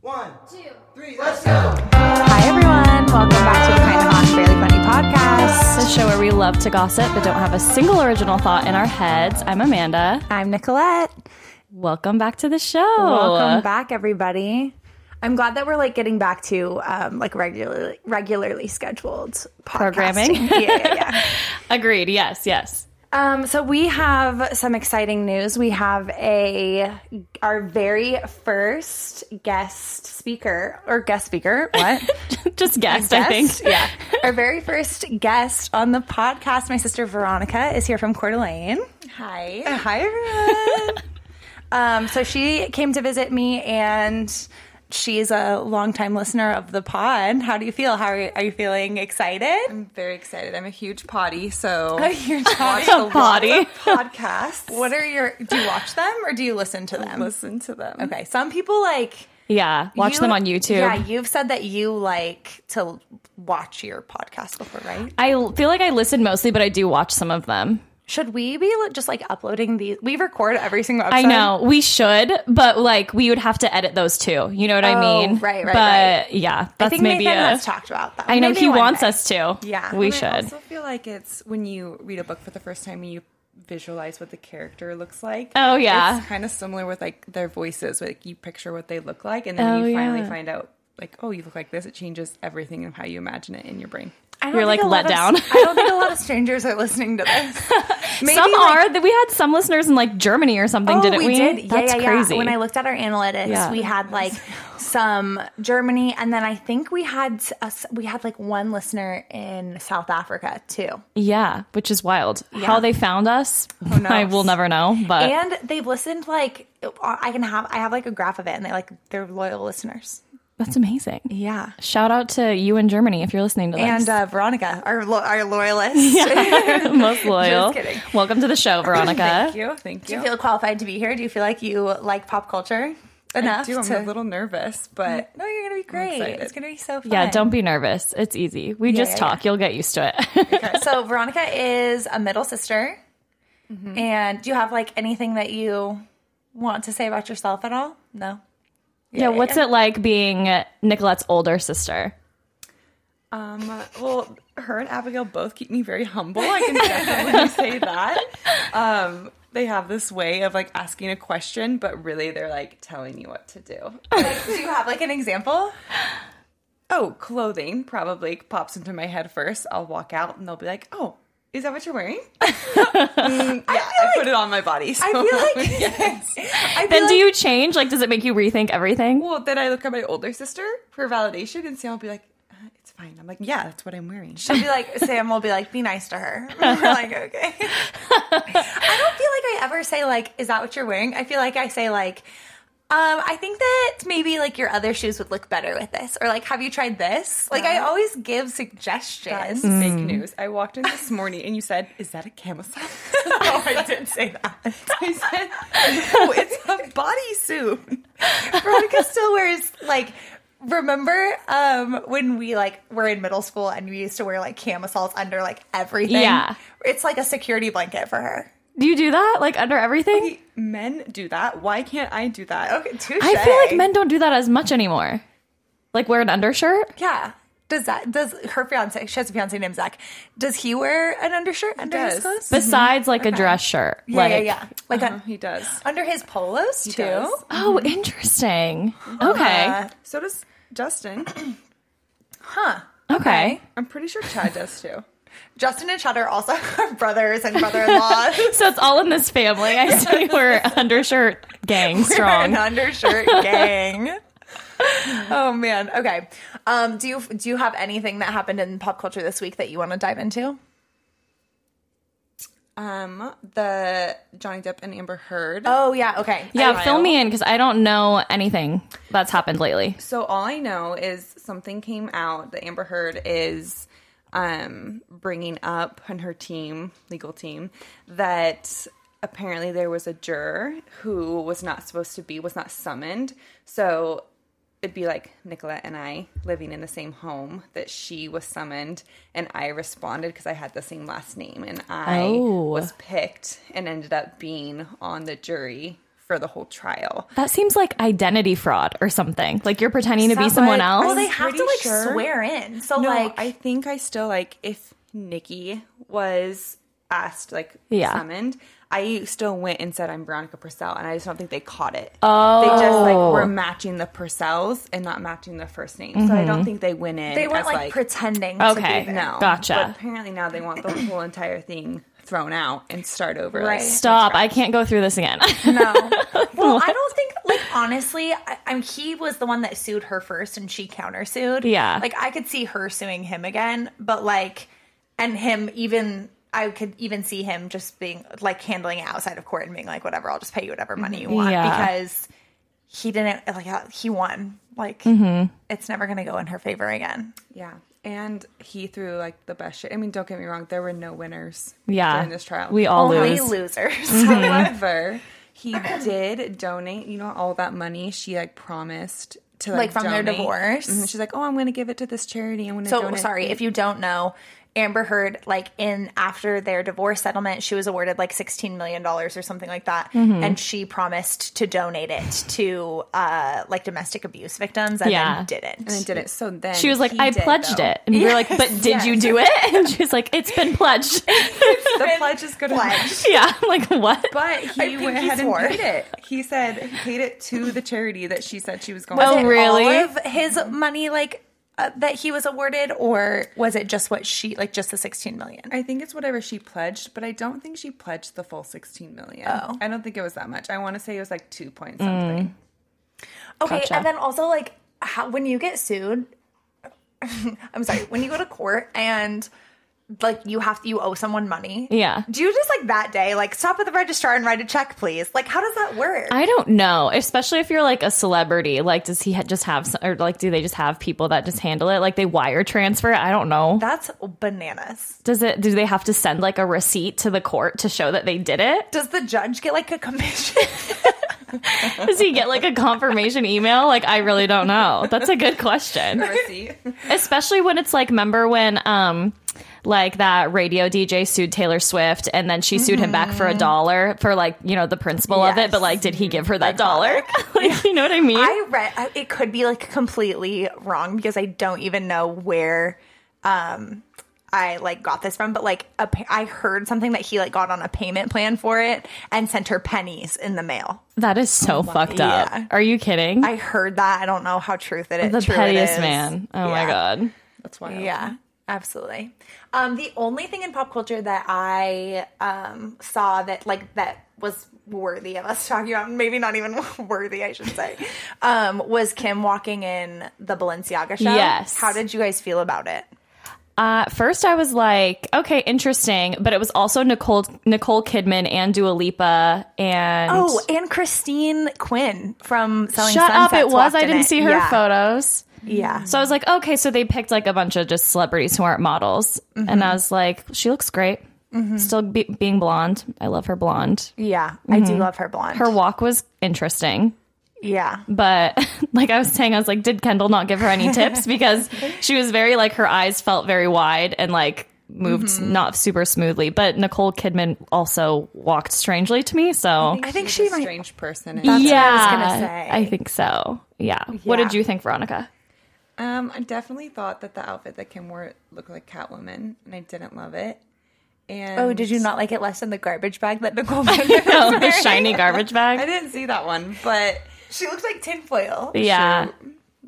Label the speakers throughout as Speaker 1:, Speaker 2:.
Speaker 1: One, two, three, let's go.
Speaker 2: Hi, everyone. Welcome back to a kind of on Fairly Funny
Speaker 3: The
Speaker 2: podcast.
Speaker 3: show where we love to gossip but don't have a single original thought in our heads. I'm Amanda.
Speaker 2: I'm Nicolette.
Speaker 3: Welcome back to the show.
Speaker 2: Welcome back, everybody. I'm glad that we're like getting back to um, like regularly regularly scheduled podcasting.
Speaker 3: Programming.
Speaker 2: yeah, yeah, yeah.
Speaker 3: Agreed. Yes, yes.
Speaker 2: Um, so we have some exciting news. We have a our very first guest speaker or guest speaker. What?
Speaker 3: Just guessed, I think.
Speaker 2: Guest? Yeah. Our very first guest on the podcast, my sister Veronica, is here from Coeur d'Alene. Hi.
Speaker 4: Hi everyone.
Speaker 2: Um, so she came to visit me and she's a longtime listener of the pod. How do you feel? How are you, are you feeling excited?
Speaker 4: I'm very excited. I'm a huge potty, so
Speaker 2: You're
Speaker 4: watch
Speaker 3: A potty.
Speaker 4: podcasts.
Speaker 2: What are your do you watch them or do you listen to them?
Speaker 4: Listen to them.
Speaker 2: Okay. Some people like
Speaker 3: Yeah. Watch
Speaker 2: you-
Speaker 3: them on YouTube.
Speaker 2: Yeah, you've said that you like to watch your podcast before, right?
Speaker 3: I l- feel like I listen mostly, but I do watch some of them.
Speaker 2: Should we be like, just like uploading these? We record every single episode.
Speaker 3: I know we should, but like we would have to edit those too. You know what I
Speaker 2: Oh,
Speaker 3: mean?
Speaker 2: right, right,
Speaker 3: But
Speaker 2: right.
Speaker 3: yeah,
Speaker 2: I
Speaker 3: that's
Speaker 2: think
Speaker 3: maybe
Speaker 2: Nathan
Speaker 3: a-
Speaker 2: has talked about that.
Speaker 3: I know
Speaker 2: Maybe
Speaker 3: he
Speaker 2: one
Speaker 3: wants
Speaker 2: day.
Speaker 3: us to.
Speaker 2: Yeah.
Speaker 3: we
Speaker 2: And
Speaker 4: I
Speaker 3: should.
Speaker 4: also feel like it's when you read a book for the first time and you visualize what the character looks like.
Speaker 3: Oh, yeah.
Speaker 4: It's kind of similar with like their voices. Like you picture what they look like and then
Speaker 3: Oh,
Speaker 4: you finally
Speaker 3: yeah.
Speaker 4: find out like, oh, you look like this. It changes everything of how you imagine it in your brain.
Speaker 2: I don't
Speaker 3: You're,
Speaker 2: think
Speaker 3: like,
Speaker 2: a lot
Speaker 3: let
Speaker 2: of-
Speaker 3: down.
Speaker 2: I don't think a lot of strangers are listening to this. Maybe,
Speaker 3: some
Speaker 2: like-
Speaker 3: are that we had some listeners in like Germany or something,
Speaker 2: Oh,
Speaker 3: didn't we?
Speaker 2: did.
Speaker 3: That's
Speaker 2: yeah, yeah,
Speaker 3: crazy.
Speaker 2: yeah. When I looked at our analytics,
Speaker 3: Yeah.
Speaker 2: we had like some Germany, and then I think we had us. We had like one listener in South Africa too.
Speaker 3: Yeah, which is wild. How they found us, I
Speaker 4: knows?
Speaker 3: will never know. But
Speaker 2: and they've listened like I can have I have like a graph of it, and they like they're loyal listeners.
Speaker 3: that's amazing.
Speaker 2: Yeah.
Speaker 3: Shout out to you in Germany if you're listening to
Speaker 2: And
Speaker 3: this.
Speaker 2: uh, Veronica, our lo- our loyalist.
Speaker 3: Most loyal.
Speaker 2: just kidding.
Speaker 3: Welcome to the show, Veronica.
Speaker 4: Thank you. Thank
Speaker 2: Do
Speaker 4: you.
Speaker 2: you feel qualified to be here? Do you feel like you like pop culture
Speaker 4: I
Speaker 2: enough?
Speaker 4: do. I'm
Speaker 2: to-
Speaker 4: a little nervous, but
Speaker 2: No, you're gonna be great.
Speaker 4: excited.
Speaker 2: It's gonna be so fun.
Speaker 3: Yeah, don't be nervous. It's easy. We just
Speaker 2: yeah,
Speaker 3: talk. You'll get used to it.
Speaker 2: so Veronica is a middle sister. And do you have like anything that you want to say about yourself at all? No.
Speaker 3: yeah, what's it like being Nicolette's older sister?
Speaker 4: Um, well, her and Abigail both keep me very humble. I can definitely say that. Um, they have this way of like asking a question, but really they're like telling you what to do.
Speaker 2: Like, do you have like an example?
Speaker 4: Oh, clothing probably pops into my head first. I'll walk out and they'll be like, "Oh, is that what you're wearing?" Mm, yeah, I, put it on my body. So.
Speaker 2: I feel like I feel
Speaker 3: Then do
Speaker 2: like-
Speaker 3: you change? Like, does it make you rethink everything?
Speaker 4: well, then I look at my older sister for validation, and Sam will be like, uh, "It's fine." I'm like, "Yeah, that's what I'm wearing."
Speaker 2: She'll be like Sam will be like, be nice to her. We're like, okay. I don't feel like I ever say like, is that what you're wearing? I feel like I say like, um, I think that maybe like your other shoes would look better with this, or like, have you tried this? Like, I always give
Speaker 4: That is
Speaker 2: suggestions.
Speaker 4: fake news. I walked in this morning and you said, "Is that a camisole?" oh, I did say that. I said, "No, it's a bodysuit."
Speaker 2: Veronica still wears like remember um when we like were in middle school and we used to wear like camisoles under like everything.
Speaker 3: Yeah.
Speaker 2: It's like a security blanket for her.
Speaker 3: Do you do that? Like, under everything?
Speaker 4: Men do that. Why can't I do that?
Speaker 2: Okay, touche.
Speaker 3: I feel like men don't do that as much anymore. Like wear an undershirt?
Speaker 2: Yeah. Does that does her fiance she has a fiance named Zach. Does he wear an undershirt under his
Speaker 4: does.
Speaker 2: clothes?
Speaker 3: Besides like a dress shirt.
Speaker 2: yeah,
Speaker 3: like,
Speaker 2: yeah, yeah. Like
Speaker 4: Uh-huh,
Speaker 2: a,
Speaker 4: he does.
Speaker 2: under his polos too.
Speaker 4: does.
Speaker 3: Oh,
Speaker 4: Mm-hmm.
Speaker 3: interesting. Okay.
Speaker 2: Uh,
Speaker 4: So does Justin.
Speaker 2: huh.
Speaker 3: okay.
Speaker 4: I'm pretty sure Chad does too.
Speaker 2: Justin and Chad are also our brothers and brother in law.
Speaker 3: So it's all in this family. I say we're undershirt gang strong.
Speaker 2: an undershirt gang. oh man. Okay. Um, do you do you have anything that happened in pop culture this week that you want to dive into?
Speaker 4: Um, the Johnny Depp and Amber Heard.
Speaker 2: Oh yeah. Okay.
Speaker 3: Yeah,
Speaker 4: Kyle.
Speaker 3: fill me in because I don't know anything that's happened lately.
Speaker 4: So all I know is something came out that Amber Heard is um, bringing up on her team, legal team, that apparently there was a juror who was not supposed to be, was not summoned. So it'd be like Nicola and I living in the same home that she was summoned, and I responded because I had the same last name, and I
Speaker 3: Oh.
Speaker 4: was picked and ended up being on the jury for the whole trial.
Speaker 3: That seems like identity fraud or something. Like you're pretending to be
Speaker 4: Sounds
Speaker 3: someone
Speaker 4: like-
Speaker 3: else.
Speaker 2: Well, they
Speaker 4: I'm
Speaker 2: have to
Speaker 4: pretty
Speaker 2: like
Speaker 4: sure-
Speaker 2: swear in. So
Speaker 4: No,
Speaker 2: like,
Speaker 4: I think I still like if Nikki was asked like
Speaker 3: Yeah.
Speaker 4: summoned, I still went and said I'm Veronica Purcell, and I just don't think they caught it. Oh, they just like were matching the Purcells and not matching the first name, so I don't think they went in.
Speaker 2: they
Speaker 4: as,
Speaker 2: weren't like,
Speaker 4: like
Speaker 2: pretending. to
Speaker 3: Okay.
Speaker 2: be there.
Speaker 4: no,
Speaker 3: Gotcha.
Speaker 4: But apparently now they want the whole entire thing thrown out and start over.
Speaker 2: Right.
Speaker 4: like,
Speaker 3: Stop. I can't go through this again.
Speaker 2: No. Well, I don't think like honestly, I, I'm he was the one that sued her first and she countersued.
Speaker 3: Yeah.
Speaker 2: Like I could see her suing him again, but like and him even I could even see him just being like handling it outside of court and being like, whatever, I'll just pay you whatever money you want
Speaker 3: Yeah.
Speaker 2: because he didn't like uh, he won. Like
Speaker 3: Mm-hmm.
Speaker 2: it's never gonna go in her favor again.
Speaker 4: Yeah. And he threw like the best shit. I mean, don't get me wrong, there were no winners
Speaker 3: yeah.
Speaker 4: during this trial.
Speaker 3: We all
Speaker 2: Only
Speaker 3: lose. Mm-hmm.
Speaker 2: losers.
Speaker 4: However, he did donate, you know, all that money she like promised to like,
Speaker 2: Like, from their
Speaker 4: donate.
Speaker 2: divorce?
Speaker 4: Mhm. She's like, "Oh, I'm going to give it to this charity. I'm going to
Speaker 2: So
Speaker 4: donate."
Speaker 2: sorry if you don't know. Amber Heard, like in after their divorce settlement, she was awarded like sixteen million dollars or something like that, and she promised to donate it to uh, like domestic abuse victims, and
Speaker 3: Yeah.
Speaker 2: then didn't.
Speaker 4: and did it. So then
Speaker 3: She was like,
Speaker 4: he
Speaker 3: I
Speaker 4: did,
Speaker 3: pledged
Speaker 4: though.
Speaker 3: it. And we were like, but did you do it? And she's like, it's been pledged.
Speaker 4: The pledge is good enough.
Speaker 3: yeah. I'm like, what?
Speaker 4: But
Speaker 2: I
Speaker 4: he went
Speaker 2: pinky
Speaker 4: ahead
Speaker 2: swore.
Speaker 4: and paid it. He said he paid it to the charity that she said she was going.
Speaker 3: Was
Speaker 4: to.
Speaker 2: Did
Speaker 3: Oh, really?
Speaker 2: All of his money, like uh, that he was awarded, or was it just what she like just the sixteen million?
Speaker 4: I think it's whatever she pledged, but I don't think she pledged the full 16 million.
Speaker 2: Oh.
Speaker 4: I don't think it was that much. I want to say it was like 2
Speaker 3: Mm.
Speaker 4: point something.
Speaker 2: Okay,
Speaker 3: Gotcha.
Speaker 2: and then also like how, when you get sued, I'm sorry, when you go to court and like you have you owe someone money.
Speaker 3: Yeah.
Speaker 2: Do you just like that day like stop at the registrar and write a check, please? Like how does that work?
Speaker 3: I don't know, especially if you're like a celebrity. Like, does he ha- just have, some, or like, do they just have people that just handle it? Like, they wire transfer? it? I don't know.
Speaker 2: That's bananas.
Speaker 3: Does it? Do they have to send like a receipt to the court to show that they did it?
Speaker 2: Does the judge get like a commission?
Speaker 3: Does he get like a confirmation email? Like, I really don't know. That's a good question.
Speaker 4: Receipt.
Speaker 3: especially when it's like remember when um like that radio DJ sued Taylor Swift and then she sued him back for a dollar for like you know the principle of it but
Speaker 2: Mm-hmm. Yes.
Speaker 3: like did he give her that dollar like you know what I mean
Speaker 2: I read I- it could be like completely wrong because I don't even know where um I like got this from, but like a, pa- I heard something that he like got on a payment plan for it and sent her pennies in the mail.
Speaker 3: that is so fucked up
Speaker 2: Yeah.
Speaker 3: are you kidding
Speaker 2: I heard that. I don't know how truth it is.
Speaker 3: the
Speaker 2: true it
Speaker 3: pettiest
Speaker 2: is.
Speaker 3: man oh my
Speaker 2: Yeah.
Speaker 3: god
Speaker 4: That's why.
Speaker 2: Yeah, absolutely. Um, the only thing in pop culture that I um, saw that like that was worthy of us talking about, maybe not even worthy, I should say, um, was Kim walking in the Balenciaga show.
Speaker 3: Yes.
Speaker 2: How did you guys feel about it?
Speaker 3: Uh, first, I was like, okay, interesting, but it was also Nicole Nicole Kidman and Dua Lipa, and
Speaker 2: Oh, and Christine Quinn from Selling
Speaker 3: shut up! It
Speaker 2: Sunsets
Speaker 3: was
Speaker 2: walked
Speaker 3: I
Speaker 2: in
Speaker 3: didn't see her
Speaker 2: yeah. Mm-hmm.
Speaker 3: photos.
Speaker 2: Yeah.
Speaker 3: So I was like, okay, so they picked like a bunch of just celebrities who aren't models. And
Speaker 2: Mm-hmm.
Speaker 3: I was like, she looks great. Still be- being blonde. I love her blonde.
Speaker 2: Yeah, I do love Mm-hmm. her Mm-hmm. blonde.
Speaker 3: Her walk was interesting.
Speaker 2: yeah.
Speaker 3: But like I was saying, I was like, did Kendall not give her any tips? Because she was very like, her eyes felt very wide and like moved
Speaker 2: Mm-hmm.
Speaker 3: not super smoothly. But Nicole Kidman also walked strangely to me. So
Speaker 2: I think she
Speaker 4: She's a
Speaker 2: might
Speaker 4: strange person.
Speaker 3: yeah,
Speaker 2: what I was gonna say.
Speaker 3: I think so. Yeah. What
Speaker 2: Yeah.
Speaker 3: did you think, Veronica?
Speaker 4: Um, I definitely thought that the outfit that Kim wore looked like Catwoman, and I didn't love it. And
Speaker 2: Oh, did you not like it less than the garbage bag that Nicole?
Speaker 3: Oh, the shiny garbage
Speaker 4: I
Speaker 3: bag.
Speaker 4: didn't see that one, but
Speaker 2: she looks like tinfoil.
Speaker 3: Yeah.
Speaker 4: Sure,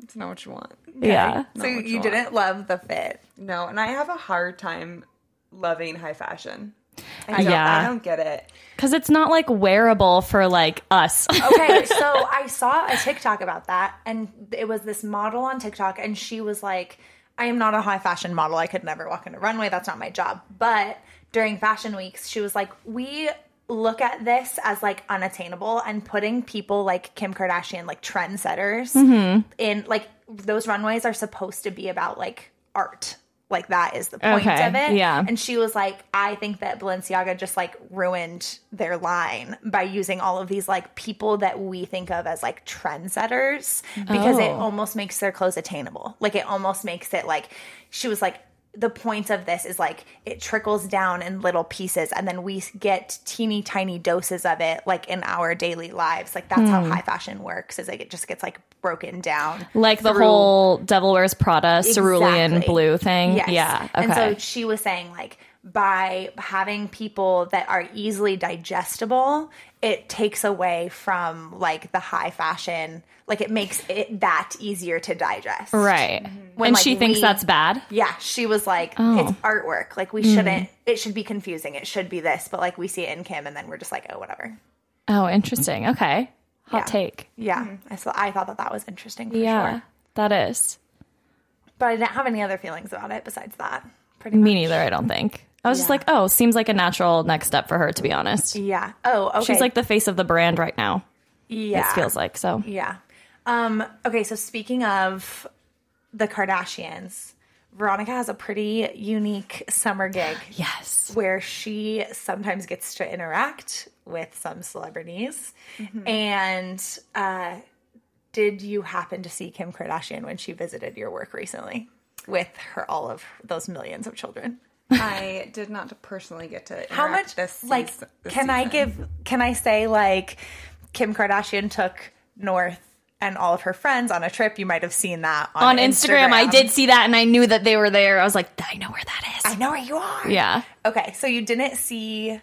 Speaker 4: it's not what you want.
Speaker 3: Yeah.
Speaker 4: Not
Speaker 2: So
Speaker 4: what
Speaker 2: you
Speaker 4: want.
Speaker 2: didn't love the fit.
Speaker 4: No, and I have a hard time loving high fashion.
Speaker 2: Uh,
Speaker 4: I don't,
Speaker 3: Yeah.
Speaker 4: I don't get it.
Speaker 3: Because it's not like wearable for like us.
Speaker 2: Okay, so I saw a TikTok about that, and it was this model on TikTok, and she was like, I am not a high fashion model. I could never walk in a runway. That's not my job. But during fashion weeks, she was like, We look at this as like unattainable and putting people like Kim Kardashian, like trendsetters,
Speaker 3: Mm-hmm.
Speaker 2: in like those runways are supposed to be about like art. Like that is the point
Speaker 3: Okay,
Speaker 2: of it.
Speaker 3: yeah.
Speaker 2: And she was like, I think that Balenciaga just like ruined their line by using all of these like people that we think of as like trendsetters because it
Speaker 3: Oh.
Speaker 2: almost makes their clothes attainable. Like it almost makes it like she was like the point of this is like it trickles down in little pieces and then we get teeny tiny doses of it like in our daily lives like that's how high fashion works is like it just gets like broken down
Speaker 3: Like the
Speaker 2: through-
Speaker 3: whole Devil Wears Prada cerulean
Speaker 2: Exactly.
Speaker 3: blue thing.
Speaker 2: Yes.
Speaker 3: Yeah. Okay.
Speaker 2: And so she was saying like by having people that are easily digestible, it takes away from like the high fashion, like it makes it that easier to digest.
Speaker 3: right.
Speaker 2: Mm-hmm. When,
Speaker 3: and
Speaker 2: like,
Speaker 3: she thinks
Speaker 2: we-
Speaker 3: that's bad.
Speaker 2: Yeah, she was like,
Speaker 3: Oh.
Speaker 2: it's artwork. Like
Speaker 3: Mm.
Speaker 2: we shouldn't. It should be confusing. It should be this, but like we see it in Kim, and then we're just like, oh, whatever.
Speaker 3: Oh, interesting. Okay. Hot
Speaker 2: Mm-hmm. Yeah.
Speaker 3: take.
Speaker 2: Yeah, I saw, I thought that that was interesting. For
Speaker 3: Mm-hmm. Yeah.
Speaker 2: sure.
Speaker 3: That is.
Speaker 2: but I didn't have any other feelings about it besides that. Pretty
Speaker 3: Me
Speaker 2: much.
Speaker 3: neither, I don't think. I was just like, oh, seems like a natural next step for her, to be honest.
Speaker 2: Yeah. Oh, okay.
Speaker 3: She's like the face of the brand right now,
Speaker 2: yeah.
Speaker 3: it feels like. So
Speaker 2: Yeah. Um, okay, so speaking of the Kardashians, Veronica has a pretty unique summer gig
Speaker 3: yes.
Speaker 2: where she sometimes gets to interact with some celebrities. And uh, did you happen to see Kim Kardashian when she visited your work recently with her all of those millions of children?
Speaker 4: I did not personally get to.
Speaker 2: How
Speaker 4: interact
Speaker 2: much
Speaker 4: This
Speaker 2: like
Speaker 4: season- this
Speaker 2: can I
Speaker 4: season.
Speaker 2: give can I say like Kim Kardashian took North and all of her friends on a trip? You might have seen that on,
Speaker 3: On Instagram, I did see that and I knew that they were there. I was like, I know where that is.
Speaker 2: I know where you are.
Speaker 3: yeah.
Speaker 2: Okay, so you didn't see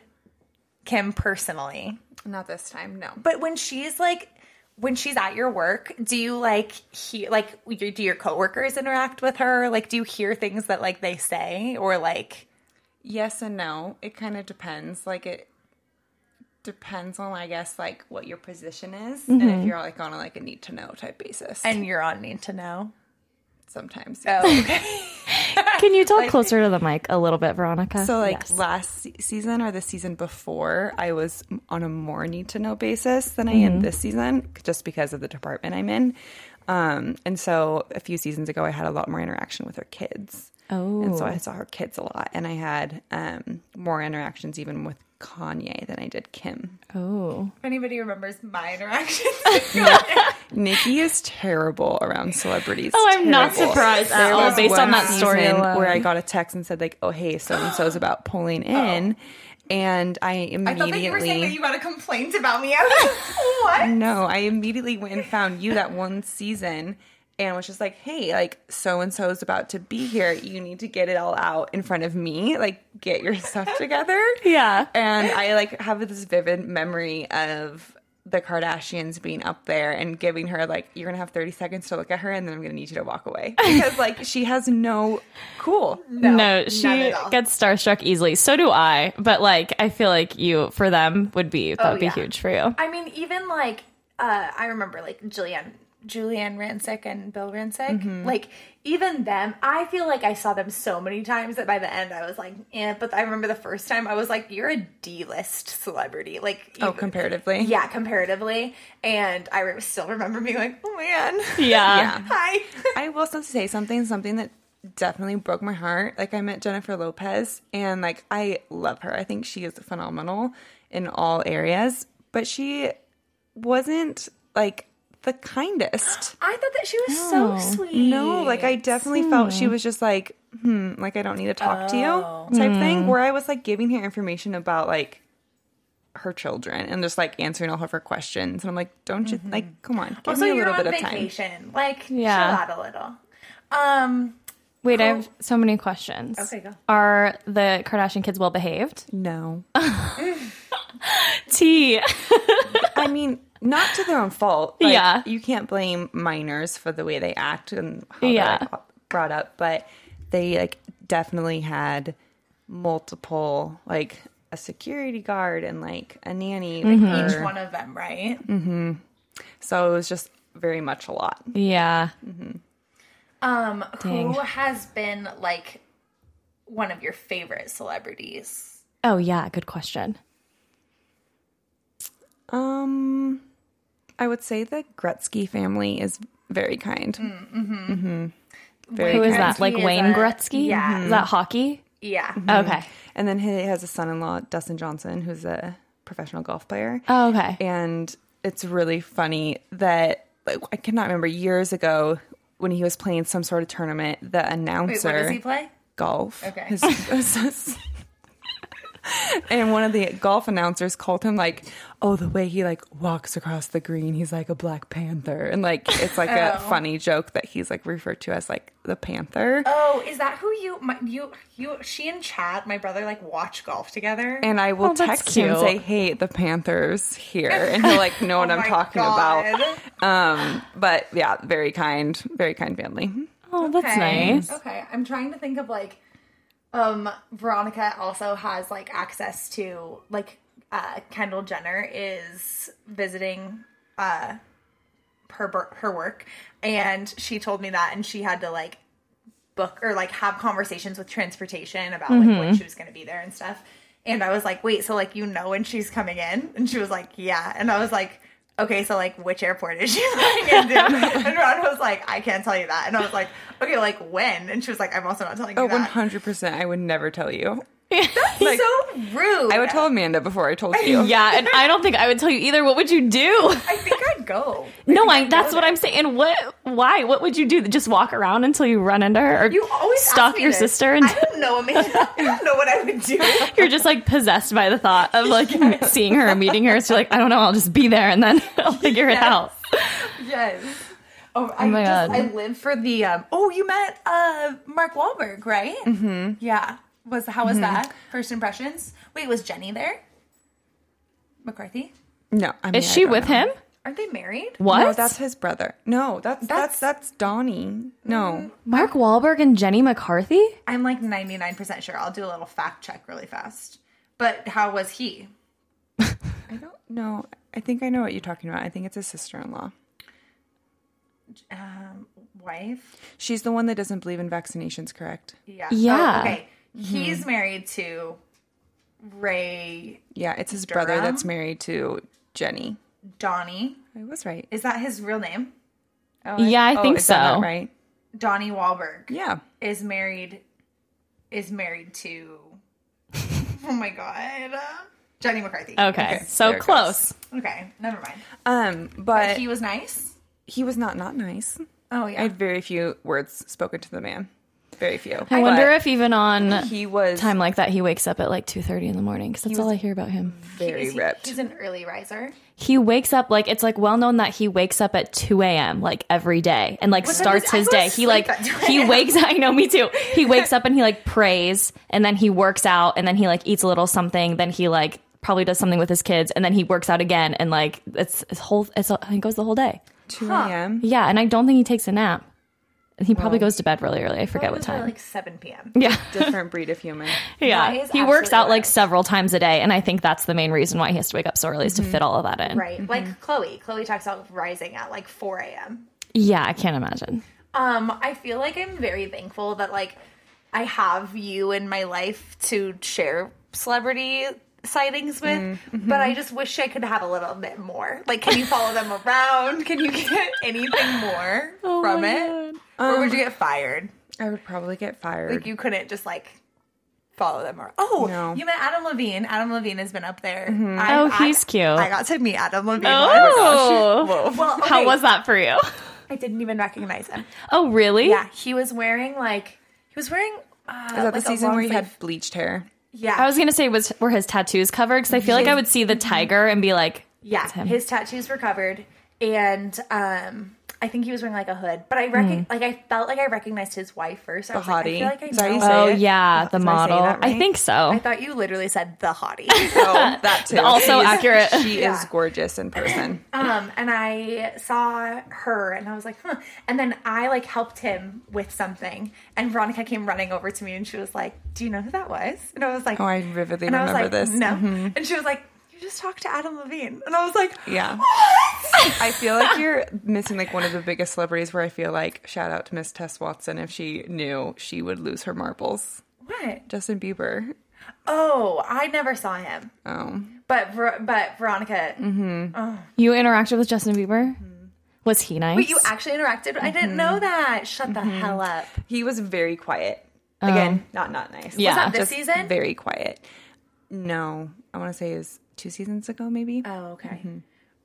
Speaker 2: Kim personally,
Speaker 4: Not this time. No.
Speaker 2: but when she's like when she's at your work, do you like hear like you- do your coworkers interact with her? Like do you hear things that like they say or like
Speaker 4: yes and no. It kind of depends. Like it depends on, I guess, like what your position is, and if you're like on a, like a need to know type basis.
Speaker 2: and you're on need to know?
Speaker 4: sometimes,
Speaker 2: Oh, okay.
Speaker 3: Can you talk closer to the mic a little bit, Veronica?
Speaker 4: So like
Speaker 3: Yes.
Speaker 4: last se- season or the season before, I was m- on a more need to know basis than I am this season, just because of the department I'm in. Um, and so a few seasons ago, I had a lot more interaction with her kids.
Speaker 3: Oh.
Speaker 4: and so I saw her kids a lot, and I had um, more interactions even with Kanye than I did Kim.
Speaker 3: oh.
Speaker 2: If anybody remembers my interaction
Speaker 4: Nikki is terrible around celebrities.
Speaker 3: Oh, I'm not
Speaker 4: Terrible.
Speaker 3: surprised at
Speaker 4: There
Speaker 3: all
Speaker 4: was
Speaker 3: based on
Speaker 4: one
Speaker 3: that story
Speaker 4: season
Speaker 3: alone.
Speaker 4: where I got a text and said like, "Oh, hey, so and so's about pulling
Speaker 3: Oh.
Speaker 4: in," and I
Speaker 2: I thought that you were saying that
Speaker 4: immediately.
Speaker 2: you had a complaint about me. I was like, what?
Speaker 4: no, I immediately went and found you that one season and was just like, hey, like so and so's about to be here. You need to get it all out in front of me. Like, get your stuff together.
Speaker 3: Yeah.
Speaker 4: And I like have this vivid memory of the Kardashians being up there and giving her like, you're gonna have 30 seconds to look at her and then I'm gonna need you to walk away. Because like she has no cool.
Speaker 3: No,
Speaker 2: none
Speaker 3: she
Speaker 2: at all.
Speaker 3: gets starstruck easily. So do I. But like, I feel like you for them would be that would be
Speaker 2: Oh, yeah.
Speaker 3: huge for you.
Speaker 2: I mean, even like uh, I remember like Julianne Julianne Rancic and Bill Rancic. Like even them, I feel like I saw them so many times that by the end I was like, eh. But I remember the first time I was like, you're a D list celebrity. Like
Speaker 4: Oh,
Speaker 2: even-
Speaker 4: comparatively.
Speaker 2: Yeah, comparatively. And I re- still remember being like, oh man,
Speaker 3: Yeah.
Speaker 4: Yeah.
Speaker 2: hi.
Speaker 4: I will also say something, something that definitely broke my heart. Like I met Jennifer Lopez and like I love her. I think she is phenomenal in all areas, but she wasn't like the kindest.
Speaker 2: I thought that she was so sweet.
Speaker 4: No, like I definitely felt she was just like, hmm, like I don't need to talk to
Speaker 2: Oh.
Speaker 4: you type
Speaker 2: Hmm.
Speaker 4: thing. Where I was like giving her information about like her children and just like answering all of her questions. And I'm like, don't you like come on, give
Speaker 2: Mm-hmm. Also,
Speaker 4: me a
Speaker 2: you're
Speaker 4: little
Speaker 2: on
Speaker 4: bit of time.
Speaker 2: vacation. Like,
Speaker 3: Yeah.
Speaker 2: chill out a little. Um,
Speaker 3: Wait, I have so many questions.
Speaker 2: Okay, go.
Speaker 3: Are the Kardashian kids well behaved?
Speaker 4: No.
Speaker 3: T.
Speaker 4: I mean, not to their own fault. Like,
Speaker 3: Yeah.
Speaker 4: You can't blame minors for the way they act and how
Speaker 3: Yeah.
Speaker 4: they're like, brought up, but they like definitely had multiple like a security guard and like a nanny. with
Speaker 3: Mm-hmm.
Speaker 2: each
Speaker 4: her.
Speaker 2: one of them, right?
Speaker 3: Mm.
Speaker 4: So it was just very much a lot.
Speaker 3: yeah.
Speaker 2: Um,
Speaker 3: Dang.
Speaker 2: who has been like one of your favorite celebrities?
Speaker 3: Oh yeah. Good question.
Speaker 4: Um I would say the Gretzky family is very kind. Mm-hmm.
Speaker 3: Who is that?
Speaker 2: Gretzky
Speaker 3: Like
Speaker 2: is
Speaker 3: Wayne
Speaker 2: a-
Speaker 3: Gretzky?
Speaker 2: yeah.
Speaker 3: Is that hockey?
Speaker 2: Yeah.
Speaker 4: Mm-hmm.
Speaker 3: Okay.
Speaker 4: And then he has a son-in-law, Dustin Johnson, who's a professional golf player.
Speaker 3: Oh, okay.
Speaker 4: and it's really funny that like, I cannot remember years ago when he was playing some sort of tournament. The
Speaker 2: Wait, what does
Speaker 4: announcer,
Speaker 2: he play?
Speaker 4: golf.
Speaker 2: Okay.
Speaker 4: His- and one of the golf announcers called him like, "Oh, the way he like walks across the green, he's like a black panther." And like it's like a
Speaker 2: Oh.
Speaker 4: funny joke that he's like referred to as like the panther.
Speaker 2: Oh, is that who you, my, you, you, she and Chad, my brother, like watch golf together?
Speaker 4: And I will
Speaker 3: Oh, that's
Speaker 4: text him and say,
Speaker 3: cute.
Speaker 4: "Hey, the Panthers here," and he'll like know what
Speaker 2: Oh
Speaker 4: I'm
Speaker 2: my
Speaker 4: talking
Speaker 2: God.
Speaker 4: about. Um, but yeah, very kind, very kind family.
Speaker 3: Oh, that's
Speaker 2: Okay.
Speaker 3: nice.
Speaker 2: Okay, I'm trying to think of like, um, Veronica also has like access to like, uh, Kendall Jenner is visiting, uh, her bur- her work, and she told me that, and she had to like book or like have conversations with transportation about like when she was going to be there and stuff. And I was like, wait, so like you know when she's coming in? And she was like, yeah. And I was like, okay, so like which airport is she flying into? and Ron was like, I can't tell you that. And I was like, okay, like when? And she was like, I'm also not telling you
Speaker 4: Oh,
Speaker 2: that.
Speaker 4: 100. percent I would never tell you.
Speaker 2: He's so rude.
Speaker 4: I would tell Amanda before I told you.
Speaker 3: Yeah, and I don't think I would tell you either. What would you do?
Speaker 2: I think I'd go.
Speaker 3: No, I, that's what I'm saying. And what? Why? What would you do? Just walk around until you run into her, or
Speaker 2: You always ask
Speaker 3: stalk
Speaker 2: me
Speaker 3: your
Speaker 2: this.
Speaker 3: sister, and
Speaker 2: I don't know, Amanda. I don't know what I would do.
Speaker 3: you're just like possessed by the thought of like seeing her and meeting her. So you're like, I don't know, I'll just be there, and then I'll figure it out.
Speaker 2: Yes. Oh, I
Speaker 3: my
Speaker 2: just,
Speaker 3: God.
Speaker 2: I live for the. Um, oh, you met uh, Mark Wahlberg, right? Mm-hmm. Yeah. Was how
Speaker 3: Mm-hmm.
Speaker 2: was that first impressions? Wait, was Jenny there? McCarthy?
Speaker 4: No, I mean,
Speaker 3: Is
Speaker 4: I
Speaker 3: she
Speaker 4: don't
Speaker 3: with
Speaker 4: know.
Speaker 3: him?
Speaker 2: Aren't they married?
Speaker 3: What?
Speaker 4: No, that's his brother. No, that's that's that's, Donnie. No,
Speaker 3: Mark Wahlberg and Jenny McCarthy.
Speaker 2: I'm like 99 percent sure. I'll do a little fact check really fast. But how was he?
Speaker 4: I don't know. I think I know what you're talking about. I think it's his sister-in-law.
Speaker 2: Um, wife?
Speaker 4: She's the one that doesn't believe in vaccinations, correct?
Speaker 2: Yeah.
Speaker 3: Yeah. Mm-hmm.
Speaker 2: Oh, okay. He's married to Ray
Speaker 4: Yeah, it's his brother
Speaker 2: Durham?
Speaker 4: that's married to Jenny.
Speaker 2: Donnie.
Speaker 4: I was right.
Speaker 2: Is that his real name?
Speaker 4: Oh,
Speaker 3: Yeah, I think
Speaker 4: is that not
Speaker 3: so.
Speaker 4: right?
Speaker 2: Donnie Wahlberg.
Speaker 4: Yeah.
Speaker 2: is married is married to oh my god uh, jenny mccarthy
Speaker 3: Okay,
Speaker 4: there
Speaker 3: so
Speaker 4: it goes.
Speaker 3: close.
Speaker 2: okay never mind
Speaker 4: Um, but
Speaker 2: he
Speaker 4: he,
Speaker 2: was nice
Speaker 4: was not not nice.
Speaker 2: oh
Speaker 4: I
Speaker 2: yeah
Speaker 4: had very few words spoken to the man. Very few.
Speaker 3: I wonder if even on
Speaker 4: he was
Speaker 3: time like that, he wakes up at like two thirty in the morning because that's all I hear about him.
Speaker 4: very
Speaker 2: Is he-
Speaker 4: ripped.
Speaker 2: he's an early riser
Speaker 3: he wakes up like it's like well known that he wakes up at 2 a.m like every day and like starts
Speaker 2: I
Speaker 3: his
Speaker 2: go
Speaker 3: day
Speaker 2: to
Speaker 3: he
Speaker 2: sleep
Speaker 3: like
Speaker 2: at 2
Speaker 3: he
Speaker 2: a.m..
Speaker 3: wakes i know me too he wakes up and he like prays and then he works out and then he like eats a little something then he like probably does something with his kids and then he works out again and like it's, it's whole it's he goes the whole day
Speaker 4: 2 a.m.
Speaker 3: yeah and i don't think he takes a nap and he probably goes to bed really early i forget what time
Speaker 2: like 7 p.m
Speaker 3: yeah
Speaker 4: Different breed of human.
Speaker 2: That
Speaker 3: yeah
Speaker 2: is
Speaker 3: he works
Speaker 2: absolutely
Speaker 3: out like
Speaker 2: right.
Speaker 3: several times a day and i think that's the main reason why he has to wake up so early is to fit all of that
Speaker 2: Mm-hmm.
Speaker 3: in
Speaker 2: right like chloe chloe talks about rising at like 4 a.m
Speaker 3: yeah i can't imagine
Speaker 2: um i feel like i'm very thankful that like i have you in my life to share celebrity sightings with
Speaker 3: Mm,
Speaker 2: but
Speaker 3: mm-hmm.
Speaker 2: i just wish i could have a little bit more like can you follow them around can you get anything more from
Speaker 3: Oh my Um,
Speaker 2: it or would you get fired
Speaker 4: I would probably get fired.
Speaker 2: like you couldn't just like follow them around. oh
Speaker 4: No.
Speaker 2: you met adam levine adam levine has been up there I,
Speaker 3: Oh,
Speaker 2: I-
Speaker 3: he's cute.
Speaker 2: i got to meet adam levine
Speaker 3: Oh,
Speaker 2: well okay,
Speaker 3: how was that for you?
Speaker 2: i didn't even recognize him
Speaker 3: Oh, really?
Speaker 2: yeah he was wearing like he was wearing uh,
Speaker 4: Is that
Speaker 2: like
Speaker 4: the
Speaker 2: a
Speaker 4: season where
Speaker 2: long
Speaker 4: he
Speaker 2: sleeve-
Speaker 4: had bleached hair?
Speaker 2: Yeah.
Speaker 3: I was gonna say, was were his tattoos covered? Because I feel like I would see the tiger and be like,
Speaker 2: Mm-hmm. yeah.
Speaker 3: him.
Speaker 2: His tattoos were covered and um I think he was wearing like a hood, but I recog like I felt like I recognized his wife first. I was like,
Speaker 4: Hmm. hottie.
Speaker 2: I feel like I
Speaker 4: Is that how you
Speaker 2: know.
Speaker 4: say
Speaker 2: her.
Speaker 3: "Oh
Speaker 4: it?
Speaker 3: yeah, the
Speaker 4: Did I say
Speaker 3: model."
Speaker 4: that
Speaker 3: I
Speaker 4: right?
Speaker 3: think
Speaker 2: I
Speaker 3: so.
Speaker 2: thought you literally said the hottie.
Speaker 4: Oh, that too.
Speaker 3: Also
Speaker 4: She is-
Speaker 3: accurate.
Speaker 4: She is gorgeous in person.
Speaker 2: um, and I saw her, and I was like, huh. And then I like helped him with something, and Veronica came running over to me, and she was like, "Do you know who that was?" And I was like,
Speaker 4: Oh, I vividly
Speaker 2: and I was
Speaker 4: remember
Speaker 2: like,
Speaker 4: this. Mm-hmm.
Speaker 2: No, and she was like, "You just talked to Adam Levine," and I was like,
Speaker 4: Yeah. I feel like you're missing like one of the biggest celebrities where I feel like shout out to Miss Tess Watson if she knew she would lose her marbles.
Speaker 2: "What?"
Speaker 4: Justin Bieber.
Speaker 2: Oh, I never saw him.
Speaker 4: Oh.
Speaker 2: But Ver- but Veronica,
Speaker 3: You interacted with Justin Bieber. Was he nice?
Speaker 2: wait, Mm-hmm. you actually interacted. I didn't know that. Shut the hell up.
Speaker 4: He was very quiet. Again, not not nice.
Speaker 3: Oh. Yeah.
Speaker 2: Was that this season?
Speaker 4: Very quiet. No. I want to say it was two seasons ago maybe.
Speaker 2: oh, okay.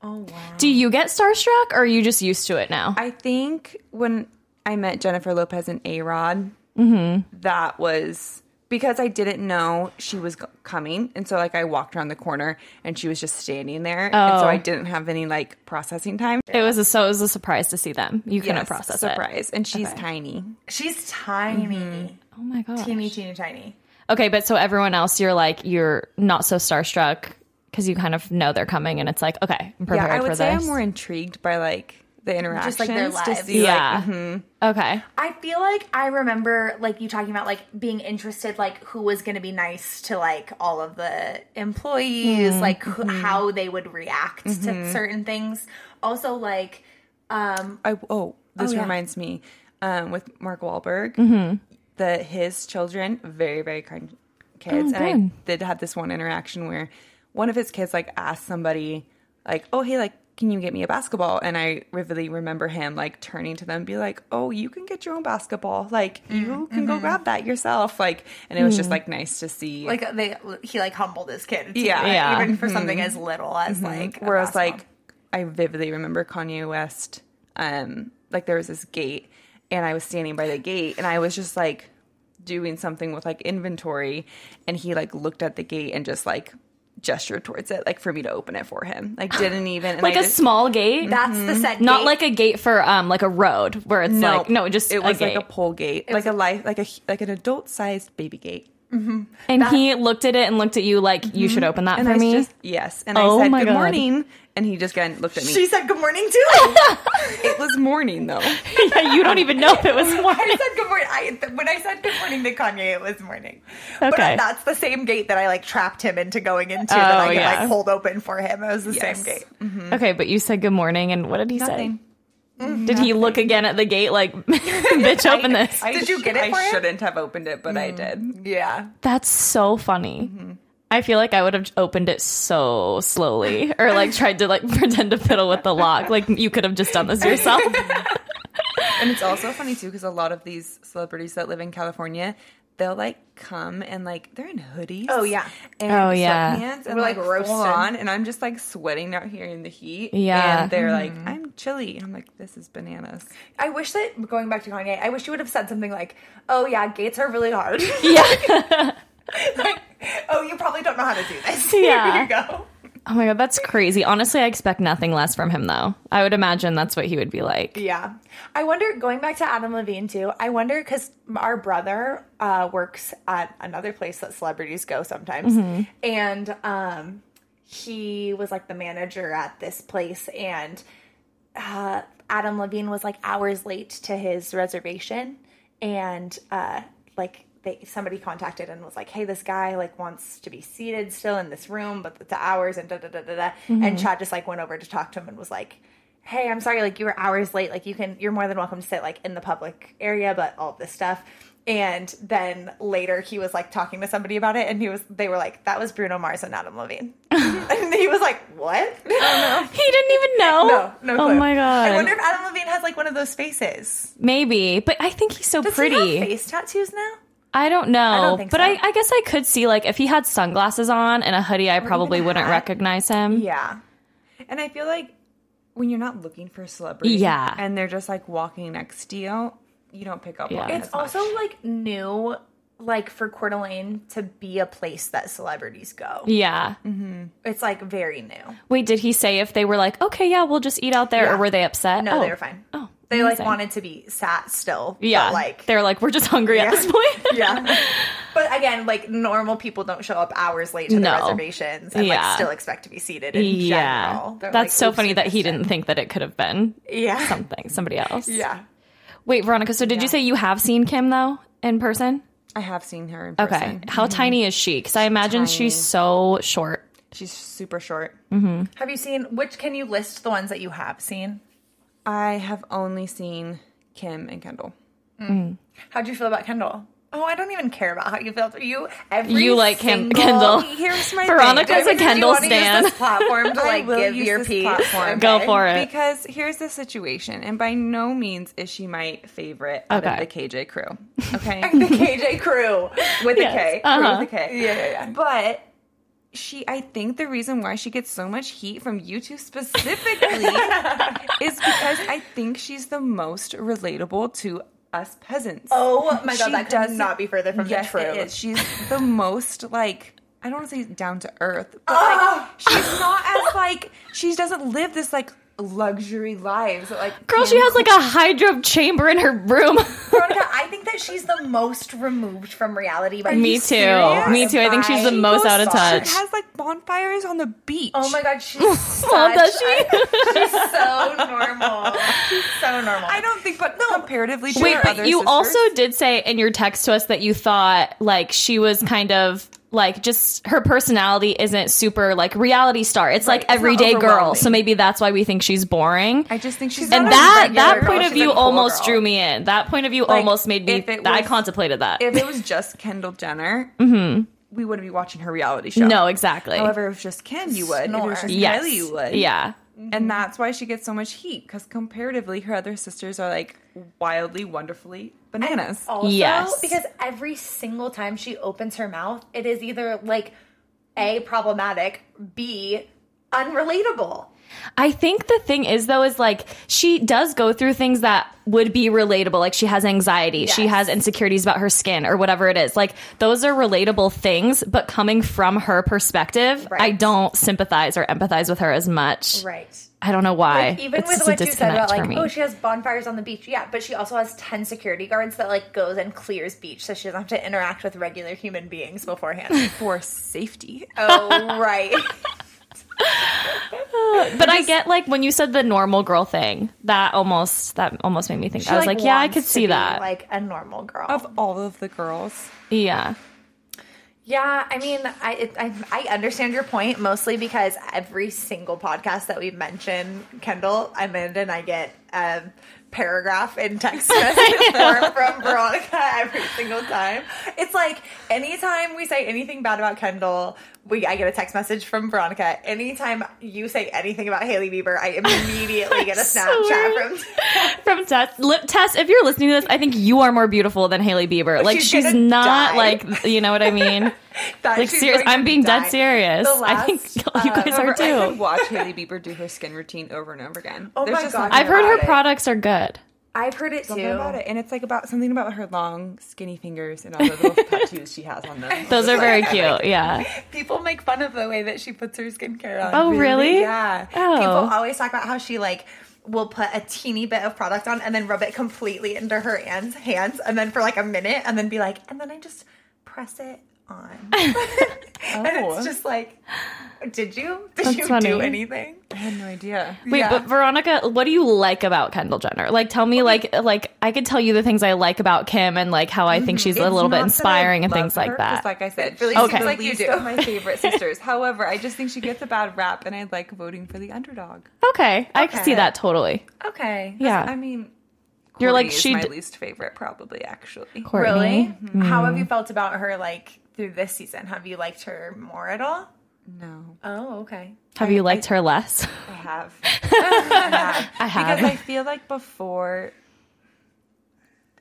Speaker 2: Oh wow.
Speaker 3: Do you get starstruck, or are you just used to it now?
Speaker 4: I think when I met Jennifer Lopez and A Rod,
Speaker 3: Mm-hmm.
Speaker 4: that was because I didn't know she was g- coming, and so like I walked around the corner and she was just standing there, and so
Speaker 3: Oh.
Speaker 4: I didn't have any like processing time.
Speaker 3: It was a, so it was a surprise to see them. You couldn't process it.
Speaker 4: surprise, and she's tiny.
Speaker 2: She's tiny,
Speaker 3: Oh my god.
Speaker 2: teeny, teeny, tiny.
Speaker 3: Okay, but so everyone else, you're like you're not so starstruck because you kind of know they're coming, and it's like okay, I'm prepared
Speaker 4: yeah, I
Speaker 3: for
Speaker 4: would
Speaker 3: this.
Speaker 4: say I'm more intrigued by like the interactions,
Speaker 2: like, their
Speaker 4: to
Speaker 2: lives.
Speaker 4: see like
Speaker 3: yeah.
Speaker 4: mm-hmm.
Speaker 3: Okay.
Speaker 2: I feel like I remember like you talking about like being interested, like who was going to be nice to like all of the employees, like who, how they would react to certain things. Also, like
Speaker 4: I oh, this
Speaker 2: Oh, yeah. Mm-hmm.
Speaker 4: reminds me um, with Mark Wahlberg that his children very very kind
Speaker 2: Oh,
Speaker 4: kids, and I
Speaker 3: good.
Speaker 4: did have this one interaction where one of his kids like asked somebody like, "Oh hey, like." Can you get me a basketball? And I vividly remember him like turning to them, and be like, "Oh, you can get your own basketball. Like you
Speaker 2: Mm,
Speaker 4: can go grab that yourself." Like, and it was just like nice to see.
Speaker 2: mm-hmm. like uh, they he like humbled his kid, too,
Speaker 4: Yeah.
Speaker 3: Yeah.
Speaker 2: even for something as little as Mm-hmm. like. a
Speaker 4: Whereas,
Speaker 2: basketball.
Speaker 4: like, I vividly remember Kanye West. Um, like there was this gate, and I was standing by the gate, and I was just like doing something with like inventory, and he like looked at the gate and just like gestured towards it, like for me to open it for him. Like didn't even and
Speaker 3: Like
Speaker 4: I
Speaker 3: a
Speaker 4: just-
Speaker 3: small gate,
Speaker 2: that's the set,
Speaker 3: not
Speaker 2: date.
Speaker 3: like a gate for um like a road where it's
Speaker 4: No,
Speaker 3: like no, just
Speaker 4: it was like a
Speaker 3: gate.
Speaker 4: pole gate, like a life, like a like an adult sized baby gate.
Speaker 3: and he looked at it and looked at you like you should open that
Speaker 4: Mm-hmm. And
Speaker 3: for
Speaker 4: I
Speaker 3: me.
Speaker 4: just yes, and
Speaker 3: Oh
Speaker 4: I said
Speaker 3: my
Speaker 4: good
Speaker 3: God.
Speaker 4: morning, and he just again looked at me.
Speaker 2: she said good morning too.
Speaker 4: it was morning though.
Speaker 3: yeah, you don't even know if it was
Speaker 2: I
Speaker 3: morning.
Speaker 2: said good morning. I, th- when I said good morning to Kanye, it was morning. But
Speaker 3: Okay.
Speaker 2: uh, that's the same gate that I like trapped him into going into that I
Speaker 3: Oh,
Speaker 2: could
Speaker 3: yeah.
Speaker 2: like hold open for him. It was the
Speaker 4: Yes.
Speaker 2: same gate.
Speaker 3: Okay, but you said good morning, and what did he
Speaker 4: Mm-hmm. Nothing.
Speaker 3: say? Did he look again at the gate like, bitch, open this?
Speaker 4: I
Speaker 2: Did you get it
Speaker 4: I
Speaker 2: for him?
Speaker 4: shouldn't have opened it, but
Speaker 3: Mm.
Speaker 4: I did.
Speaker 2: Yeah.
Speaker 3: That's so funny. I feel like I would have opened it so slowly or like tried to like pretend to fiddle with the lock. Like you could have just done this yourself.
Speaker 4: And it's also funny too because a lot of these celebrities that live in California, they'll like come and like they're in hoodies.
Speaker 2: Oh, yeah.
Speaker 4: and
Speaker 3: Oh, yeah.
Speaker 4: sweatpants and
Speaker 2: We're,
Speaker 4: like,
Speaker 2: like,
Speaker 4: roasting
Speaker 2: roasted.
Speaker 4: on, and I'm just like sweating out here in the heat.
Speaker 3: Yeah. Mm-hmm.
Speaker 4: and they're like, I'm chilly, and I'm like, this is bananas.
Speaker 2: I wish that going back to Kanye, I wish you would have said something like, "Oh yeah, gates are really hard."
Speaker 3: yeah.
Speaker 2: like, oh, you probably don't know how to do this.
Speaker 3: Yeah.
Speaker 2: Here you go.
Speaker 3: Oh my God, that's crazy. Honestly, I expect nothing less from him though. I would imagine that's what he would be like.
Speaker 2: Yeah. I wonder, going back to Adam Levine too, I wonder because our brother uh, works at another place that celebrities go sometimes. And um, he was like the manager at this place. And uh, Adam Levine was like hours late to his reservation. And uh, like, they, somebody contacted and was like, "Hey, this guy like wants to be seated still in this room, but it's hours and da da da da da." And Chad just like went over to talk to him and was like, hey i'm sorry like you were hours late like you can you're more than welcome to sit like in the public area but all this stuff and then later he was like talking to somebody about it and he was they were like that was bruno mars and adam levine and he was like what
Speaker 3: He didn't even know.
Speaker 2: no no
Speaker 3: Oh
Speaker 2: clue.
Speaker 3: my God.
Speaker 2: i wonder if adam levine has like one of those faces
Speaker 3: Maybe, but I think he's so
Speaker 2: Does he
Speaker 3: pretty.
Speaker 2: have face tattoos now
Speaker 3: I don't know,
Speaker 2: think
Speaker 3: but
Speaker 2: so.
Speaker 3: I, I guess I could see like if he had sunglasses on and a hoodie, I probably
Speaker 2: a
Speaker 3: wouldn't
Speaker 2: hat.
Speaker 3: recognize him.
Speaker 2: yeah
Speaker 4: And I feel like when you're not looking for a celebrity,
Speaker 3: Yeah.
Speaker 4: and they're just like walking next to you, you don't pick up
Speaker 3: Yeah.
Speaker 4: on it.
Speaker 2: it's
Speaker 4: as much.
Speaker 2: also like new like for Coeur d'Alene to be a place that celebrities go
Speaker 3: Yeah.
Speaker 2: Mm. it's like very new
Speaker 3: Wait, did he say if they were like, okay, yeah, we'll just eat out there,
Speaker 2: Yeah.
Speaker 3: or were they upset?
Speaker 2: No,
Speaker 3: Oh.
Speaker 2: they were fine.
Speaker 3: Oh,
Speaker 2: they like
Speaker 3: amazing.
Speaker 2: wanted to be sat still. but,
Speaker 3: Yeah,
Speaker 2: like
Speaker 3: they're like, we're just hungry at
Speaker 2: Yeah.
Speaker 3: this point.
Speaker 2: yeah. But again, like normal people don't show up hours late to
Speaker 3: No.
Speaker 2: their reservations and
Speaker 3: Yeah.
Speaker 2: like still expect to be seated in general. They're
Speaker 3: that's
Speaker 2: like,
Speaker 3: so
Speaker 2: "Oops,
Speaker 3: funny
Speaker 2: we
Speaker 3: that he
Speaker 2: missed it."
Speaker 3: didn't think that it could have been
Speaker 2: Yeah.
Speaker 3: something somebody else.
Speaker 2: Yeah.
Speaker 3: Wait, Veronica. So did you say you have seen Kim though in person?
Speaker 4: I have seen her in
Speaker 3: Okay.
Speaker 4: person. Mm-hmm.
Speaker 3: How tiny is she? Because I imagine she's so short.
Speaker 4: She's super short.
Speaker 2: Have you seen which can you list the ones that you have seen?
Speaker 4: I have only seen Kim and Kendall.
Speaker 2: How'd you feel about Kendall? Oh, I don't even care about how you felt. You every
Speaker 3: You like Ken-
Speaker 2: single-
Speaker 3: Kendall.
Speaker 4: Here's my
Speaker 3: Veronica's
Speaker 2: Every-
Speaker 3: a
Speaker 2: you
Speaker 3: Kendall
Speaker 2: wanna use
Speaker 3: stan.
Speaker 2: this platform to
Speaker 4: I
Speaker 2: like
Speaker 4: will
Speaker 2: give
Speaker 4: use
Speaker 2: your
Speaker 4: this
Speaker 2: piece.
Speaker 4: platform.
Speaker 3: Go for it.
Speaker 4: Because here's the situation, and by no means is she my favorite out
Speaker 3: Okay.
Speaker 4: of the KJ crew. Okay,
Speaker 2: The KJ crew.
Speaker 4: with a K,
Speaker 3: Yes.
Speaker 4: crew
Speaker 3: Uh-huh.
Speaker 4: with a K.
Speaker 2: Yeah, yeah, yeah.
Speaker 4: But she, I think the reason why she gets so much heat from YouTube specifically is because I think she's the most relatable to us peasants.
Speaker 2: Oh my
Speaker 4: She
Speaker 2: god, that
Speaker 4: doesn't-
Speaker 2: could not be further from
Speaker 4: yes,
Speaker 2: the truth.
Speaker 4: it is. She's the most like I don't want to say down to earth, but
Speaker 2: Ah!
Speaker 4: like she's not as like she doesn't live this like luxury lives. that, Like
Speaker 3: Girl, she
Speaker 4: Kim-
Speaker 3: has like a hydro chamber in her room.
Speaker 2: Veronica, I think that she's the most removed from reality. By
Speaker 3: Me too. Me too. I think she's the
Speaker 2: Bye.
Speaker 3: most out of
Speaker 2: Most
Speaker 3: touch.
Speaker 4: She has like bonfires on the beach.
Speaker 2: Oh my god, she's such
Speaker 3: does she?
Speaker 2: a- she's so normal. She's so normal.
Speaker 4: I don't think, but comparatively to
Speaker 3: Wait,
Speaker 4: her
Speaker 3: but
Speaker 4: other
Speaker 3: you
Speaker 4: sisters-
Speaker 3: also did say in your text to us that you thought like she was kind of like just her personality isn't super like reality star. It's
Speaker 4: Right,
Speaker 3: like
Speaker 4: it's not
Speaker 3: everyday girl.
Speaker 4: overwhelming.
Speaker 3: So maybe that's why we think she's boring.
Speaker 4: I just think she's,
Speaker 3: and
Speaker 4: not a
Speaker 3: that
Speaker 4: regular
Speaker 3: that
Speaker 4: girl,
Speaker 3: point of
Speaker 4: Oh, she's
Speaker 3: view
Speaker 4: a cool
Speaker 3: almost
Speaker 4: girl.
Speaker 3: drew me in. That point of view
Speaker 4: Like,
Speaker 3: almost made me.
Speaker 4: if it
Speaker 3: I
Speaker 4: was-
Speaker 3: contemplated that.
Speaker 4: If it was just Kendall Jenner, we wouldn't be watching her reality show.
Speaker 3: Mm-hmm. no, exactly.
Speaker 4: However, if it was just Kim, you would. If it was just
Speaker 3: yes,
Speaker 4: Kylie, you would.
Speaker 3: yeah.
Speaker 4: And that's why she gets so much heat because comparatively, her other sisters are like wildly, wonderfully bananas.
Speaker 2: Also,
Speaker 3: Yes.
Speaker 2: because every single time she opens her mouth, it is either like a problematic, b unrelatable.
Speaker 3: I think the thing is though is like she does go through things that would be relatable. Like she has anxiety, she
Speaker 2: Yes.
Speaker 3: has insecurities about her skin or whatever it is. Like those are relatable things, but coming from her perspective, I
Speaker 2: Right.
Speaker 3: don't sympathize or empathize with her as much.
Speaker 2: Right.
Speaker 3: I don't know why.
Speaker 2: Even
Speaker 3: It's
Speaker 2: with
Speaker 3: just a
Speaker 2: what you said about
Speaker 3: disconnect for
Speaker 2: like,
Speaker 3: me.
Speaker 2: oh, she has bonfires on the beach. Yeah, but she also has ten security guards that like goes and clears beach, so she doesn't have to interact with regular human beings
Speaker 3: oh,
Speaker 2: beforehand.
Speaker 4: For safety.
Speaker 2: oh, right.
Speaker 3: but I get like when you said the normal girl thing, that almost that almost made me think. I was like, yeah, I
Speaker 2: wants
Speaker 3: could
Speaker 2: to
Speaker 3: see
Speaker 2: be,
Speaker 3: that.
Speaker 2: Like a normal girl.
Speaker 4: Of all of the girls,
Speaker 3: yeah.
Speaker 2: Yeah, I mean, I, it, I I understand your point mostly because every single podcast that we mention Kendall, Amanda, and I get a paragraph in text message form from Veronica every single time. It's like anytime we say anything bad about Kendall, we I get a text message from Veronica. Anytime you say anything about Haley Bieber, I immediately get a
Speaker 3: So
Speaker 2: Snapchat
Speaker 3: weird.
Speaker 2: from.
Speaker 3: from Tess. Li- Tess, if you're listening to this, I think you are more beautiful than Haley Bieber. Like
Speaker 2: She's
Speaker 3: she's,
Speaker 2: gonna
Speaker 3: not
Speaker 2: die.
Speaker 3: like you know what I mean.
Speaker 2: that
Speaker 3: like
Speaker 2: she's
Speaker 3: serious,
Speaker 2: going to
Speaker 3: I'm being
Speaker 2: die.
Speaker 3: dead serious.
Speaker 2: The
Speaker 3: I think
Speaker 2: last, um, uh,
Speaker 3: you guys are
Speaker 4: I could
Speaker 3: too.
Speaker 4: watch Haley Bieber do her skin routine over and over again.
Speaker 2: Oh my God.
Speaker 3: I've heard
Speaker 2: about
Speaker 3: her
Speaker 2: it.
Speaker 3: products are good.
Speaker 2: I've heard it
Speaker 4: something
Speaker 2: too.
Speaker 4: about it, and it's like about something about her long, skinny fingers and all the little tattoos she has on them.
Speaker 3: Those are very cute. Yeah.
Speaker 2: People make fun of the way that she puts her skincare on.
Speaker 3: Oh, really?
Speaker 2: Yeah.
Speaker 3: Oh.
Speaker 2: People always talk about how she like will put a teeny bit of product on and then rub it completely into her hands, hands, and then for like a minute, and then be like, and then I just press it on, and
Speaker 4: Oh.
Speaker 2: it's just like, did you? Did
Speaker 3: That's
Speaker 2: you do
Speaker 3: funny.
Speaker 2: anything?
Speaker 4: I had no idea.
Speaker 3: Wait,
Speaker 2: Yeah.
Speaker 3: but Veronica, what do you like about Kendall Jenner? Like, tell me, like, like I could tell you the things I like about Kim and like how I
Speaker 2: Mm-hmm.
Speaker 3: think she's a
Speaker 4: It's
Speaker 3: little bit
Speaker 4: not that I
Speaker 3: inspiring and
Speaker 4: love
Speaker 3: things
Speaker 4: her,
Speaker 3: like
Speaker 4: 'cause
Speaker 3: that.
Speaker 4: Like I said,
Speaker 2: It really
Speaker 4: she's
Speaker 3: seems
Speaker 4: the
Speaker 2: like you
Speaker 4: least
Speaker 2: do.
Speaker 4: of my favorite sisters. However, I just think she gets a bad rap, and I like voting for the underdog.
Speaker 3: okay, I can see
Speaker 2: Okay.
Speaker 3: that totally.
Speaker 2: Okay.
Speaker 3: Yeah,
Speaker 4: I mean,
Speaker 3: You're like,
Speaker 4: Courtney is
Speaker 3: she
Speaker 4: my
Speaker 3: d-
Speaker 4: least favorite, probably actually.
Speaker 3: Courtney. Mm-hmm.
Speaker 2: Really? How have you felt about her like through this season? Have you liked her more at all?
Speaker 4: No,
Speaker 2: Oh, okay.
Speaker 3: Have you liked her less?
Speaker 4: I have. I have.
Speaker 3: I have.
Speaker 4: because I feel like before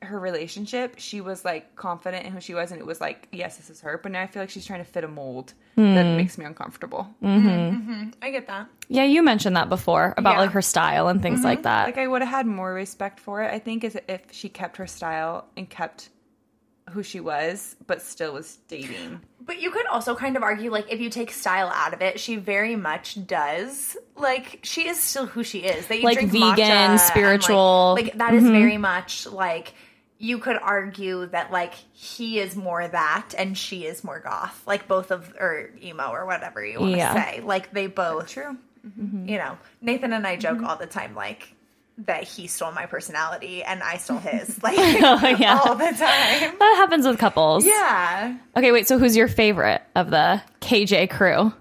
Speaker 4: her relationship, she was like confident in who she was, and it was like, yes, this is her. But now I feel like she's trying to fit a mold that
Speaker 3: Hmm.
Speaker 4: makes me uncomfortable.
Speaker 2: I get that.
Speaker 3: Yeah, you mentioned that before about
Speaker 4: Yeah.
Speaker 3: like her style and things
Speaker 2: Mm-hmm.
Speaker 3: like that.
Speaker 4: Like I would have had more respect for it. I think is if she kept her style and kept who she was, but still was dating.
Speaker 2: But you could also kind of argue, like, if you take style out of it, she very much does. Like, she is still who she is. That you
Speaker 3: Like
Speaker 2: drink
Speaker 3: vegan,
Speaker 2: matcha and, like-
Speaker 3: spiritual. Mm-hmm.
Speaker 2: Like, that is very much like you could argue that like he is more that and she is more goth. Like both of or emo or whatever you want to
Speaker 3: Yeah.
Speaker 2: say. Like they both. True. You know, Nathan and I joke
Speaker 3: Mm-hmm.
Speaker 2: all the time, like that he stole my personality and I stole his. Like
Speaker 3: yeah.
Speaker 2: all the time.
Speaker 3: That happens with couples.
Speaker 2: Yeah.
Speaker 3: Okay, wait. So who's your favorite of the KJ crew?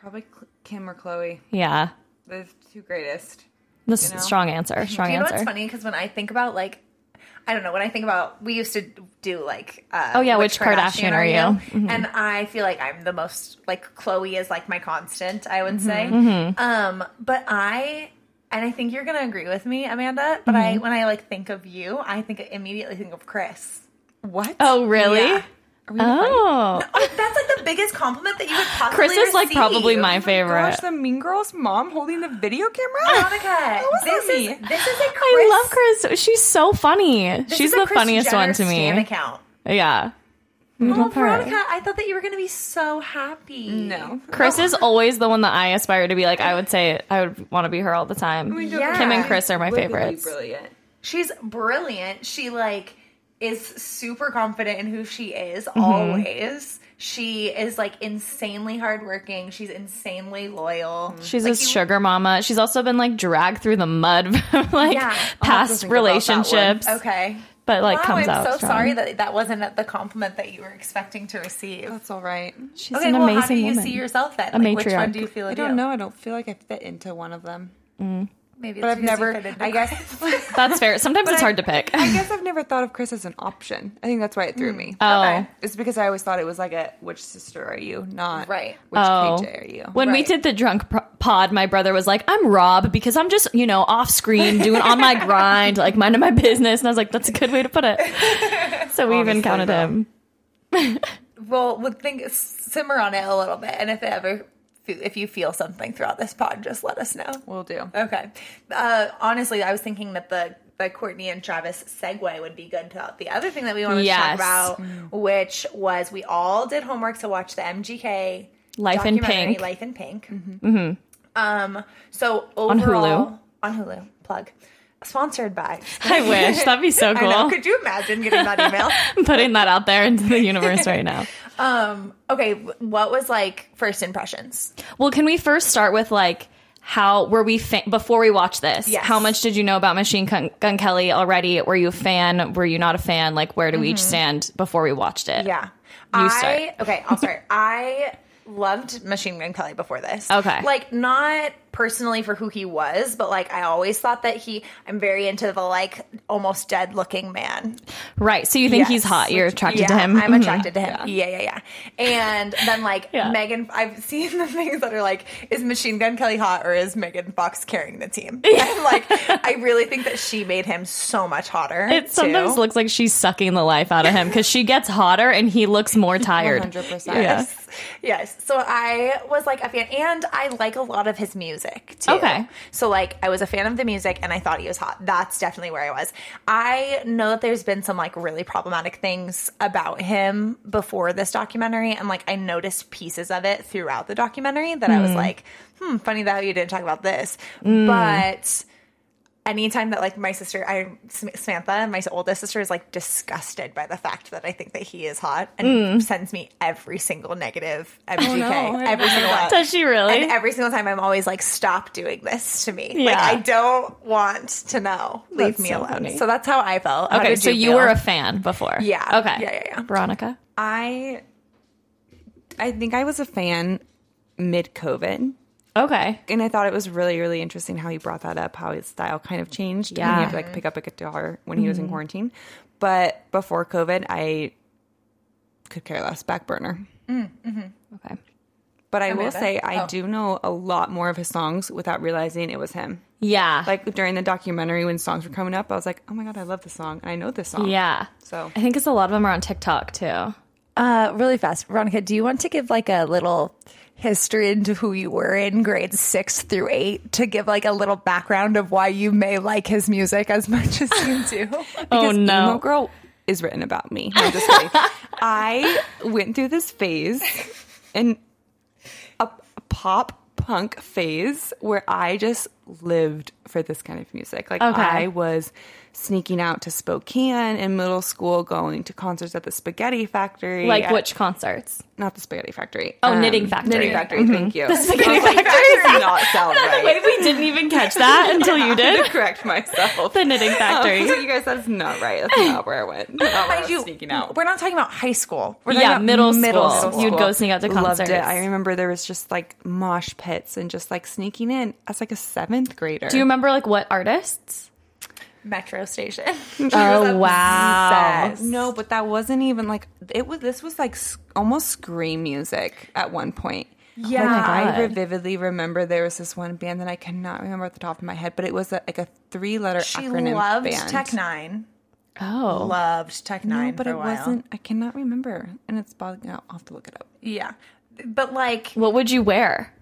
Speaker 4: Probably Cl- Kim or Chloe,
Speaker 3: Yeah,
Speaker 4: the two greatest.
Speaker 3: this strong answer. Strong
Speaker 2: You know what's
Speaker 3: answer.
Speaker 2: funny? Because when I think about like, I don't know. When I think about, we used to do like, uh,
Speaker 3: Oh, yeah, which Kardashian are you? Mm-hmm.
Speaker 2: And I feel like I'm the most like Chloe is like my constant. I
Speaker 3: Mm-hmm.
Speaker 2: would say. Um, but I. And I think you're gonna agree with me, Amanda. But
Speaker 3: Mm-hmm.
Speaker 2: I, when I like think of you, I think immediately think of Chris.
Speaker 4: What?
Speaker 3: Oh, really?
Speaker 2: Yeah.
Speaker 4: Are we gonna fight?
Speaker 3: Oh,
Speaker 2: That's like the biggest compliment that you could possibly
Speaker 3: Chris is like
Speaker 2: receive.
Speaker 3: probably my favorite.
Speaker 4: Gosh, the Mean Girls mom holding the video camera.
Speaker 2: Monica,
Speaker 4: was
Speaker 2: this
Speaker 4: on
Speaker 2: is
Speaker 4: me.
Speaker 2: this is a Chris.
Speaker 3: I love Chris. She's so funny.
Speaker 2: this
Speaker 3: She's
Speaker 2: is a
Speaker 3: the
Speaker 2: Kris
Speaker 3: funniest
Speaker 2: Jenner
Speaker 3: one to me.
Speaker 2: Stan account.
Speaker 3: Yeah. We
Speaker 2: Oh,
Speaker 3: love her.
Speaker 2: Veronica, I thought that you were going to be so happy.
Speaker 4: no,
Speaker 3: Chris
Speaker 2: Oh.
Speaker 3: is always the one that I aspire to be like. I would say I would want to be her all the time.
Speaker 2: Yeah.
Speaker 3: Kim and Chris are my
Speaker 4: Would be
Speaker 3: favorites.
Speaker 4: Brilliant.
Speaker 2: She's brilliant. She like is super confident in who she is
Speaker 3: Mm-hmm.
Speaker 2: always. She is like insanely hardworking. She's insanely loyal.
Speaker 3: She's
Speaker 2: like,
Speaker 3: a
Speaker 2: you-
Speaker 3: sugar mama. She's also been like dragged through the mud from like
Speaker 2: Yeah. I'll have to
Speaker 3: past
Speaker 4: think about that
Speaker 3: relationships,
Speaker 2: Okay.
Speaker 3: but like
Speaker 2: wow,
Speaker 3: comes
Speaker 2: I'm
Speaker 3: out.
Speaker 2: so
Speaker 3: strong.
Speaker 2: sorry that that wasn't the compliment that you were expecting to receive.
Speaker 4: That's all right.
Speaker 3: She's
Speaker 2: okay,
Speaker 3: an
Speaker 2: well,
Speaker 3: amazing
Speaker 2: how do you
Speaker 3: woman.
Speaker 2: see yourself then?
Speaker 3: A
Speaker 2: Like, which one
Speaker 3: matriarch.
Speaker 2: do you feel?
Speaker 4: I
Speaker 2: you
Speaker 4: don't
Speaker 2: do?
Speaker 4: know. I don't feel like I fit into one of them.
Speaker 2: Maybe,
Speaker 4: But
Speaker 2: it's because
Speaker 4: I've
Speaker 2: you
Speaker 4: never.
Speaker 2: fit into
Speaker 4: I guess.
Speaker 3: That's fair. Sometimes it's
Speaker 4: I-
Speaker 3: hard to pick.
Speaker 4: I guess I've never thought of Chris as an option. I think that's why it threw me.
Speaker 3: Oh,
Speaker 4: It's because I always thought it was like a which sister are you, not
Speaker 2: Right.
Speaker 4: Which
Speaker 3: oh.
Speaker 4: KJ are you?
Speaker 3: When we
Speaker 2: Right.
Speaker 3: did the drunk pro- pod, my brother was like, "I'm Rob because I'm just you know off screen doing on my grind, like minding my business," and I was like, "That's a good way to put it." So we even
Speaker 4: Honestly,
Speaker 3: counted
Speaker 4: though.
Speaker 3: him.
Speaker 2: Well, would think simmer on it a little bit, and if it ever if you feel something throughout this pod, just let us know.
Speaker 4: We'll do.
Speaker 2: Okay. Uh, honestly, I was thinking that the the Courtney and Travis segue would be good to the other thing that we wanted
Speaker 3: Yes.
Speaker 2: to talk about, which was we all did homework to watch the MGK
Speaker 3: Life in
Speaker 2: documentary,
Speaker 3: Pink. Mm-hmm.
Speaker 2: Life in Pink. Um. So overall,
Speaker 3: Hulu.
Speaker 2: on Hulu, plug sponsored by.
Speaker 3: I wish that'd be so
Speaker 2: I know.
Speaker 3: cool.
Speaker 2: Could you imagine getting that email?
Speaker 3: I'm putting that out there into the universe right now.
Speaker 2: um. Okay. What was like first impressions?
Speaker 3: Well, can we first start with like how were we fa- before we watch this?
Speaker 2: Yes.
Speaker 3: How much did you know about Machine Gun, Gun Kelly already? Were you a fan? Were you not a fan? Like where do we each stand before we watched it?
Speaker 2: Mm-hmm. Yeah.
Speaker 3: You
Speaker 2: I
Speaker 3: start.
Speaker 2: okay, I'll start. I loved Machine Gun Kelly before this.
Speaker 3: Okay.
Speaker 2: Like not personally for who he was, but like I always thought that he I'm very into the like almost dead looking man.
Speaker 3: Right. So you think he's
Speaker 2: Yes.
Speaker 3: hot? You're attracted to
Speaker 2: Yeah,
Speaker 3: him.
Speaker 2: I'm
Speaker 3: Mhm.
Speaker 2: attracted to him. Yeah, yeah, yeah. And then like
Speaker 3: Yeah.
Speaker 2: Megan I've seen the things that are like, is Machine Gun Kelly hot or is Megan Fox carrying the team? And like I really think that she made him so much hotter.
Speaker 3: It sometimes
Speaker 2: too.
Speaker 3: looks like she's sucking the life out of him because she gets hotter and he looks more tired.
Speaker 4: 100%.
Speaker 3: Yeah.
Speaker 2: Yes. Yes. So I was like a fan and I like a lot of his music too.
Speaker 3: Okay.
Speaker 2: So like I was a fan of the music and I thought he was hot. That's definitely where I was. I know that there's been some like really problematic things about him before this documentary and like I noticed pieces of it throughout the documentary that I was like, hmm, funny that you didn't talk about this. But anytime that like my sister i Sam- samantha my oldest sister is like disgusted by the fact that i think that he is hot and sends me every single negative mgk every single one
Speaker 3: Does she really?
Speaker 2: and every single time i'm always like stop doing this to me like
Speaker 3: Yeah.
Speaker 2: i don't want to know leave
Speaker 3: That's
Speaker 2: me
Speaker 3: so
Speaker 2: alone
Speaker 3: funny.
Speaker 2: so that's how i felt How
Speaker 3: okay.
Speaker 2: did
Speaker 3: So you were
Speaker 2: feel?
Speaker 3: a fan before.
Speaker 2: Yeah.
Speaker 3: Okay.
Speaker 2: Yeah, yeah, yeah.
Speaker 3: Veronica.
Speaker 4: I I think I was a fan mid COVID.
Speaker 3: Okay.
Speaker 4: And I thought it was really, really interesting how he brought that up, how his style kind of changed.
Speaker 3: Yeah.
Speaker 4: And he had to like pick up a guitar when he was in quarantine. But before COVID, I could care less back burner.
Speaker 3: Okay.
Speaker 4: But I will
Speaker 2: Amanda?
Speaker 4: say I
Speaker 2: Oh.
Speaker 4: do know a lot more of his songs without realizing it was him.
Speaker 3: Yeah.
Speaker 4: Like during the documentary when songs were coming up, I was like, Oh my god, I love this song and I know this song.
Speaker 3: yeah.
Speaker 4: So
Speaker 3: I think it's a lot of them are on TikTok too.
Speaker 2: uh really fast veronica do you want to give like a little history into who you were in grades six through eight to give like a little background of why you may like his music as much as you do
Speaker 3: Oh
Speaker 4: Because
Speaker 3: no.
Speaker 4: Emo Girl is written about me. No, I'm just kidding. I went through this phase and a a pop punk phase where I just lived for this kind of music. Like
Speaker 3: Okay.
Speaker 4: I was sneaking out to Spokane in middle school, going to concerts at the Spaghetti Factory.
Speaker 3: Like
Speaker 4: at-
Speaker 3: which concerts?
Speaker 4: Not the Spaghetti Factory. Um,
Speaker 3: Oh, Knitting Factory. Mm-hmm.
Speaker 4: Knitting Factory. Thank you. The
Speaker 3: Spaghetti
Speaker 4: Factory does not sound right.
Speaker 3: Wait, we didn't even catch that until you
Speaker 4: I
Speaker 3: did.
Speaker 4: correct myself.
Speaker 3: The Knitting Factory.
Speaker 4: Um, you guys, that's not right. That's not where I went. Not where I was sneaking out.
Speaker 2: We're not talking about high school. We're
Speaker 3: Yeah,
Speaker 2: talking
Speaker 3: middle
Speaker 2: about middle
Speaker 3: school.
Speaker 2: school.
Speaker 3: You'd go sneak out to concerts.
Speaker 4: Loved it. I remember there was just like mosh pits and just like sneaking in as like a seventh grader.
Speaker 3: Do you remember like what artists?
Speaker 2: Metro station.
Speaker 3: Oh wow.
Speaker 4: No, but that wasn't even like it was. This was like s- almost scream music at one point.
Speaker 2: Yeah.
Speaker 4: Like, I
Speaker 3: God.
Speaker 4: re- vividly remember there was this one band that I cannot remember at the top of my head, but it was a, like a three letter
Speaker 2: She
Speaker 4: acronym
Speaker 2: loved
Speaker 4: band.
Speaker 2: Tech Nine.
Speaker 3: Oh.
Speaker 2: Loved Tech Nine
Speaker 4: but
Speaker 2: for
Speaker 4: it
Speaker 2: a while.
Speaker 4: wasn't. I cannot remember, and it's bogging out. I'll have to look it up.
Speaker 2: Yeah, but like,
Speaker 3: What would you wear?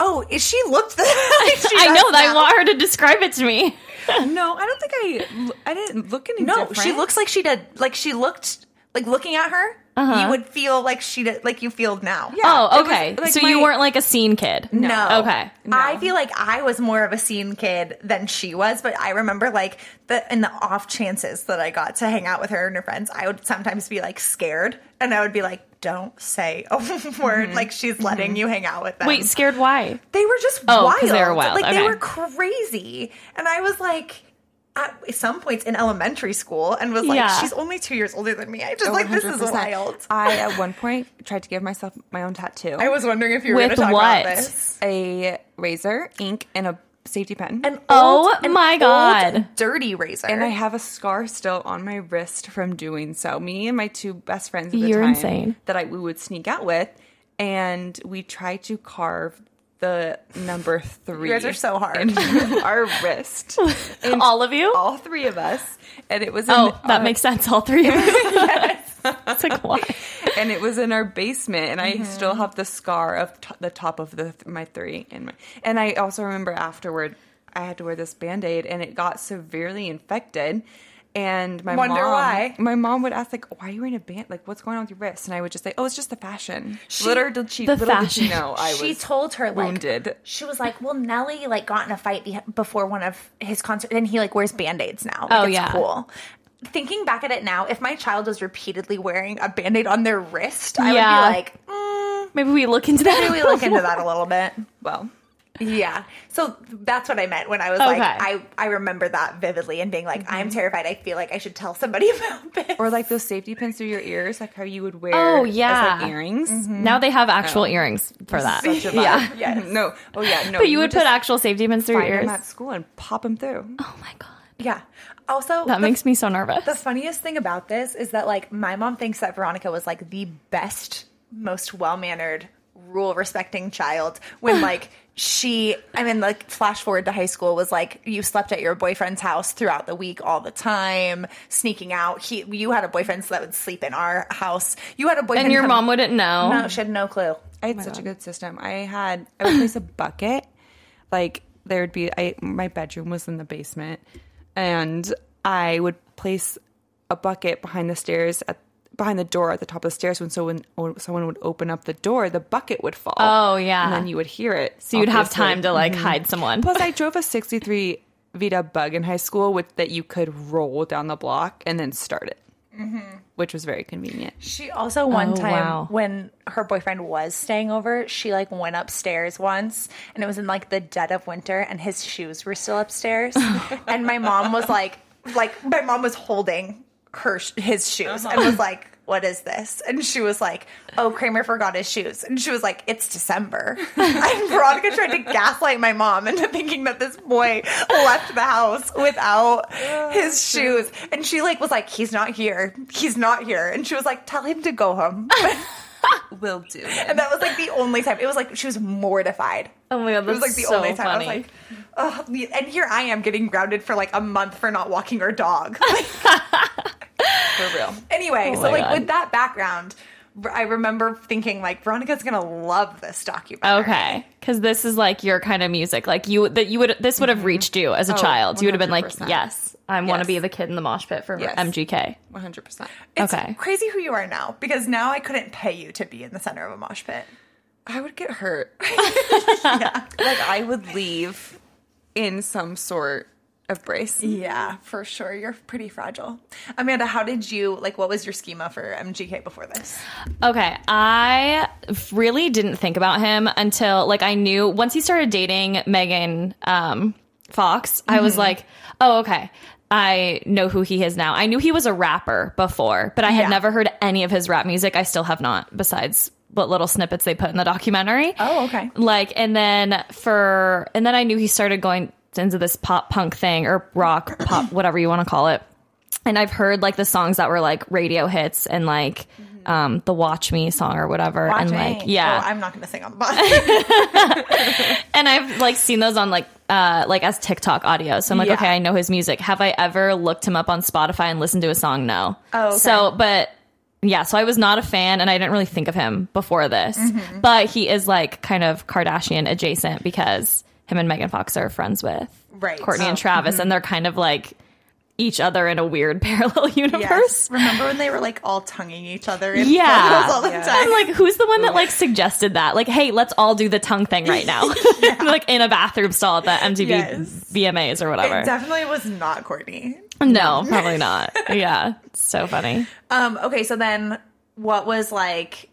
Speaker 2: oh, is she looked. The, like she
Speaker 3: I
Speaker 2: does
Speaker 3: know that I
Speaker 2: now.
Speaker 3: want her to describe it to me.
Speaker 4: No, I don't think I. I didn't look any.
Speaker 2: No, she
Speaker 4: different.
Speaker 2: looks like she did. Like she looked. Like looking at her,
Speaker 4: Uh-huh.
Speaker 2: you would feel like she did. Like you feel now. Yeah.
Speaker 3: oh,
Speaker 4: it was,
Speaker 3: okay.
Speaker 4: like,
Speaker 3: so you
Speaker 4: my-
Speaker 3: weren't like a scene kid.
Speaker 2: No.
Speaker 3: Okay.
Speaker 2: I feel like I was more of a scene kid than she was, but I remember like the in the off chances that I got to hang out with her and her friends, I would sometimes be like scared and I would be like, Don't say a word. Like she's letting you hang out with them.
Speaker 3: Mm-hmm. Wait, scared why?
Speaker 2: They were just
Speaker 3: Oh,
Speaker 2: wild.
Speaker 3: 'cause they were wild.
Speaker 2: Like they
Speaker 3: Okay.
Speaker 2: were crazy. And I was like at some points in elementary school and was like,
Speaker 3: Yeah.
Speaker 2: She's only two years older than me. I just
Speaker 4: Oh,
Speaker 2: like this is
Speaker 4: 100%.
Speaker 2: wild.
Speaker 4: I at one point tried to give myself my own tattoo.
Speaker 2: I was wondering if you were
Speaker 3: With
Speaker 2: gonna talk
Speaker 3: what?
Speaker 2: about this.
Speaker 4: a razor, ink, and a safety pen.
Speaker 2: An
Speaker 3: Oh
Speaker 2: old-
Speaker 3: my
Speaker 2: old
Speaker 3: God.
Speaker 2: dirty razor.
Speaker 4: and I have a scar still on my wrist from doing so. Me and my two best friends at the
Speaker 3: You're
Speaker 4: time
Speaker 3: insane.
Speaker 4: that I we would sneak out with, and we tried to carve the number three.
Speaker 2: You guys are so hard.
Speaker 4: into our wrist, And
Speaker 3: All of you?
Speaker 4: all three of us, and it was in
Speaker 3: oh, that
Speaker 4: our-
Speaker 3: makes sense. All three of us. it's like why?
Speaker 4: and it was in our basement, and I
Speaker 3: Mm-hmm.
Speaker 4: still have the scar of t- the top of the th- my three, and my, and I also remember afterward I had to wear this band aid, and it got severely infected. And my
Speaker 2: Wonder
Speaker 4: mom,
Speaker 2: why.
Speaker 4: my mom would ask like, "Why are you wearing a band? Like, what's going on with your wrist?" And I would just say, "Oh, it's just the fashion." little did she,
Speaker 3: the
Speaker 4: little did she
Speaker 3: fashion.
Speaker 4: know I
Speaker 2: she
Speaker 4: was
Speaker 2: told her like
Speaker 4: wounded.
Speaker 2: she was like, "Well, Nelly like got in a fight be- before one of his concerts, and he like wears band aids now. Like,
Speaker 3: Oh,
Speaker 2: it's
Speaker 3: yeah.
Speaker 2: cool." Thinking back at it now, if my child was repeatedly wearing a band aid on their wrist, I
Speaker 3: Yeah.
Speaker 2: would be like, mm,
Speaker 3: Maybe we look into that.
Speaker 2: "Maybe we look into that a little bit."
Speaker 4: well.
Speaker 2: Yeah, so that's what I meant when I was like,
Speaker 3: Okay. Mm-hmm.
Speaker 2: I I remember that vividly and being like, "I'm terrified. I feel like I should tell somebody about this."
Speaker 4: Or like those safety pins through your ears, like how you would wear.
Speaker 3: Oh,
Speaker 4: as, like,
Speaker 3: yeah.
Speaker 4: earrings.
Speaker 2: Mm-hmm.
Speaker 3: Now they have actual earrings for that.
Speaker 4: Such a vibe.
Speaker 3: Yeah.
Speaker 2: Yes.
Speaker 4: no. Oh yeah, no.
Speaker 3: But you would put
Speaker 4: just
Speaker 3: actual safety pins through your
Speaker 4: find
Speaker 3: ears.
Speaker 4: them at school and pop them through.
Speaker 3: Oh my god.
Speaker 2: yeah. Also,
Speaker 3: That
Speaker 2: the
Speaker 3: makes me so nervous.
Speaker 2: The funniest thing about this is that like my mom thinks that Veronica was like the best, most well mannered, rule respecting child when like she I mean like flash forward to high school was like you slept at your boyfriend's house throughout the week all the time, sneaking out. He you had a boyfriend so that would sleep in our house. You had a boyfriend
Speaker 3: and your
Speaker 2: come-
Speaker 3: mom wouldn't know.
Speaker 2: No, she had no clue.
Speaker 4: I had such a good system. I had I would place a bucket, like there would be. I my bedroom was in the basement, and I would place a bucket behind the stairs at behind the door at the top of the stairs. When so when, when someone would open up the door, the bucket would fall.
Speaker 3: Oh, yeah.
Speaker 4: and then you would hear it.
Speaker 3: So you'd have
Speaker 4: obviously.
Speaker 3: time to like hide someone.
Speaker 4: Plus, I drove a '63 Vita Bug in high school with that you could roll down the block and then start it,
Speaker 3: Mm-hmm.
Speaker 4: which was very convenient.
Speaker 2: She also one
Speaker 3: Oh,
Speaker 2: time
Speaker 3: wow.
Speaker 2: when her boyfriend was staying over, she like went upstairs once and it was in like the dead of winter and his shoes were still upstairs and my mom was like like my mom was holding her sh- his shoes and was like what is this? And she was like, "Oh, Kramer forgot his shoes." And she was like, "It's December." and Veronica tried to gaslight my mom into thinking that this boy left the house without his shoes. And she like was like, "He's not here. He's not here." And she was like, "Tell him to go home."
Speaker 4: Will do.
Speaker 2: And that was like the only time. It was like she was mortified.
Speaker 3: Oh my god,
Speaker 2: It was like the only time I was like, oh, and here I am getting grounded for like a month for not walking our dog. Like,
Speaker 4: for real.
Speaker 2: anyway, so
Speaker 3: Oh my
Speaker 2: like
Speaker 3: God.
Speaker 2: with that background, I remember thinking like Veronica's gonna love this documentary.
Speaker 3: Okay, because this is like your kind of music, like you that you would this would have reached you as a
Speaker 2: Oh,
Speaker 3: child. You would have been like,
Speaker 4: 100%.
Speaker 3: yes, I want to
Speaker 4: Yes.
Speaker 3: be the kid in the mosh pit for
Speaker 4: Yes.
Speaker 3: MGK.
Speaker 4: One hundred percent.
Speaker 2: It's
Speaker 3: okay.
Speaker 2: crazy who you are now because now I couldn't pay you to be in the center of a mosh pit.
Speaker 4: I would get hurt. Like I would leave in some sort of brace.
Speaker 2: Yeah, Mm, for sure. You're pretty fragile. Amanda, how did you like what was your schema for MGK before this?
Speaker 3: Okay, I really didn't think about him until like I knew once he started dating Megan um, Fox. I
Speaker 2: Mm-hmm.
Speaker 3: was like, oh okay, I know who he is now. I knew he was a rapper before, but I had
Speaker 2: Yeah.
Speaker 3: never heard any of his rap music. I still have not, besides what little snippets they put in the documentary.
Speaker 2: Oh, okay.
Speaker 3: Like, and then for and then I knew he started going into this pop punk thing or rock pop, whatever you want to call it and I've heard like the songs that were like radio hits and like um, the Watch Me song or whatever, and like
Speaker 2: Watching.
Speaker 3: yeah,
Speaker 2: Mm-hmm. Oh, I'm not going to sing on the podcast.
Speaker 3: and I've like seen those on like uh like as TikTok audio. So I'm like,
Speaker 4: Yeah.
Speaker 3: okay, I know his music. Have I ever looked him up on Spotify and listened to his song? No.
Speaker 2: Oh, okay.
Speaker 3: so but yeah, so I was not a fan, and I didn't really think of him before this.
Speaker 2: Mm-hmm.
Speaker 3: But he is like kind of Kardashian adjacent because him and Megan Fox are friends with
Speaker 2: Right.
Speaker 3: Courtney and
Speaker 2: Oh,
Speaker 3: Travis, and they're kind of like each other in a weird parallel universe.
Speaker 2: yes. Remember when they were like all tonguing each other in
Speaker 3: Yeah.
Speaker 2: photos all the time?
Speaker 3: I'm like, who's the one that like suggested that? Like, hey, let's all do the tongue thing right now, like in a bathroom stall at the MTV
Speaker 2: Yes.
Speaker 3: VMAs or whatever.
Speaker 2: it definitely was not Courtney.
Speaker 3: no, probably not. Yeah, it's so funny.
Speaker 2: Um, okay, so then what was like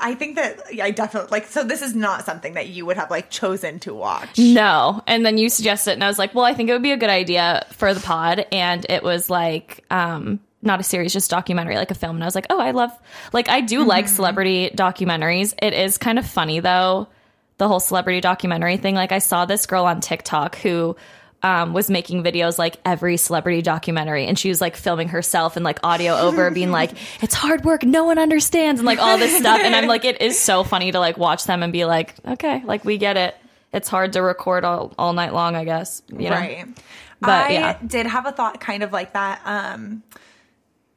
Speaker 2: I think that yeah, I definitely like so this is not something that you would have like chosen to watch.
Speaker 3: No, and then you suggested, it, and I was like, well, I think it would be a good idea for the pod, and it was like, um. Not a series, just documentary, like a film. And I was like, oh, I love, like, I do like
Speaker 2: Mm-hmm.
Speaker 3: celebrity documentaries. It is kind of funny though, the whole celebrity documentary thing. Like, I saw this girl on TikTok who um, was making videos like every celebrity documentary, and she was like filming herself and like audio over, being like, "It's hard work, no one understands," and like all this stuff. And I'm like, it is so funny to like watch them and be like, "Okay, like we get it. It's hard to record all, all night long, I guess." You know?
Speaker 2: Right.
Speaker 3: But,
Speaker 2: I
Speaker 3: yeah.
Speaker 2: did have a thought kind of like that, um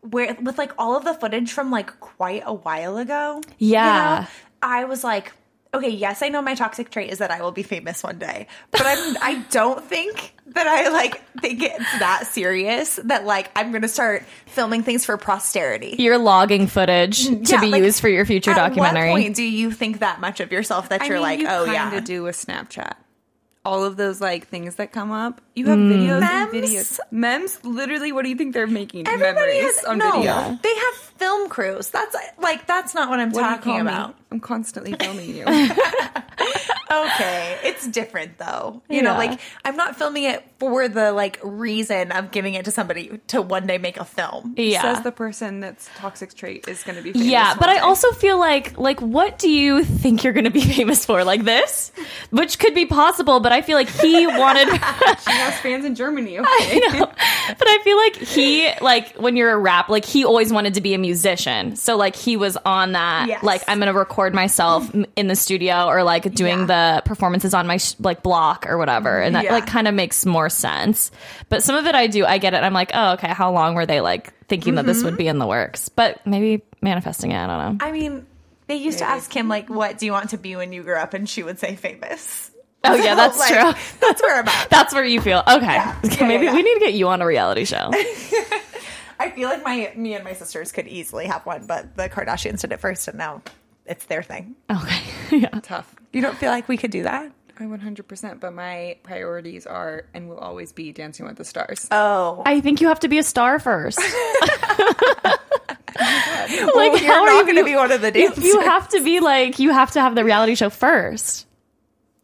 Speaker 2: where with like all of the footage from like quite a while ago. you
Speaker 3: Yeah.
Speaker 2: know, I was like, okay, yes, I know my toxic trait is that I will be famous one day. But I'm I don't think that I like think it's that serious that like I'm gonna start filming things for posterity.
Speaker 3: You're logging footage to
Speaker 2: Yeah,
Speaker 3: be
Speaker 2: like,
Speaker 3: used for your future documentary.
Speaker 2: At what point do you think that much of yourself that
Speaker 4: I
Speaker 2: you're
Speaker 4: mean,
Speaker 2: like,
Speaker 4: you
Speaker 2: oh
Speaker 4: kinda
Speaker 2: yeah,
Speaker 4: do with Snapchat. All of those like things that come up, you have videos
Speaker 2: Memes?
Speaker 4: and videos. Memes, literally, what do you think they're making?
Speaker 2: everybody
Speaker 4: Memories
Speaker 2: has
Speaker 4: on
Speaker 2: no.
Speaker 4: video.
Speaker 2: They have film crews. That's like that's not what I'm
Speaker 4: What do you
Speaker 2: talking
Speaker 4: call me?
Speaker 2: about.
Speaker 4: I'm constantly filming you.
Speaker 2: Okay, it's different though. You know,
Speaker 3: Yeah.
Speaker 2: like I'm not filming it for the like reason of giving it to somebody to one day make a film.
Speaker 3: yeah.
Speaker 4: Says the person that's toxic trait is going to be. Famous
Speaker 3: Yeah,
Speaker 4: one
Speaker 3: but I
Speaker 4: day.
Speaker 3: also feel like like what do you think you're going to be famous for like this? Which could be possible, but I feel like he wanted
Speaker 4: she has fans in Germany. Okay,
Speaker 3: you know, but I feel like he like when you're a rap, like he always wanted to be a musician. So like he was on that
Speaker 2: Yes.
Speaker 3: like I'm going to record myself m- in the studio or like doing the performances on my sh- like block or whatever. And that
Speaker 2: Yeah.
Speaker 3: like kind of makes more sense. But some of it I do I get it. I'm like, "Oh, okay, how long were they like thinking that this
Speaker 2: Mm-hmm.
Speaker 3: would be in the works?" But maybe manifesting it, I don't know.
Speaker 2: I mean, they used to ask him like, "What do you want to be when you grow up?" and she would say, "Famous."
Speaker 3: Oh
Speaker 2: So,
Speaker 3: yeah, that's
Speaker 2: like,
Speaker 3: true.
Speaker 2: That's where I'm at.
Speaker 3: That's where you feel okay.
Speaker 2: Yeah,
Speaker 3: Maybe
Speaker 2: yeah,
Speaker 3: we
Speaker 2: yeah.
Speaker 3: need to get you on a reality show.
Speaker 2: I feel like my me and my sisters could easily have one, but the Kardashians did it first, and now it's their thing.
Speaker 3: okay. yeah.
Speaker 4: tough.
Speaker 2: You don't feel like we could do that?
Speaker 4: I 100. percent But my priorities are and will always be Dancing with the Stars.
Speaker 2: Oh,
Speaker 3: I think you have to be a star first.
Speaker 2: like
Speaker 3: how
Speaker 2: you're
Speaker 3: are
Speaker 2: not
Speaker 3: you-
Speaker 2: going to be one of the dancers.
Speaker 3: you have to be like you have to have the reality show first.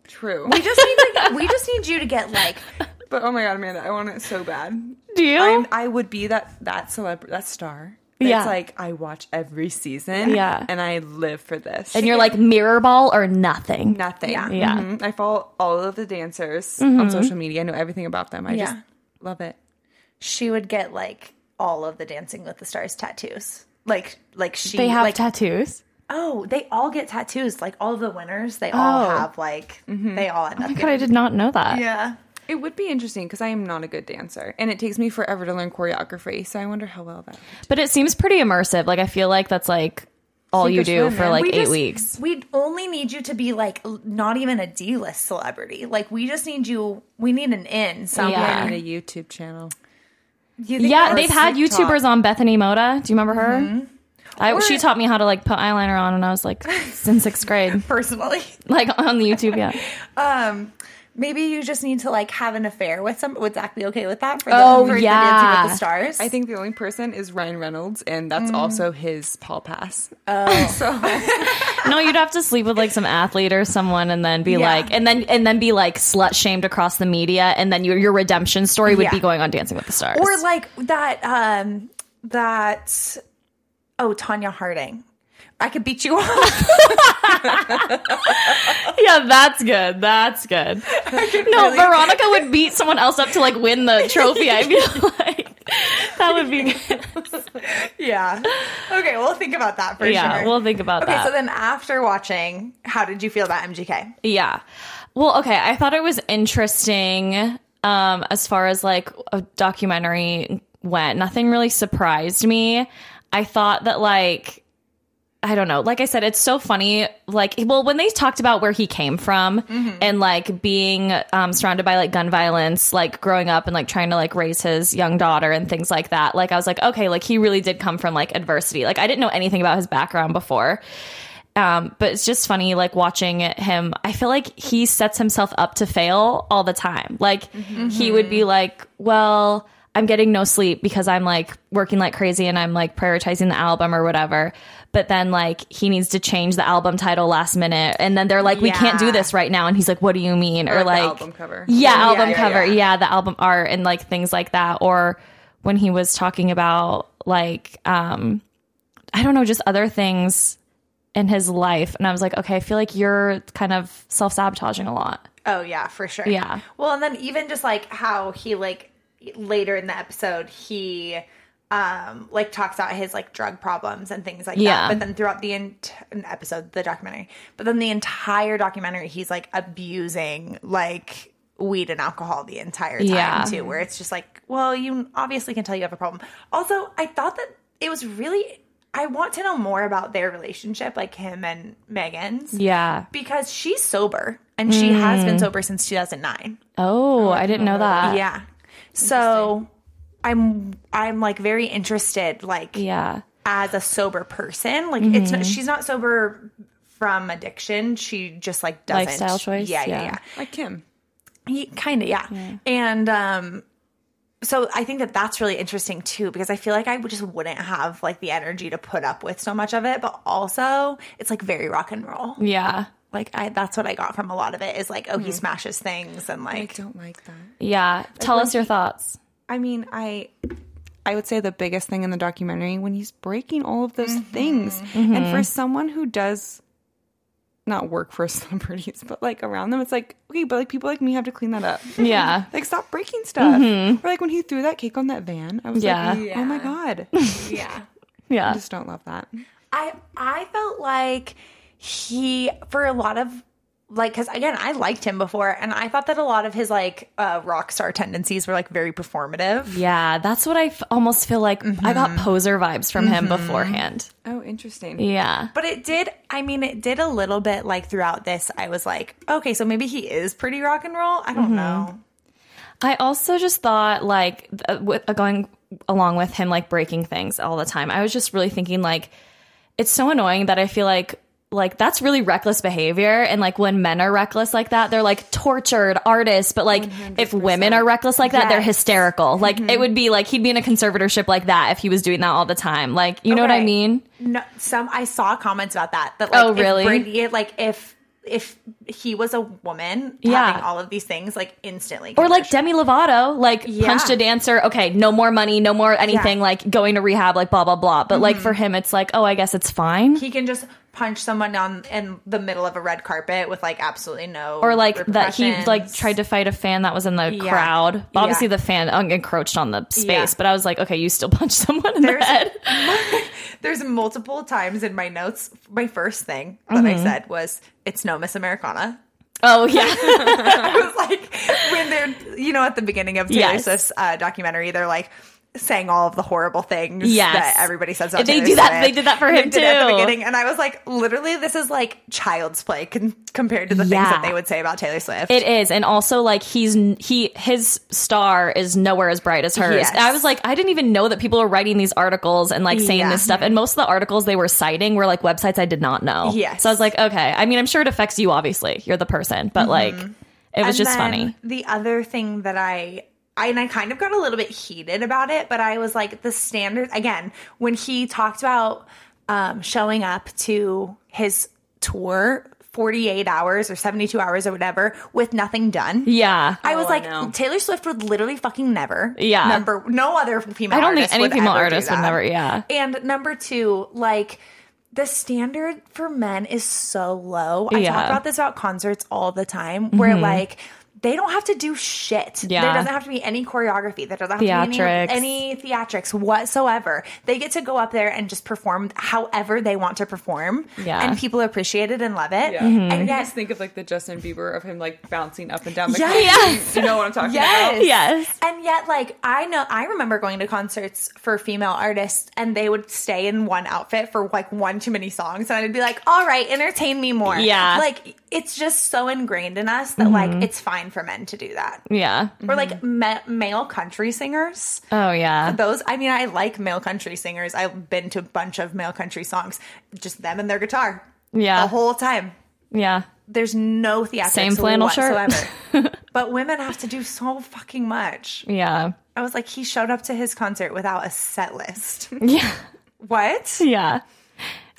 Speaker 4: True.
Speaker 2: we just need to, we just need you to get like
Speaker 4: But oh my god, Amanda, I want it so bad.
Speaker 3: Do you?
Speaker 4: I'm, I would be that that celeb that star. It's
Speaker 3: Yeah.
Speaker 4: like I watch every season.
Speaker 3: Yeah.
Speaker 4: and I live for this.
Speaker 3: and you're like mirror ball or nothing.
Speaker 4: nothing.
Speaker 2: Yeah.
Speaker 3: Yeah. Mm-hmm.
Speaker 4: Mhm. I follow all of the dancers on social media. I know everything about them. I just
Speaker 2: Yeah.
Speaker 4: love it.
Speaker 2: she would get like all of the Dancing with the Stars tattoos. Like like she
Speaker 3: They have
Speaker 2: like
Speaker 3: tattoos.
Speaker 2: oh they all get tattoos like all of the winners they all
Speaker 3: Oh.
Speaker 2: have like they all end up
Speaker 3: God, I
Speaker 2: getting-
Speaker 3: did not know that.
Speaker 2: yeah
Speaker 4: It would be interesting because I am not a good dancer, and it takes me forever to learn choreography. So I wonder how well that.
Speaker 3: But it seems pretty immersive. Like I feel like that's like all you
Speaker 4: Sneakers
Speaker 3: do
Speaker 4: fun,
Speaker 3: for
Speaker 4: man.
Speaker 3: like
Speaker 2: We
Speaker 3: eight
Speaker 2: just-
Speaker 3: weeks.
Speaker 2: We only need you to be like l- not even a D list celebrity. Like we just need you. We need an in somewhere.
Speaker 3: Yeah.
Speaker 4: I need a YouTube channel.
Speaker 2: You think
Speaker 3: Yeah,
Speaker 2: that-
Speaker 3: they've had
Speaker 4: TikTok.
Speaker 3: YouTubers on Bethany Moda. Do you remember her? I,
Speaker 2: Mm-hmm. Or-
Speaker 3: she taught me how to like put eyeliner on, and I was like in sixth grade,
Speaker 2: personally.
Speaker 3: like on the YouTube. Yeah.
Speaker 2: Um, maybe you just need to like have an affair with some. Would Zach be okay with that for the,
Speaker 3: Oh,
Speaker 2: for the
Speaker 3: yeah.
Speaker 2: Dancing with the Stars?
Speaker 4: I think the only person is Ryan Reynolds, and that's also his Paul Pass.
Speaker 3: No, you'd have to sleep with like some athlete or someone, and then be
Speaker 2: Yeah.
Speaker 3: like, and then and then be like slut shamed across the media, and then your your redemption story would
Speaker 2: Yeah.
Speaker 3: be going on Dancing with the Stars.
Speaker 2: or like that. Um, that. Oh, Tanya Harding. I could beat you up.
Speaker 3: yeah, that's good. That's good. No, Veronica would beat someone else up to like win the trophy. I feel like That would be.
Speaker 2: Yeah. Okay, we'll think about that for
Speaker 3: yeah,
Speaker 2: sure.
Speaker 3: we'll think about
Speaker 2: okay,
Speaker 3: that.
Speaker 2: so then after watching, how did you feel about MGK?
Speaker 3: Yeah. Well, okay. I thought it was interesting um, as far as like a documentary went. Nothing really surprised me. I thought that like I don't know. Like I said, it's so funny. Like, well, when they talked about where he came from and like being um, surrounded by like gun violence, like growing up and like trying to like raise his young daughter and things like that. Like, I was like, okay, like he really did come from like adversity. Like, I didn't know anything about his background before. Um, but it's just funny, like watching him. I feel like he sets himself up to fail all the time. Like, he would be like, well, I'm getting no sleep because I'm like working like crazy and I'm like prioritizing the album or whatever. But then like he needs to change the album title last minute and then they're like we can't do
Speaker 2: Yeah.
Speaker 3: this right now and he's like what do you mean or,
Speaker 4: Or the
Speaker 3: like
Speaker 4: album cover.
Speaker 3: Oh, Yeah,
Speaker 2: Yeah,
Speaker 3: album
Speaker 2: yeah,
Speaker 3: cover.
Speaker 2: yeah.
Speaker 3: Yeah. the album art and like things like that or when he was talking about like um I don't know just other things in his life and I was like okay, I feel like you're kind of self-sabotaging a lot.
Speaker 2: Oh yeah, for sure.
Speaker 3: Yeah.
Speaker 2: Well, and then even just like how he like later in the episode he um like talks about his like drug problems and things like
Speaker 3: Yeah.
Speaker 2: that. But then throughout the ent- an episode, the documentary, but then the entire documentary, he's like abusing like weed and alcohol the entire time
Speaker 3: Yeah.
Speaker 2: too. Where it's just like, well, you obviously can tell you have a problem. Also, I thought that it was really. I want to know more about their relationship, like him and Megan's
Speaker 3: Yeah.
Speaker 2: because she's sober and she has
Speaker 3: Mm.
Speaker 2: been sober since 2009
Speaker 3: Oh, I didn't know that.
Speaker 2: yeah so i'm i'm like very interested like
Speaker 3: Yeah. Mm-hmm.
Speaker 2: as a sober person like it's not, she's not sober from addiction she just like doesn't
Speaker 3: Lifestyle choice?
Speaker 2: yeah yeah,
Speaker 3: Yeah.
Speaker 2: yeah.
Speaker 4: Like Kim.
Speaker 2: kind of yeah. and um so i think that that's really interesting too because i feel like i would- just wouldn't have like the energy to put up with so much of it but also it's like very rock and roll
Speaker 3: Yeah.
Speaker 2: like I, that's what i got from a lot of it is like oh he smashes things and
Speaker 4: I
Speaker 2: like
Speaker 4: don't like that.
Speaker 3: Yeah. Tell us your thoughts.
Speaker 4: I mean, I I would say the biggest thing in the documentary when he's breaking all of those things. And for someone who does not work for celebrities, but like around them, it's like, okay, but like people like me have to clean that up.
Speaker 3: Yeah.
Speaker 4: Like stop breaking stuff. Or like when he threw that cake on that van, I was
Speaker 3: Yeah.
Speaker 4: like, oh my god,
Speaker 2: yeah
Speaker 3: Yeah.
Speaker 4: I just don't love that.
Speaker 2: I I felt like he for a lot of like because again I liked him before and I thought that a lot of his like uh, rock star tendencies were like very performative.
Speaker 3: Yeah, that's what I f- almost feel like. I got poser vibes from him beforehand.
Speaker 4: Oh, interesting.
Speaker 3: Yeah.
Speaker 2: But it did. I mean, it did a little bit. Like throughout this, I was like, okay, so maybe he is pretty rock and roll. I don't know.
Speaker 3: I also just thought, like, th- uh, with, uh, going along with him, like, breaking things all the time, I was just really thinking, like, it's so annoying that I feel like. Like that's really reckless behavior, and like when men are reckless like that, they're like tortured artists. But like if women are reckless like that,
Speaker 2: Yes.
Speaker 3: they're
Speaker 2: Mm-hmm.
Speaker 3: hysterical. Like it would be like he'd be in a conservatorship like that if he was doing that all the time. Like you know what I
Speaker 2: Right.
Speaker 3: mean?
Speaker 2: No, some I saw comments about that. That like,
Speaker 3: Oh, really?
Speaker 2: If Britney, like if if he was a woman,
Speaker 3: Yeah.
Speaker 2: having all of these things like instantly,
Speaker 3: Or like Demi Lovato, like
Speaker 2: Yeah.
Speaker 3: punched a dancer. Okay, no more money, no more anything.
Speaker 2: Yeah. Mm-hmm.
Speaker 3: Like going to rehab, like blah blah blah. But like for him, it's like, oh, I guess it's fine.
Speaker 2: he can just punch someone on in the middle of a red carpet with like absolutely no
Speaker 3: or like that he like
Speaker 2: repercussions.
Speaker 3: tried to fight a fan that was in the
Speaker 2: Yeah.
Speaker 3: crowd. But Obviously,
Speaker 2: Yeah.
Speaker 3: the fan um, encroached on the space.
Speaker 2: Yeah.
Speaker 3: But I was like, okay, you still punched someone in
Speaker 2: There's-
Speaker 3: the head.
Speaker 2: there's multiple times in my notes my first thing that i
Speaker 3: Mm-hmm.
Speaker 2: said was it's no miss americana
Speaker 3: Oh yeah,
Speaker 2: i was like when they're you know at the beginning of taylor
Speaker 3: Yes.
Speaker 2: swift's uh, documentary they're like saying all of the horrible things
Speaker 3: Yes.
Speaker 2: that everybody says about
Speaker 3: They
Speaker 2: Taylor
Speaker 3: do that-
Speaker 2: Swift.
Speaker 3: they did that for
Speaker 2: They
Speaker 3: him,
Speaker 2: did it at the
Speaker 3: too.
Speaker 2: beginning and i was like literally this is like child's play con- compared to the things
Speaker 3: Yeah.
Speaker 2: that they would say about taylor swift
Speaker 3: it is. And also, like he's he his star is nowhere as bright as hers.
Speaker 2: Yes.
Speaker 3: And I was like, I didn't even know that people were writing these articles and like saying
Speaker 2: Yeah.
Speaker 3: this stuff. And most of the articles they were citing were like websites I did not know.
Speaker 2: Yes.
Speaker 3: So I was like, okay. I mean, I'm sure it affects you. Obviously, you're the person, but like, it was
Speaker 2: Mm-hmm. And
Speaker 3: just
Speaker 2: then
Speaker 3: funny.
Speaker 2: The other thing that I, I and I kind of got a little bit heated about it, but I was like the standard again when he talked about um, showing up to his tour 48 hours or 72 hours or whatever with nothing done.
Speaker 3: Yeah.
Speaker 2: I was
Speaker 4: Oh, I
Speaker 2: like,
Speaker 4: know.
Speaker 2: Taylor Swift would literally fucking never.
Speaker 3: Yeah.
Speaker 2: Number no other female.
Speaker 3: I don't think
Speaker 2: artist
Speaker 3: any
Speaker 2: would
Speaker 3: female
Speaker 2: ever do
Speaker 3: artist would
Speaker 2: that.
Speaker 3: never- yeah.
Speaker 2: And number two, like the standard for men is so low. I
Speaker 3: Yeah. Mm-hmm.
Speaker 2: talk about this about concerts all the time, where like they don't have to do shit.
Speaker 3: Yeah.
Speaker 2: There doesn't have to be any choreography. There doesn't have
Speaker 3: Theatrics.
Speaker 2: to be any, any theatrics whatsoever. They get to go up there and just perform however they want to perform.
Speaker 3: Yeah.
Speaker 2: And people appreciate it and love it.
Speaker 4: Yeah.
Speaker 2: And
Speaker 4: I
Speaker 2: yet,
Speaker 4: just think of like the Justin Bieber of him like bouncing up and down the
Speaker 2: Yeah.
Speaker 4: couch.
Speaker 3: Yes.
Speaker 4: You know what I'm talking
Speaker 2: Yes.
Speaker 4: about?
Speaker 3: Yes.
Speaker 2: And yet, like, I know, I remember going to concerts for female artists and they would stay in one outfit for like one too many songs. And I'd be like, all right, entertain me more.
Speaker 3: Yeah. Mm-hmm.
Speaker 2: Like, it's just so ingrained in us that, like, it's fine for men to do that.
Speaker 3: Yeah.
Speaker 2: Or like
Speaker 3: Mm-hmm.
Speaker 2: ma- male country singers.
Speaker 3: Oh yeah.
Speaker 2: Those, I mean, I like male country singers. I've been to a bunch of male country songs, just them and their guitar
Speaker 3: Yeah.
Speaker 2: the whole time.
Speaker 3: yeah.
Speaker 2: There's no theatrics
Speaker 3: Same flannel shirt.
Speaker 2: whatsoever. but women have to do so fucking much.
Speaker 3: Yeah.
Speaker 2: I was like, he showed up to his concert without a set list.
Speaker 3: Yeah.
Speaker 2: what?
Speaker 3: Yeah.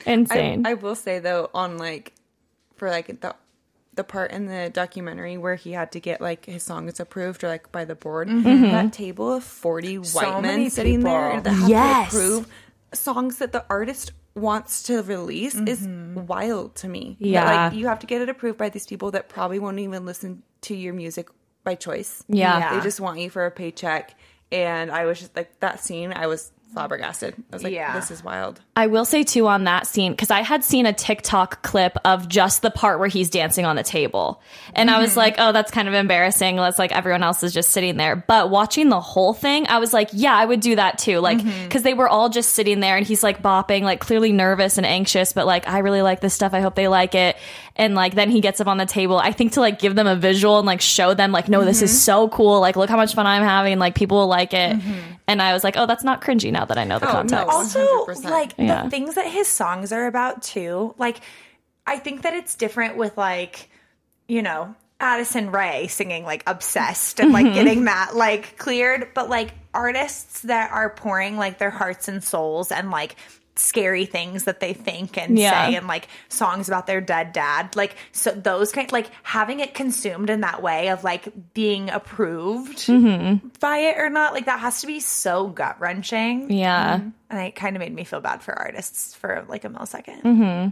Speaker 3: Insane.
Speaker 4: I will say though, on like for like the the part in the documentary where he had to get like his songs approved or like by the board,
Speaker 3: Mm-hmm.
Speaker 4: that table of forty white
Speaker 2: many
Speaker 4: men sitting there
Speaker 2: people.
Speaker 4: that have
Speaker 3: Yes.
Speaker 4: to approve songs that the artist wants to release
Speaker 2: Mm-hmm.
Speaker 4: is wild to me. That,
Speaker 3: Yeah.
Speaker 4: like you have to get it approved by these people that probably won't even listen to your music by choice.
Speaker 3: Yeah.
Speaker 2: Yeah.
Speaker 4: they just want you for a paycheck. And I was just like that scene. I was flabbergasted. I was like,
Speaker 2: Yeah.
Speaker 4: this is wild.
Speaker 3: I will say too on that scene because I had seen a TikTok clip of just the part where he's dancing on the table, and I
Speaker 4: Mm-hmm.
Speaker 3: was like, "Oh, that's kind of embarrassing." Let's like everyone else is just sitting there, but watching the whole thing, I was like, "Yeah, I would do that too." Like because
Speaker 4: Mm-hmm.
Speaker 3: they were all just sitting there, and he's like bopping, like clearly nervous and anxious, but like I really like this stuff. I hope they like it, and like then he gets up on the table. I think to like give them a visual and like show them like, "No, this
Speaker 4: Mm-hmm.
Speaker 3: is so cool. Like look how much fun I'm having. Like people will like it." And I was like, "Oh, that's not cringy now that I know the
Speaker 4: Oh, no.
Speaker 3: context."
Speaker 2: Also,
Speaker 4: 100%.
Speaker 2: like
Speaker 3: Yeah.
Speaker 2: the things that his songs are about too. Like, I think that it's different with like, you know, Addison Ray singing like obsessed and
Speaker 3: Mm-hmm.
Speaker 2: like getting that like cleared, but like artists that are pouring like their hearts and souls and like scary things that they think and
Speaker 3: Yeah.
Speaker 2: say and like songs about their dead dad like so those kind like having it consumed in that way of like being approved
Speaker 3: Mm-hmm.
Speaker 2: by it or not like that has to be so gut wrenching
Speaker 3: Yeah.
Speaker 4: Mm-hmm.
Speaker 2: and it kind of made me feel bad for artists for like a millisecond.
Speaker 3: Mm-hmm.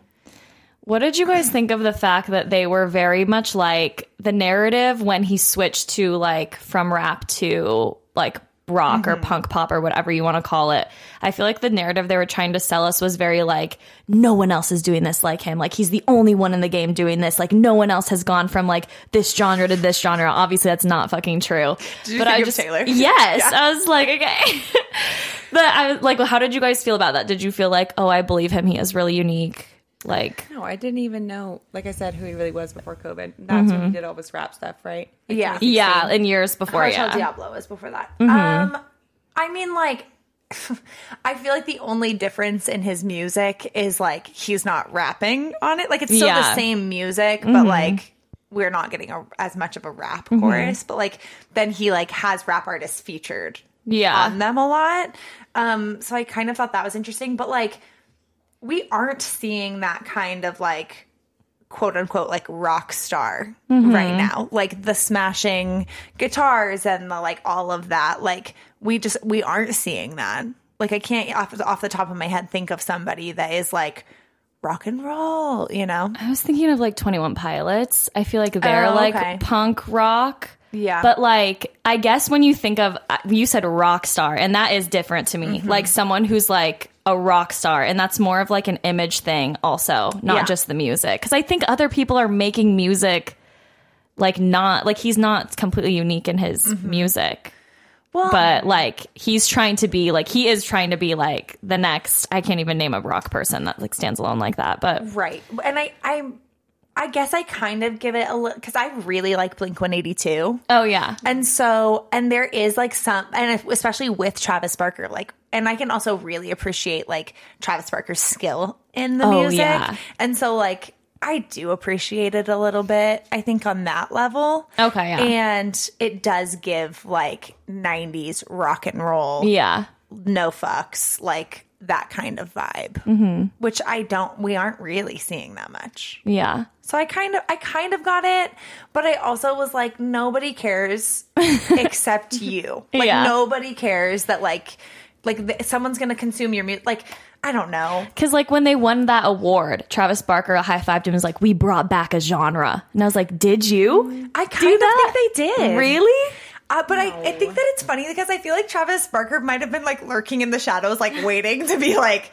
Speaker 3: What did you guys think of the fact that they were very much like the narrative when he switched to like from rap to like rock
Speaker 2: Mm-hmm.
Speaker 3: or punk pop or whatever you want to call it? I feel like the narrative they were trying to sell us was very like no one else is doing this like him. Like he's the only one in the game doing this. Like no one else has gone from like this genre to this genre. Obviously that's not fucking true.
Speaker 2: you think of Taylor?
Speaker 3: Yes. I was like, okay. but I was like, how did you guys feel about that? Did you feel like, oh, I believe him. He is really unique. Like
Speaker 4: No, I didn't even know, like I said, who he really was before COVID. That's when he did all this rap stuff, right? Like,
Speaker 2: Yeah.
Speaker 4: 2016.
Speaker 3: Mm-hmm. Yeah, in years before.
Speaker 2: Cartel
Speaker 3: Yeah. Mm-hmm.
Speaker 2: Diablo was before that. Um, I mean, like, I feel like the only difference in his music is like he's not rapping on it. Like it's still
Speaker 3: Yeah. Mm-hmm.
Speaker 2: the same music, but like we're not getting a, as much of a rap chorus. But like then he like has rap artists featured
Speaker 3: Yeah.
Speaker 2: on them a lot. Um, so I kind of thought that was interesting, but like we aren't seeing that kind of like quote unquote like rock star right now. Like the smashing guitars and the like all of that. Like we just we aren't seeing that. Like I can't off the, off the top of my head think of somebody that is like rock and roll, you know.
Speaker 3: I was thinking of like 21 Pilots. I feel like they're
Speaker 2: Oh,
Speaker 3: like
Speaker 2: okay.
Speaker 3: punk rock.
Speaker 2: Yeah.
Speaker 3: But like, I guess when you think of, uh, you said rock star, and that is different to
Speaker 2: Mm-hmm.
Speaker 3: me. Like someone who's like a rock star, and that's more of like an image thing, also, not
Speaker 2: Yeah.
Speaker 3: just the music. Cause I think other people are making music like not, like he's not completely unique in his music.
Speaker 2: Mm-hmm. Well,
Speaker 3: But like he's trying to be like he is trying to be like the next I can't even name a rock person that like stands alone like that. But
Speaker 2: Right. And I I I guess I kind of give it a look cuz I really like Blink 182.
Speaker 3: oh yeah.
Speaker 2: And so, and there is like some, and if- especially with Travis Barker, like, and I can also really appreciate like Travis Barker's skill in the
Speaker 3: Oh,
Speaker 2: music.
Speaker 3: yeah.
Speaker 2: And so, like, I do appreciate it a little bit, I think, on that level.
Speaker 3: Okay, yeah.
Speaker 2: And it does give like 90s rock and roll,
Speaker 3: Yeah.
Speaker 2: no fucks, like that kind of vibe,
Speaker 3: Mm-hmm.
Speaker 2: which I don't, we aren't really seeing that much.
Speaker 3: Yeah.
Speaker 2: So I kind of I kind of got it, but I also was like nobody cares except you. Like
Speaker 3: Yeah.
Speaker 2: nobody cares that like Like th- someone's gonna consume your music. Like I don't know.
Speaker 3: Because like when they won that award, Travis Barker high fived him and was like, "We brought back a genre," and I was like, "Did you?"
Speaker 2: I kind of
Speaker 3: that?
Speaker 2: think they did.
Speaker 3: Really?
Speaker 2: Uh, but I, I think that it's funny because I feel like Travis Barker might have been like lurking in the shadows, like waiting to be like,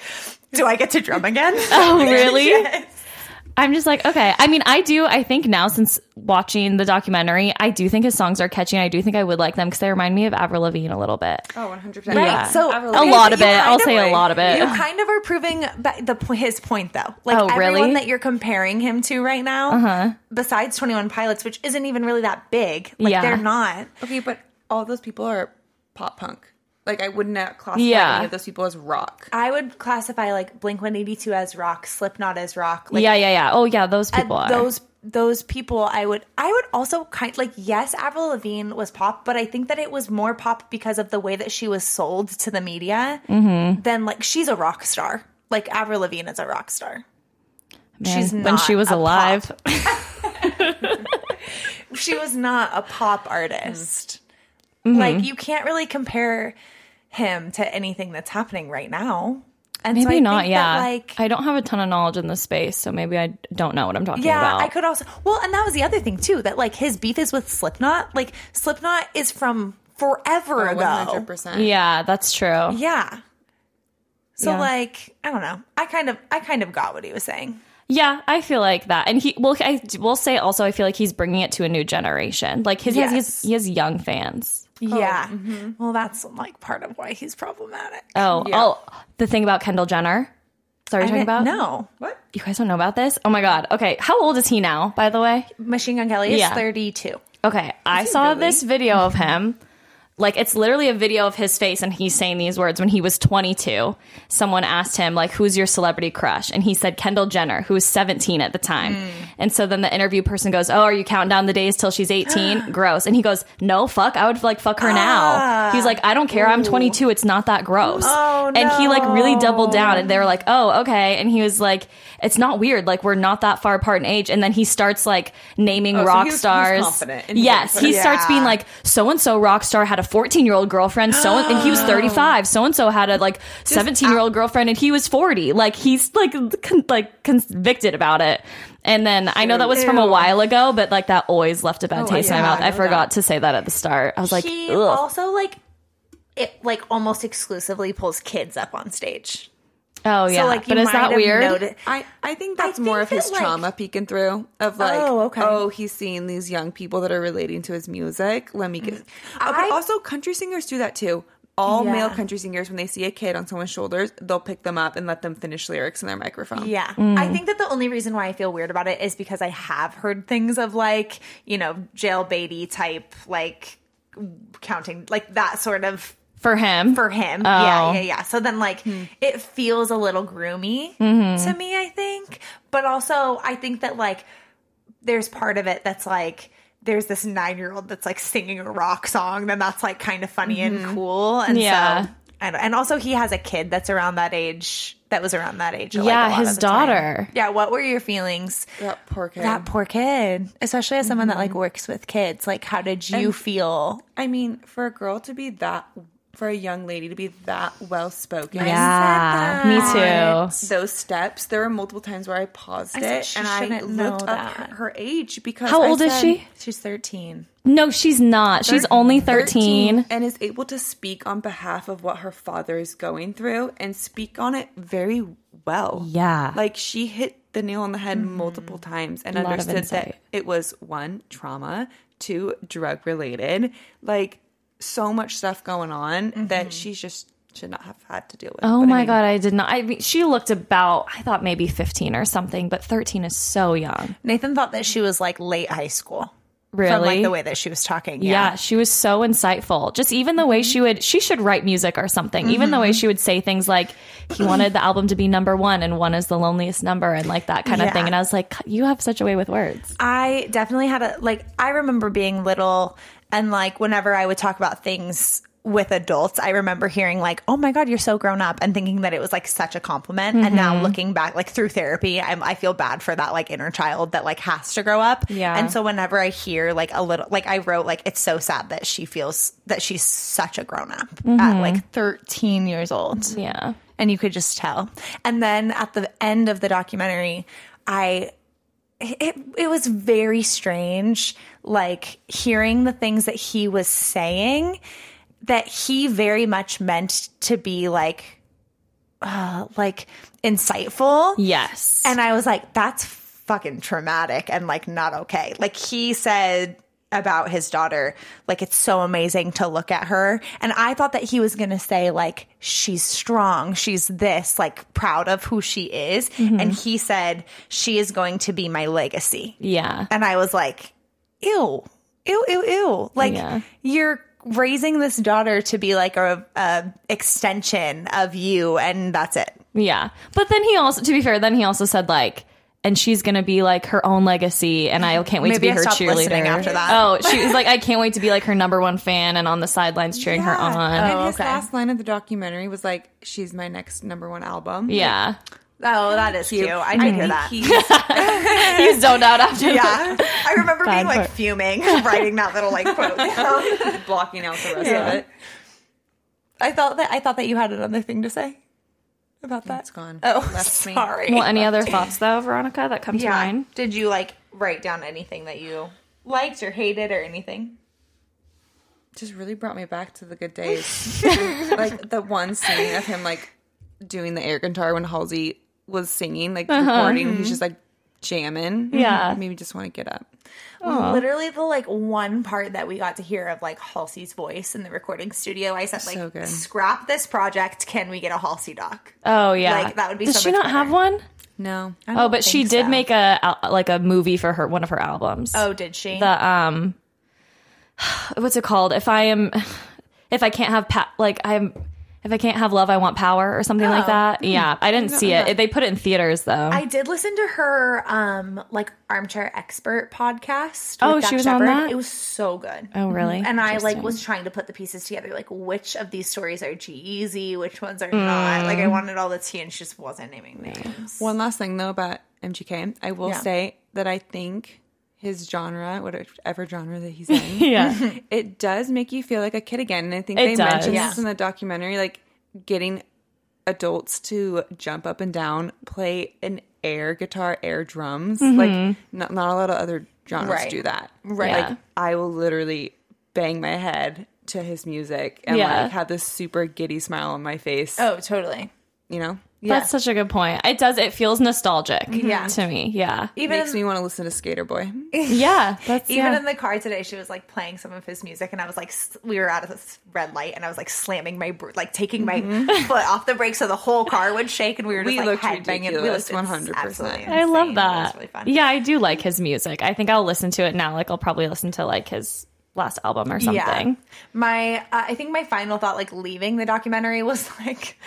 Speaker 2: do I get to drum again?
Speaker 3: Oh, really? I'm just like, okay. I mean, I do. I think now since watching the documentary, I do think his songs are catchy. and I do think I would like them because they remind me of Avril Lavigne a little bit.
Speaker 4: Oh, 100%.
Speaker 2: Right.
Speaker 3: Yeah.
Speaker 2: So
Speaker 3: A lot of
Speaker 2: You
Speaker 3: it.
Speaker 2: kind
Speaker 3: I'll say a lot of it.
Speaker 2: You kind of are proving ba- the p- his point though. Like
Speaker 3: Oh, really? Uh-huh.
Speaker 2: everyone that you're comparing him to right now, besides Twenty One Pilots, which isn't even really that big. Like
Speaker 3: Yeah.
Speaker 2: they're not.
Speaker 4: Okay, but all those people are pop punk. Like I would not classify
Speaker 3: Yeah.
Speaker 4: any of those people as rock.
Speaker 2: I would classify like Blink One Eighty Two as rock, Slipknot as rock. Like
Speaker 3: yeah, yeah, yeah. Oh, yeah. Those
Speaker 2: at
Speaker 3: people are.
Speaker 2: those those people I would I would also kind like yes Avril Lavigne was pop but I think that it was more pop because of the way that she was sold to the media
Speaker 3: Mm-hmm.
Speaker 2: than like she's a rock star like Avril Lavigne is a rock star
Speaker 3: Man,
Speaker 2: she's
Speaker 3: when she
Speaker 2: not
Speaker 3: was
Speaker 2: a
Speaker 3: alive.
Speaker 2: she was not a pop artist
Speaker 3: Mm-hmm.
Speaker 2: like you can't really compare him to anything that's happening right now and so
Speaker 3: Maybe
Speaker 2: I
Speaker 3: not.
Speaker 2: think
Speaker 3: Yeah.
Speaker 2: that, like
Speaker 3: I don't have a ton of knowledge in this space, so maybe I don't know what I'm talking
Speaker 2: Yeah,
Speaker 3: about.
Speaker 2: I could also. Well, and that was the other thing too. That like his beef is with Slipknot. Like Slipknot is from
Speaker 4: Oh,
Speaker 2: forever ago.
Speaker 4: 100%.
Speaker 3: yeah, that's true.
Speaker 2: Yeah. So
Speaker 3: Yeah.
Speaker 2: like I don't know. I kind of I kind of got what he was saying.
Speaker 3: Yeah, I feel like that, and he well, I will say also, I feel like he's bringing it to a new generation. Like his, he,
Speaker 2: Yes.
Speaker 3: has, he has young fans.
Speaker 2: yeah.
Speaker 3: mm-hmm.
Speaker 2: Well, that's like part of why he's problematic.
Speaker 3: Oh,
Speaker 4: Yeah.
Speaker 3: oh, the thing about Kendall Jenner. Sorry,
Speaker 2: I
Speaker 3: talking
Speaker 2: didn't
Speaker 3: about
Speaker 2: know.
Speaker 4: What?
Speaker 3: You guys don't know about this? Oh my god. Okay, how old is he now? By the way,
Speaker 2: Machine Gun Kelly is
Speaker 3: Yeah.
Speaker 2: 32.
Speaker 3: Okay, I saw this video of him. Like it's literally a video of his face and he's saying these words when he was 22. Someone asked him like who's your celebrity crush and he said Kendall Jenner who was 17 at the time. And so then the interview person goes, "Oh, are you counting down the days till she's 18?" gross. And he goes, "No, fuck. I would like fuck her now." He's like, "I don't care. I'm 22. It's not that gross."
Speaker 2: Oh,
Speaker 3: and he like really doubled down and they were like, "Oh, okay." And he was like, "It's not weird. Like we're not that far apart in age." And then he starts like naming
Speaker 4: so
Speaker 3: rock
Speaker 4: he was- he was
Speaker 3: stars.
Speaker 4: confident and he
Speaker 3: yes,
Speaker 4: was-
Speaker 3: he starts
Speaker 2: Yeah.
Speaker 3: being like, so and so rock star had a 14 year old girlfriend, so and he was 35. So and so had a like 17 year old girlfriend, and he was 40. Like he's like con- like convicted about it. And then I know that was from a
Speaker 2: Ew.
Speaker 3: while ago, but like that always left a bad
Speaker 2: Oh,
Speaker 3: taste in
Speaker 4: yeah,
Speaker 3: my mouth.
Speaker 4: I
Speaker 3: I,
Speaker 4: know
Speaker 3: forgot to say that at the start. I was like,
Speaker 2: he
Speaker 3: ugh.
Speaker 2: also like it like almost exclusively pulls kids up on stage.
Speaker 3: oh yeah,
Speaker 2: So like you
Speaker 3: but is
Speaker 2: might
Speaker 3: that
Speaker 2: have
Speaker 3: weird?
Speaker 2: noti-
Speaker 4: I, I think that's
Speaker 2: think
Speaker 4: more of
Speaker 2: that,
Speaker 4: his
Speaker 2: like-
Speaker 4: trauma peeking through of like
Speaker 2: Oh,
Speaker 4: oh,
Speaker 2: okay.
Speaker 4: he's seeing these young people that are relating to his music. Let me get Uh,
Speaker 2: I-
Speaker 4: but also country singers do that too. All
Speaker 2: Yeah.
Speaker 4: male country singers when they see a kid on someone's shoulders, they'll pick them up and let them finish lyrics in their microphone.
Speaker 2: Yeah.
Speaker 3: Mm.
Speaker 2: I think that the only reason why I feel weird about it is because I have heard things of like, you know, jail baity type, like counting, like that sort of
Speaker 3: for him,
Speaker 2: for him.
Speaker 3: Oh. Hmm.
Speaker 2: Yeah, yeah, yeah. So then like it feels a little groomy
Speaker 3: Mm-hmm.
Speaker 2: to me, I think. But also I think that like there's part of it that's like there's this nine year old that's like singing a rock song, then that's like kind of funny and cool. And
Speaker 3: Mm-hmm. Yeah.
Speaker 2: so I don't, and also he has a kid that's around that age that was around that age. like, a
Speaker 3: yeah,
Speaker 2: lot of
Speaker 3: his
Speaker 2: the time.
Speaker 3: daughter.
Speaker 2: Yeah, what were your feelings?
Speaker 4: That poor kid.
Speaker 2: That poor kid, especially as someone that
Speaker 3: Mm-hmm.
Speaker 2: like works with kids. Like, how did you feel?
Speaker 4: I mean, for a girl to be that, for a young lady to be that well spoken.
Speaker 3: Yeah, me too.
Speaker 4: Those steps, there were multiple times where I paused
Speaker 2: said
Speaker 4: it
Speaker 2: she
Speaker 4: and I
Speaker 2: shouldn't
Speaker 4: looked
Speaker 2: know
Speaker 4: up
Speaker 2: that.
Speaker 4: her, her age because
Speaker 3: How
Speaker 4: I
Speaker 3: old is
Speaker 4: said-
Speaker 3: she?
Speaker 2: She's thirteen.
Speaker 3: No, she's not. She's only 13.
Speaker 4: and is able to speak on behalf of what her father is going through and speak on it very well.
Speaker 3: Yeah. Mm-hmm.
Speaker 4: Like she hit the nail on the head multiple times and
Speaker 3: lot of
Speaker 4: understood
Speaker 3: insight.
Speaker 4: that it was one, trauma, two, drug related. Like so much stuff going on that she just should not have had to deal with.
Speaker 3: Mm-hmm. Oh
Speaker 4: But I
Speaker 3: my
Speaker 4: mean,
Speaker 3: god, I did not. I mean, she looked about. I thought maybe fifteen or something, but thirteen is so young.
Speaker 2: Nathan thought that she was like late high school. From
Speaker 3: Really?
Speaker 2: like the way that she was talking.
Speaker 3: Yeah.
Speaker 2: Yeah. Mm-hmm.
Speaker 3: she was so insightful. Just even the way she would, she should write music or something. Even the way she would say things like, "He wanted the album to be number one, and one is the loneliest number," and like that kind of
Speaker 2: Yeah.
Speaker 3: thing. And I was like, "You have such a way with words."
Speaker 2: I definitely had a like I remember being little and like whenever I would talk about things with adults, I remember hearing like, "Oh my god, you're so grown up," and thinking that it was like such a compliment. And
Speaker 3: Mm-hmm.
Speaker 2: now looking back, like through therapy, I'm, I feel bad for that like inner child that like has to grow up.
Speaker 3: Yeah.
Speaker 2: And so whenever I hear like a little, like I wrote, like it's so sad that she feels that she's such a grown up
Speaker 3: Mm-hmm.
Speaker 2: at like 13 years old
Speaker 3: Yeah.
Speaker 2: and you could just tell. And then at the end of the documentary, I it it was very strange like hearing the things that he was saying that he very much meant to be like uh like insightful.
Speaker 3: Yes.
Speaker 2: And I was like, that's fucking traumatic and like not okay. Like he said about his daughter, like it's so amazing to look at her. And I thought that he was going to say, like, she's strong, she's this, like proud of who she is.
Speaker 3: Mm-hmm.
Speaker 2: And he said, she is going to be my legacy.
Speaker 3: yeah.
Speaker 2: And I was like, ew, ew, ew, ew. Like
Speaker 3: Yeah.
Speaker 2: you're raising this daughter to be like a, a extension of you and that's it.
Speaker 3: Yeah. But then he also, to be fair, then he also said like, and she's gonna be like her own legacy, and I can't wait
Speaker 2: Maybe
Speaker 3: to
Speaker 2: I
Speaker 3: be her
Speaker 2: stopped listening
Speaker 3: cheerleader.
Speaker 2: after that.
Speaker 3: Oh, she was like, I can't wait to be like her number one fan, and on the sidelines cheering her
Speaker 2: Oh.
Speaker 3: on.
Speaker 4: and his last line of the documentary was like, "She's my next number one album."
Speaker 3: Yeah,
Speaker 2: Oh, that is cute. I did hear that.
Speaker 3: he's zoned out after. that.
Speaker 2: Yeah. I remember being like
Speaker 3: part.
Speaker 2: fuming writing that little like quote. down.
Speaker 4: He's blocking out the rest of it.
Speaker 2: I thought that I thought that you had another thing to say about that.
Speaker 4: It's gone.
Speaker 2: Oh,
Speaker 4: Left me.
Speaker 2: sorry.
Speaker 3: Well, any other thoughts though, Veronica, that come to
Speaker 2: yeah.
Speaker 3: mind?
Speaker 2: Did you like write down anything that you liked or hated or anything?
Speaker 4: just really brought me back to the good days. like the one scene of him like doing the air guitar when Halsey was singing, like recording, he's just like jamming.
Speaker 3: Uh-huh. Mm-hmm. Yeah.
Speaker 4: Maybe just want to get up.
Speaker 2: Literally the like one part that we got to hear of like Halsey's voice in the recording studio. I said like
Speaker 4: So good.
Speaker 2: scrap this project. Can we get a Halsey doc?
Speaker 3: Oh yeah,
Speaker 2: Like, that would be
Speaker 3: Does
Speaker 2: so
Speaker 3: she
Speaker 2: much
Speaker 3: not
Speaker 2: better.
Speaker 3: have one?
Speaker 4: No.
Speaker 3: Oh, but she
Speaker 2: think
Speaker 3: did
Speaker 2: so.
Speaker 3: make a al- like a movie for her one of her albums.
Speaker 2: Oh, did she?
Speaker 3: the um what's it called if i am if i can't have pa- like i'm if i can't have love i want power or something
Speaker 2: Oh.
Speaker 3: like that
Speaker 2: Hmm.
Speaker 3: yeah i didn't see it. they put it in theaters though
Speaker 2: I did listen to her um like armchair expert podcast.
Speaker 3: Oh,
Speaker 2: with Dak
Speaker 3: she was on
Speaker 2: Shepard.
Speaker 3: that?
Speaker 2: It was so good.
Speaker 3: oh really
Speaker 2: and I like was trying to put the pieces together, like which of these stories are G Easy, which ones are
Speaker 3: Mm.
Speaker 2: not. Like I wanted all the tea, and she just wasn't naming names.
Speaker 4: One last thing though about MGK. I will
Speaker 2: Yeah.
Speaker 4: say that I think his genre, whatever genre that he's in,
Speaker 3: yeah
Speaker 4: it does make you feel like a kid again. And I think
Speaker 3: It
Speaker 4: they
Speaker 3: does.
Speaker 4: mentioned
Speaker 3: Yeah.
Speaker 4: this in the documentary, like getting adults to jump up and down, play an air guitar, air drums.
Speaker 3: Mm-hmm.
Speaker 4: Like not, not a lot of other genres
Speaker 2: Right.
Speaker 4: do that.
Speaker 2: Right.
Speaker 3: Yeah.
Speaker 4: Like I will literally bang my head to his music and
Speaker 3: Yeah.
Speaker 4: like have this super giddy smile on my face.
Speaker 2: Oh, totally.
Speaker 4: You know?
Speaker 3: that's such a good point it does it feels nostalgic
Speaker 2: Yeah.
Speaker 3: to me yeah
Speaker 2: Even
Speaker 4: Makes me want to listen to Skater Boy.
Speaker 3: yeah that's
Speaker 2: even
Speaker 3: yeah.
Speaker 2: in the car today, she was like playing some of his music, and I was like, s- we were out of this red light, and I was like slamming my br- like taking my
Speaker 3: Mm-hmm.
Speaker 2: foot off the brake so the whole car would shake, and we were just
Speaker 4: We
Speaker 2: like
Speaker 4: looked
Speaker 2: headbanging.
Speaker 4: ridiculous,
Speaker 2: it's
Speaker 4: 100%.
Speaker 2: absolutely
Speaker 3: I
Speaker 2: insane. It
Speaker 3: love
Speaker 2: was
Speaker 3: that.
Speaker 2: really fun.
Speaker 3: yeah, I do like his music. I think I'll listen to it now. Like I'll probably listen to like his last album or something.
Speaker 2: My, uh, I think my final thought, like leaving the documentary, was like,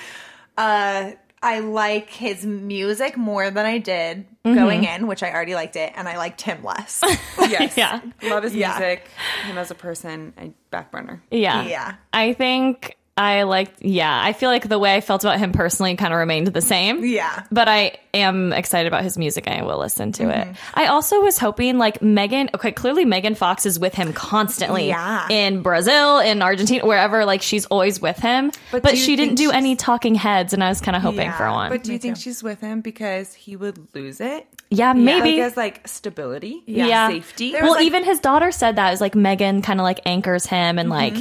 Speaker 2: uh, I like his music more than I did
Speaker 3: Mm-hmm.
Speaker 2: going in, which I already liked it, and I liked him less.
Speaker 4: Yes.
Speaker 3: Yeah.
Speaker 4: Love his
Speaker 2: Yeah.
Speaker 4: music, him as a person, and back burner.
Speaker 3: Yeah.
Speaker 2: Yeah.
Speaker 3: I think I liked, yeah, I feel like the way I felt about him personally kind of remained the same.
Speaker 2: Yeah.
Speaker 3: But I am excited about his music. and I will listen to it. I also was hoping, like, Megan, okay, clearly Megan Fox is with him constantly.
Speaker 2: Yeah.
Speaker 3: In Brazil, in Argentina, wherever, like, she's always with him. But,
Speaker 4: do you
Speaker 3: she didn't
Speaker 4: think
Speaker 3: do
Speaker 4: she's-
Speaker 3: any talking heads, and I was kind of hoping
Speaker 2: Yeah,
Speaker 3: for one.
Speaker 4: But do you think she's with him because he would lose it?
Speaker 3: yeah, maybe.
Speaker 4: Like as like stability,
Speaker 3: yeah.
Speaker 4: safety.
Speaker 3: well,
Speaker 2: like-
Speaker 3: even his daughter said that. It was like Megan kind of like anchors him and like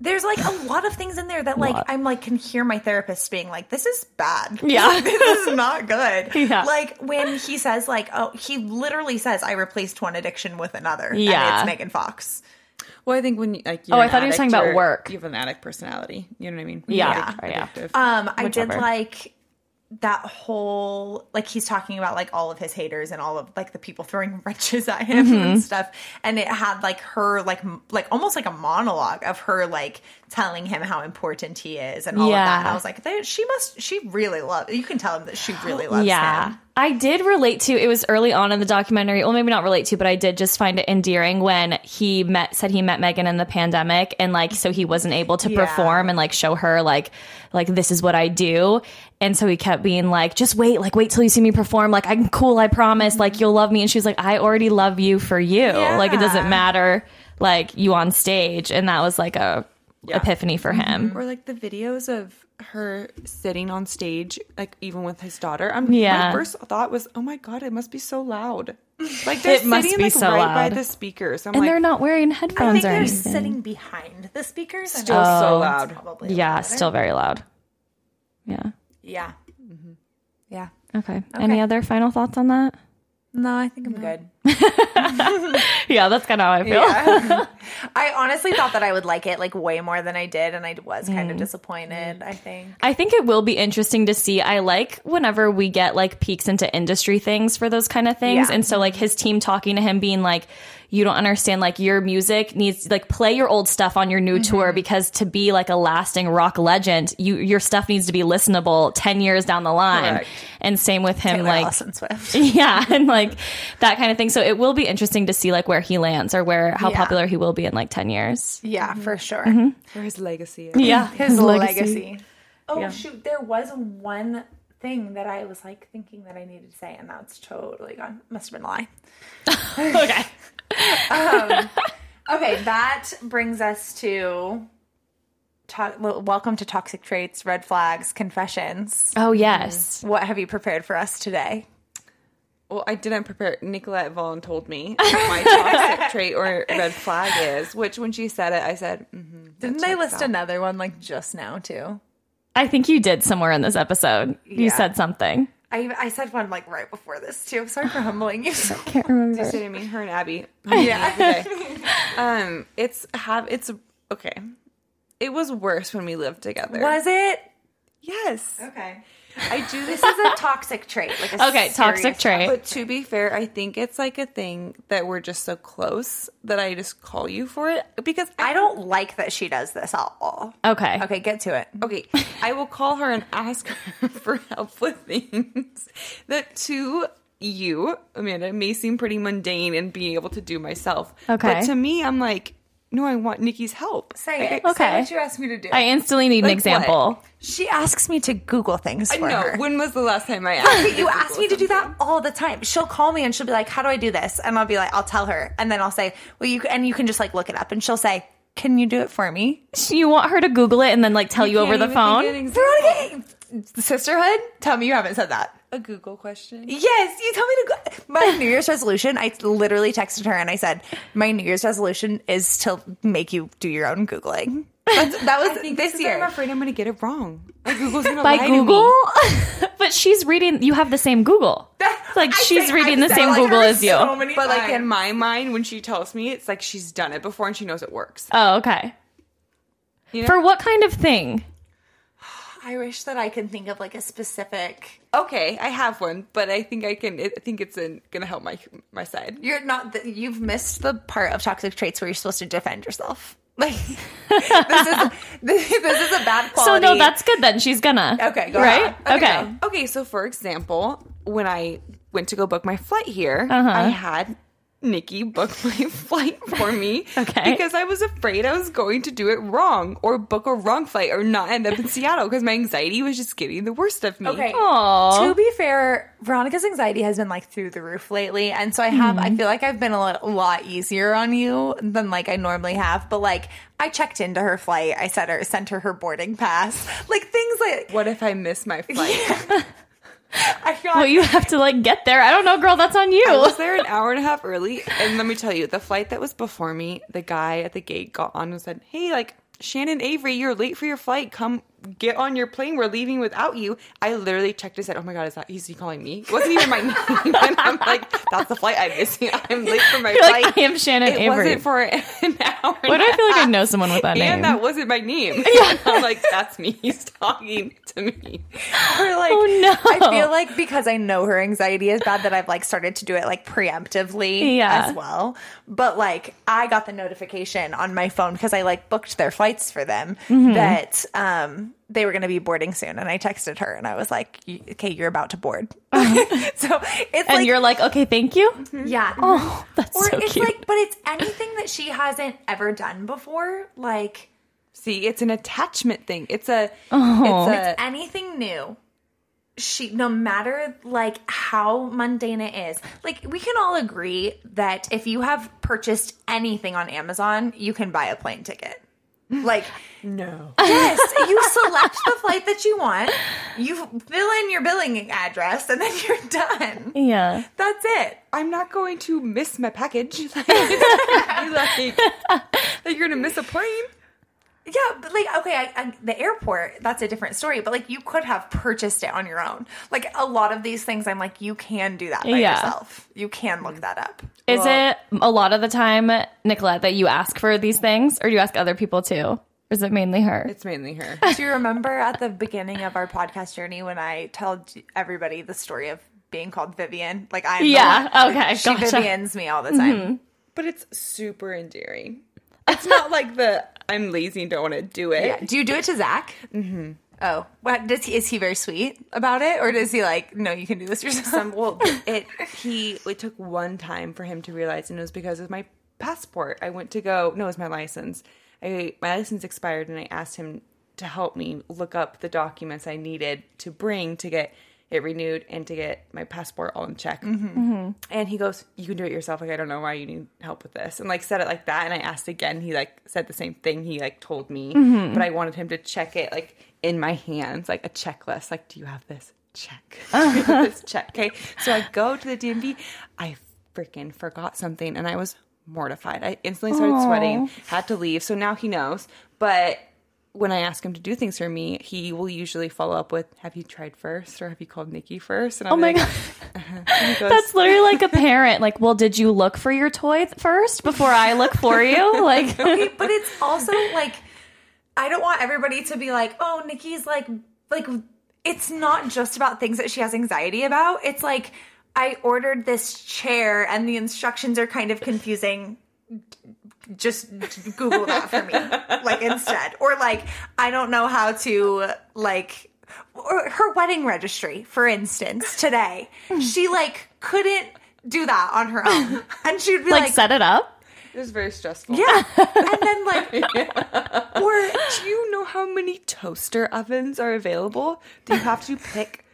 Speaker 2: There's like a lot of things in there that like
Speaker 3: Lot.
Speaker 2: I'm like can hear my therapist being like, this is bad.
Speaker 3: Yeah.
Speaker 2: this is not good.
Speaker 3: Yeah.
Speaker 2: Like when he says like, oh, he literally says, I replaced one addiction with another. and
Speaker 3: Yeah.
Speaker 2: it's Megan Fox.
Speaker 4: well, I think when you- like you're
Speaker 3: Oh, I
Speaker 4: an
Speaker 3: thought he was
Speaker 4: addict,
Speaker 3: talking about
Speaker 4: you're-
Speaker 3: work.
Speaker 4: You have an addict personality. You know what I mean?
Speaker 3: Yeah.
Speaker 4: Like,
Speaker 3: Yeah.
Speaker 4: addictive.
Speaker 2: Um, I did
Speaker 3: Whichever.
Speaker 2: like that whole like he's talking about like all of his haters and all of like the people throwing wrenches at him
Speaker 3: Mm-hmm.
Speaker 2: and stuff and it had like her like m- like almost like a monologue of her like telling him how important he is and all of that
Speaker 3: Yeah.
Speaker 2: and i was like they, she must she really loves you can tell him that she really loves
Speaker 3: yeah.
Speaker 2: him
Speaker 3: I did relate to it was early on in the documentary. Well, maybe not relate to, but I did just find it endearing when he met said he met Megan in the pandemic and like so he wasn't able to
Speaker 4: Yeah.
Speaker 3: perform and like show her like like this is what I do. And so he kept being like, just wait, like wait till you see me perform. Like I'm cool, I promise.
Speaker 2: Mm-hmm.
Speaker 3: Like you'll love me. And she was like, I already love you for you. Like it doesn't matter like you on stage. And that was like a epiphany for him.
Speaker 2: Mm-hmm.
Speaker 4: Or like the videos of her sitting on stage, like even with his daughter. I'm
Speaker 3: Yeah.
Speaker 4: my first thought was, oh my god, it must be so loud. Like they're
Speaker 3: It
Speaker 4: sitting
Speaker 3: must be
Speaker 4: like
Speaker 3: so
Speaker 4: right by
Speaker 3: loud.
Speaker 4: the speakers. I'm
Speaker 3: And
Speaker 4: like,
Speaker 3: they're not wearing
Speaker 2: I think
Speaker 3: headphones or
Speaker 2: they're
Speaker 3: anything.
Speaker 2: sitting behind the speakers. and
Speaker 4: still
Speaker 2: it's
Speaker 4: so loud.
Speaker 2: probably
Speaker 3: yeah,
Speaker 2: louder.
Speaker 3: still very loud. Yeah.
Speaker 2: Yeah. Mm-hmm. Yeah.
Speaker 3: Okay. Any other final thoughts on that?
Speaker 2: No, I think I'm good.
Speaker 3: Yeah, that's kind of how I feel.
Speaker 2: I honestly thought that I would like it like way more than I did, and I was kind of disappointed. I think.
Speaker 3: I think it will be interesting to see. I like whenever we get like peeks into industry things for those kind of things.
Speaker 2: Yeah.
Speaker 3: And so like his team talking to him being like, you don't understand like your music needs like play your old stuff on your new tour because to be like a lasting rock legend, you your stuff needs to be listenable 10 years down the line.
Speaker 4: Correct.
Speaker 3: And same with him
Speaker 2: Taylor
Speaker 3: like
Speaker 2: Allison Swift.
Speaker 3: yeah, and like that kind of thing. So it will be interesting to see like where he lands or where how
Speaker 2: Yeah.
Speaker 3: popular he will be in like 10 years.
Speaker 2: Yeah, for sure.
Speaker 4: where his legacy is.
Speaker 3: Yeah.
Speaker 2: Mm-hmm. His legacy. Oh shoot, there was one thing that I was like thinking that I needed to say, and now it's totally gone. Must have been a lie.
Speaker 3: okay.
Speaker 2: Okay, that brings us to to- welcome to toxic traits, red flags, confessions.
Speaker 3: Oh yes.
Speaker 2: What have you prepared for us today?
Speaker 4: Well, I didn't prepare. Nicolette Vaughn told me what my toxic trait or red flag is, which when she said it, I said, mm-hmm.
Speaker 2: Didn't they list another one like just now too?
Speaker 3: I think you did somewhere in this episode. You
Speaker 2: Yeah.
Speaker 3: said something.
Speaker 2: I I said one like right before this too. Sorry for humbling you.
Speaker 3: Can't remember.
Speaker 4: She said to me, her and Abby. Yeah. um, it's have it's okay. It was worse when we lived together.
Speaker 2: was it?
Speaker 4: Yes.
Speaker 2: Okay.
Speaker 4: I do this
Speaker 2: This is a toxic trait. Like a
Speaker 3: Okay, toxic
Speaker 2: serious-
Speaker 3: trait.
Speaker 4: But to be fair, I think it's like a thing that we're just so close that I just call you for it because
Speaker 2: I don't like that she does this at all.
Speaker 3: Okay.
Speaker 2: Okay, get to it.
Speaker 4: Okay, I will call her and ask her for help with things that to you, Amanda, may seem pretty mundane and being able to do myself.
Speaker 3: Okay.
Speaker 4: But to me, I'm like, no, I want Nikki's help.
Speaker 2: Say it.
Speaker 3: Okay.
Speaker 2: Say what you asked me to do.
Speaker 3: I instantly need
Speaker 4: Like
Speaker 3: an example.
Speaker 2: she asks me to Google things
Speaker 4: I
Speaker 2: for
Speaker 4: know.
Speaker 2: her.
Speaker 4: When was the last time I asked?
Speaker 2: But you ask me to do that all the time. She'll call me and she'll be like, "How do I do this?" And I'll be like, "I'll tell her." And then I'll say, "Well, you and you can just like look it up." And she'll say, "Can you do it for me?"
Speaker 3: You want her to Google it and then like tell you, over the phone?
Speaker 2: Veronica, sisterhood. Tell me you haven't said that.
Speaker 4: A Google question.
Speaker 2: Yes, you tell me to go. My New Year's resolution. I literally texted her and I said, "My New Year's resolution is to make you do your own googling." That's, that was this
Speaker 4: I'm
Speaker 2: year.
Speaker 4: afraid I'm going to get it wrong. Like Google's going to
Speaker 3: By
Speaker 4: lie to
Speaker 3: Google?
Speaker 4: me.
Speaker 3: but she's reading you have the same Google. It's like
Speaker 2: I
Speaker 3: she's
Speaker 2: say-
Speaker 3: reading
Speaker 2: I
Speaker 3: the
Speaker 2: say
Speaker 3: same
Speaker 2: like
Speaker 3: Google
Speaker 2: her
Speaker 3: as you.
Speaker 2: so many
Speaker 4: But like
Speaker 2: times.
Speaker 4: in my mind, when she tells me, it's like she's done it before and she knows it works.
Speaker 3: oh, okay.
Speaker 4: You know?
Speaker 3: For what kind of thing?
Speaker 2: I wish that I could think of like a specific.
Speaker 4: Okay, I have one, but I think I can. I think it's going to help my my side.
Speaker 2: You're not. The, you've missed the part of toxic traits where you're supposed to defend yourself. Like this is this, this is a bad quality.
Speaker 3: So no, that's good then. She's gonna.
Speaker 2: Okay, go
Speaker 3: right?
Speaker 2: on.
Speaker 3: Okay.
Speaker 2: go.
Speaker 4: Okay, so for example, when I went to go book my flight here,
Speaker 3: Uh-huh.
Speaker 4: I had Nikki book my flight for me
Speaker 3: Okay.
Speaker 4: because I was afraid I was going to do it wrong or book a wrong flight or not end up in Seattle because my anxiety was just getting the worst of me.
Speaker 2: Okay.
Speaker 3: Aw.
Speaker 2: To be fair, Veronica's anxiety has been like through the roof lately, and so I have. I feel like I've been a lot, lot easier on you than like I normally have. But like, I checked into her flight. I sent her sent her her boarding pass. Like things like
Speaker 4: What if I miss my flight?
Speaker 2: I got.
Speaker 3: Well, you have to like get there. I don't know, girl. That's on you.
Speaker 4: I was there an hour and a half early, and let me tell you, the flight that was before me, the guy at the gate got on and said, "Hey, like Shannon Avery, you're late for your flight. Come get on your plane. We're leaving without you." I literally checked and said, "Oh my god, is that is he calling me?" It wasn't even my name, and I'm like, "That's the flight I'm missing. I'm late for my
Speaker 3: You're
Speaker 4: flight."
Speaker 3: like, I am Shannon
Speaker 4: it
Speaker 3: Avery.
Speaker 4: wasn't for an hour.
Speaker 3: Why do I feel like I know someone with that name?
Speaker 4: and that wasn't my name. Yeah. I'm like, that's me. He's talking to me.
Speaker 2: Or, like,
Speaker 3: Oh, no.
Speaker 2: I feel like because I know her anxiety is bad that I've like started to do it like preemptively
Speaker 3: Yeah.
Speaker 2: as well. But like
Speaker 3: Mm-hmm.
Speaker 2: I got the notification on my phone because I like booked their flights for them that um they were going to be boarding soon, and I texted her and I was like, "Y- "Okay, you're about to board." so it's
Speaker 3: Mm-hmm. And
Speaker 2: like
Speaker 3: you're like, okay, thank you.
Speaker 4: Mm-hmm.
Speaker 2: yeah,
Speaker 3: Oh, that's
Speaker 2: or
Speaker 3: so
Speaker 2: it's
Speaker 3: cute.
Speaker 2: like, but it's anything that she hasn't ever done before, like
Speaker 4: See, it's an attachment thing. It's a
Speaker 3: Oh.
Speaker 4: it's a
Speaker 2: anything new. She, no matter like how mundane it is, like we can all agree that if you have purchased anything on Amazon, you can buy a plane ticket. Like
Speaker 4: no.
Speaker 2: Yes, you select the flight that you want, you fill in your billing address, and then you're done.
Speaker 3: yeah.
Speaker 2: That's it.
Speaker 4: I'm not going to miss my package. Like, like, like you're gonna miss a plane.
Speaker 2: Yeah, but like, okay, I, I, the airport, that's a different story, but like, you could have purchased it on your own. Like, a lot of these things, I'm like, you can do that by
Speaker 3: Yeah.
Speaker 2: yourself. You can look that up.
Speaker 3: Is it a lot of the time, Nicolette, that you ask for these things, or do you ask other people too? Or is it mainly her?
Speaker 4: It's mainly her.
Speaker 2: Do you remember at the beginning of our podcast journey when I told everybody the story of being called Vivian? Like, I'm the
Speaker 3: Yeah.
Speaker 2: one-
Speaker 3: Okay.
Speaker 2: She
Speaker 3: Gotcha. Mm-hmm.
Speaker 2: Vivians me all the time.
Speaker 4: But it's super endearing. It's not like the I'm lazy and don't want to do it.
Speaker 2: Yeah. Do you do it to Zach? Mm-hmm. Oh, what does he? Is he very sweet about it, or does he like, no, you can do this yourself?
Speaker 4: Um, well, it he it took one time for him to realize, and it was because of my passport. I went to go. No, it was my license. I my license expired, and I asked him to help me look up the documents I needed to bring to get it renewed and to get my passport all in check. And he goes, "You can do it yourself." Like I don't know why you need help with this, and like said it like that. And I asked again. He like said the same thing. He like told me,
Speaker 3: Mm-hmm.
Speaker 4: but I wanted him to check it like in my hands, like a checklist. Like, do you have this? Check. Do you
Speaker 3: Ah.
Speaker 4: have this check. Okay. So I go to the DMV. I freaking forgot something, and I was mortified. I instantly started sweating. Had to leave. So now he knows, but. When I ask him to do things for me, he will usually follow up with, "Have you tried first, or have you called Nikki first? And I'm
Speaker 3: Oh my
Speaker 4: like,
Speaker 3: God.
Speaker 4: he goes,
Speaker 3: That's literally like a parent. Like, well, did you look for your toy th- first before I look for you? Like,
Speaker 2: Okay, but it's also like, I don't want everybody to be like, oh, Nikki's like, like, it's not just about things that she has anxiety about. It's like, I ordered this chair, and the instructions are kind of confusing. Just Google that for me, like instead, or like I don't know how to like. Or her wedding registry, for instance, today she like couldn't do that on her own, and she'd be
Speaker 3: like,
Speaker 2: like
Speaker 3: set it up.
Speaker 4: It was very stressful.
Speaker 2: yeah. And then like or
Speaker 4: Do you know how many toaster ovens are available? Do you have to pick?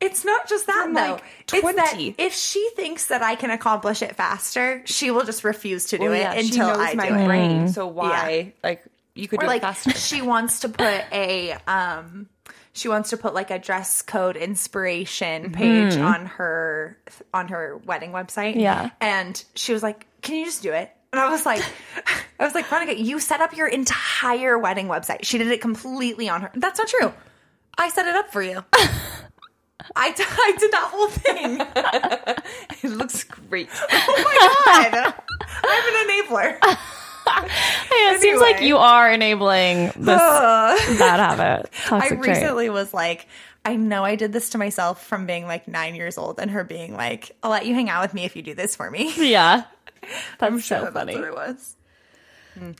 Speaker 2: it's not just that
Speaker 4: From,
Speaker 2: though.
Speaker 4: like,
Speaker 2: It's that
Speaker 4: 20.
Speaker 2: if she thinks that I can accomplish it faster, she will just refuse to do it
Speaker 4: Oh, Yeah, she
Speaker 2: until
Speaker 4: knows
Speaker 2: I do
Speaker 4: my
Speaker 2: it.
Speaker 4: brain. So why? Like you could
Speaker 2: Or
Speaker 4: do
Speaker 2: like
Speaker 4: it faster.
Speaker 2: she wants to put a um she wants to put like a dress code inspiration page on her on her wedding website.
Speaker 3: Yeah.
Speaker 2: And she was like, Can you just do it? And I was like, I was like, Monica, you set up your entire wedding website. She did it completely on her. That's not true. I set it up for you. I, t- I did that whole thing.
Speaker 4: It looks great.
Speaker 2: God, I'm an enabler.
Speaker 3: Yeah, it seems like
Speaker 2: Anyway.
Speaker 3: you are enabling this bad habit.
Speaker 2: I
Speaker 3: Toxic trait.
Speaker 2: recently was like, I know I did this to myself from being like nine years old and her being like, I'll let you hang out with me if you do this for me.
Speaker 3: Yeah. That's so
Speaker 2: That's
Speaker 3: funny.
Speaker 2: what it was.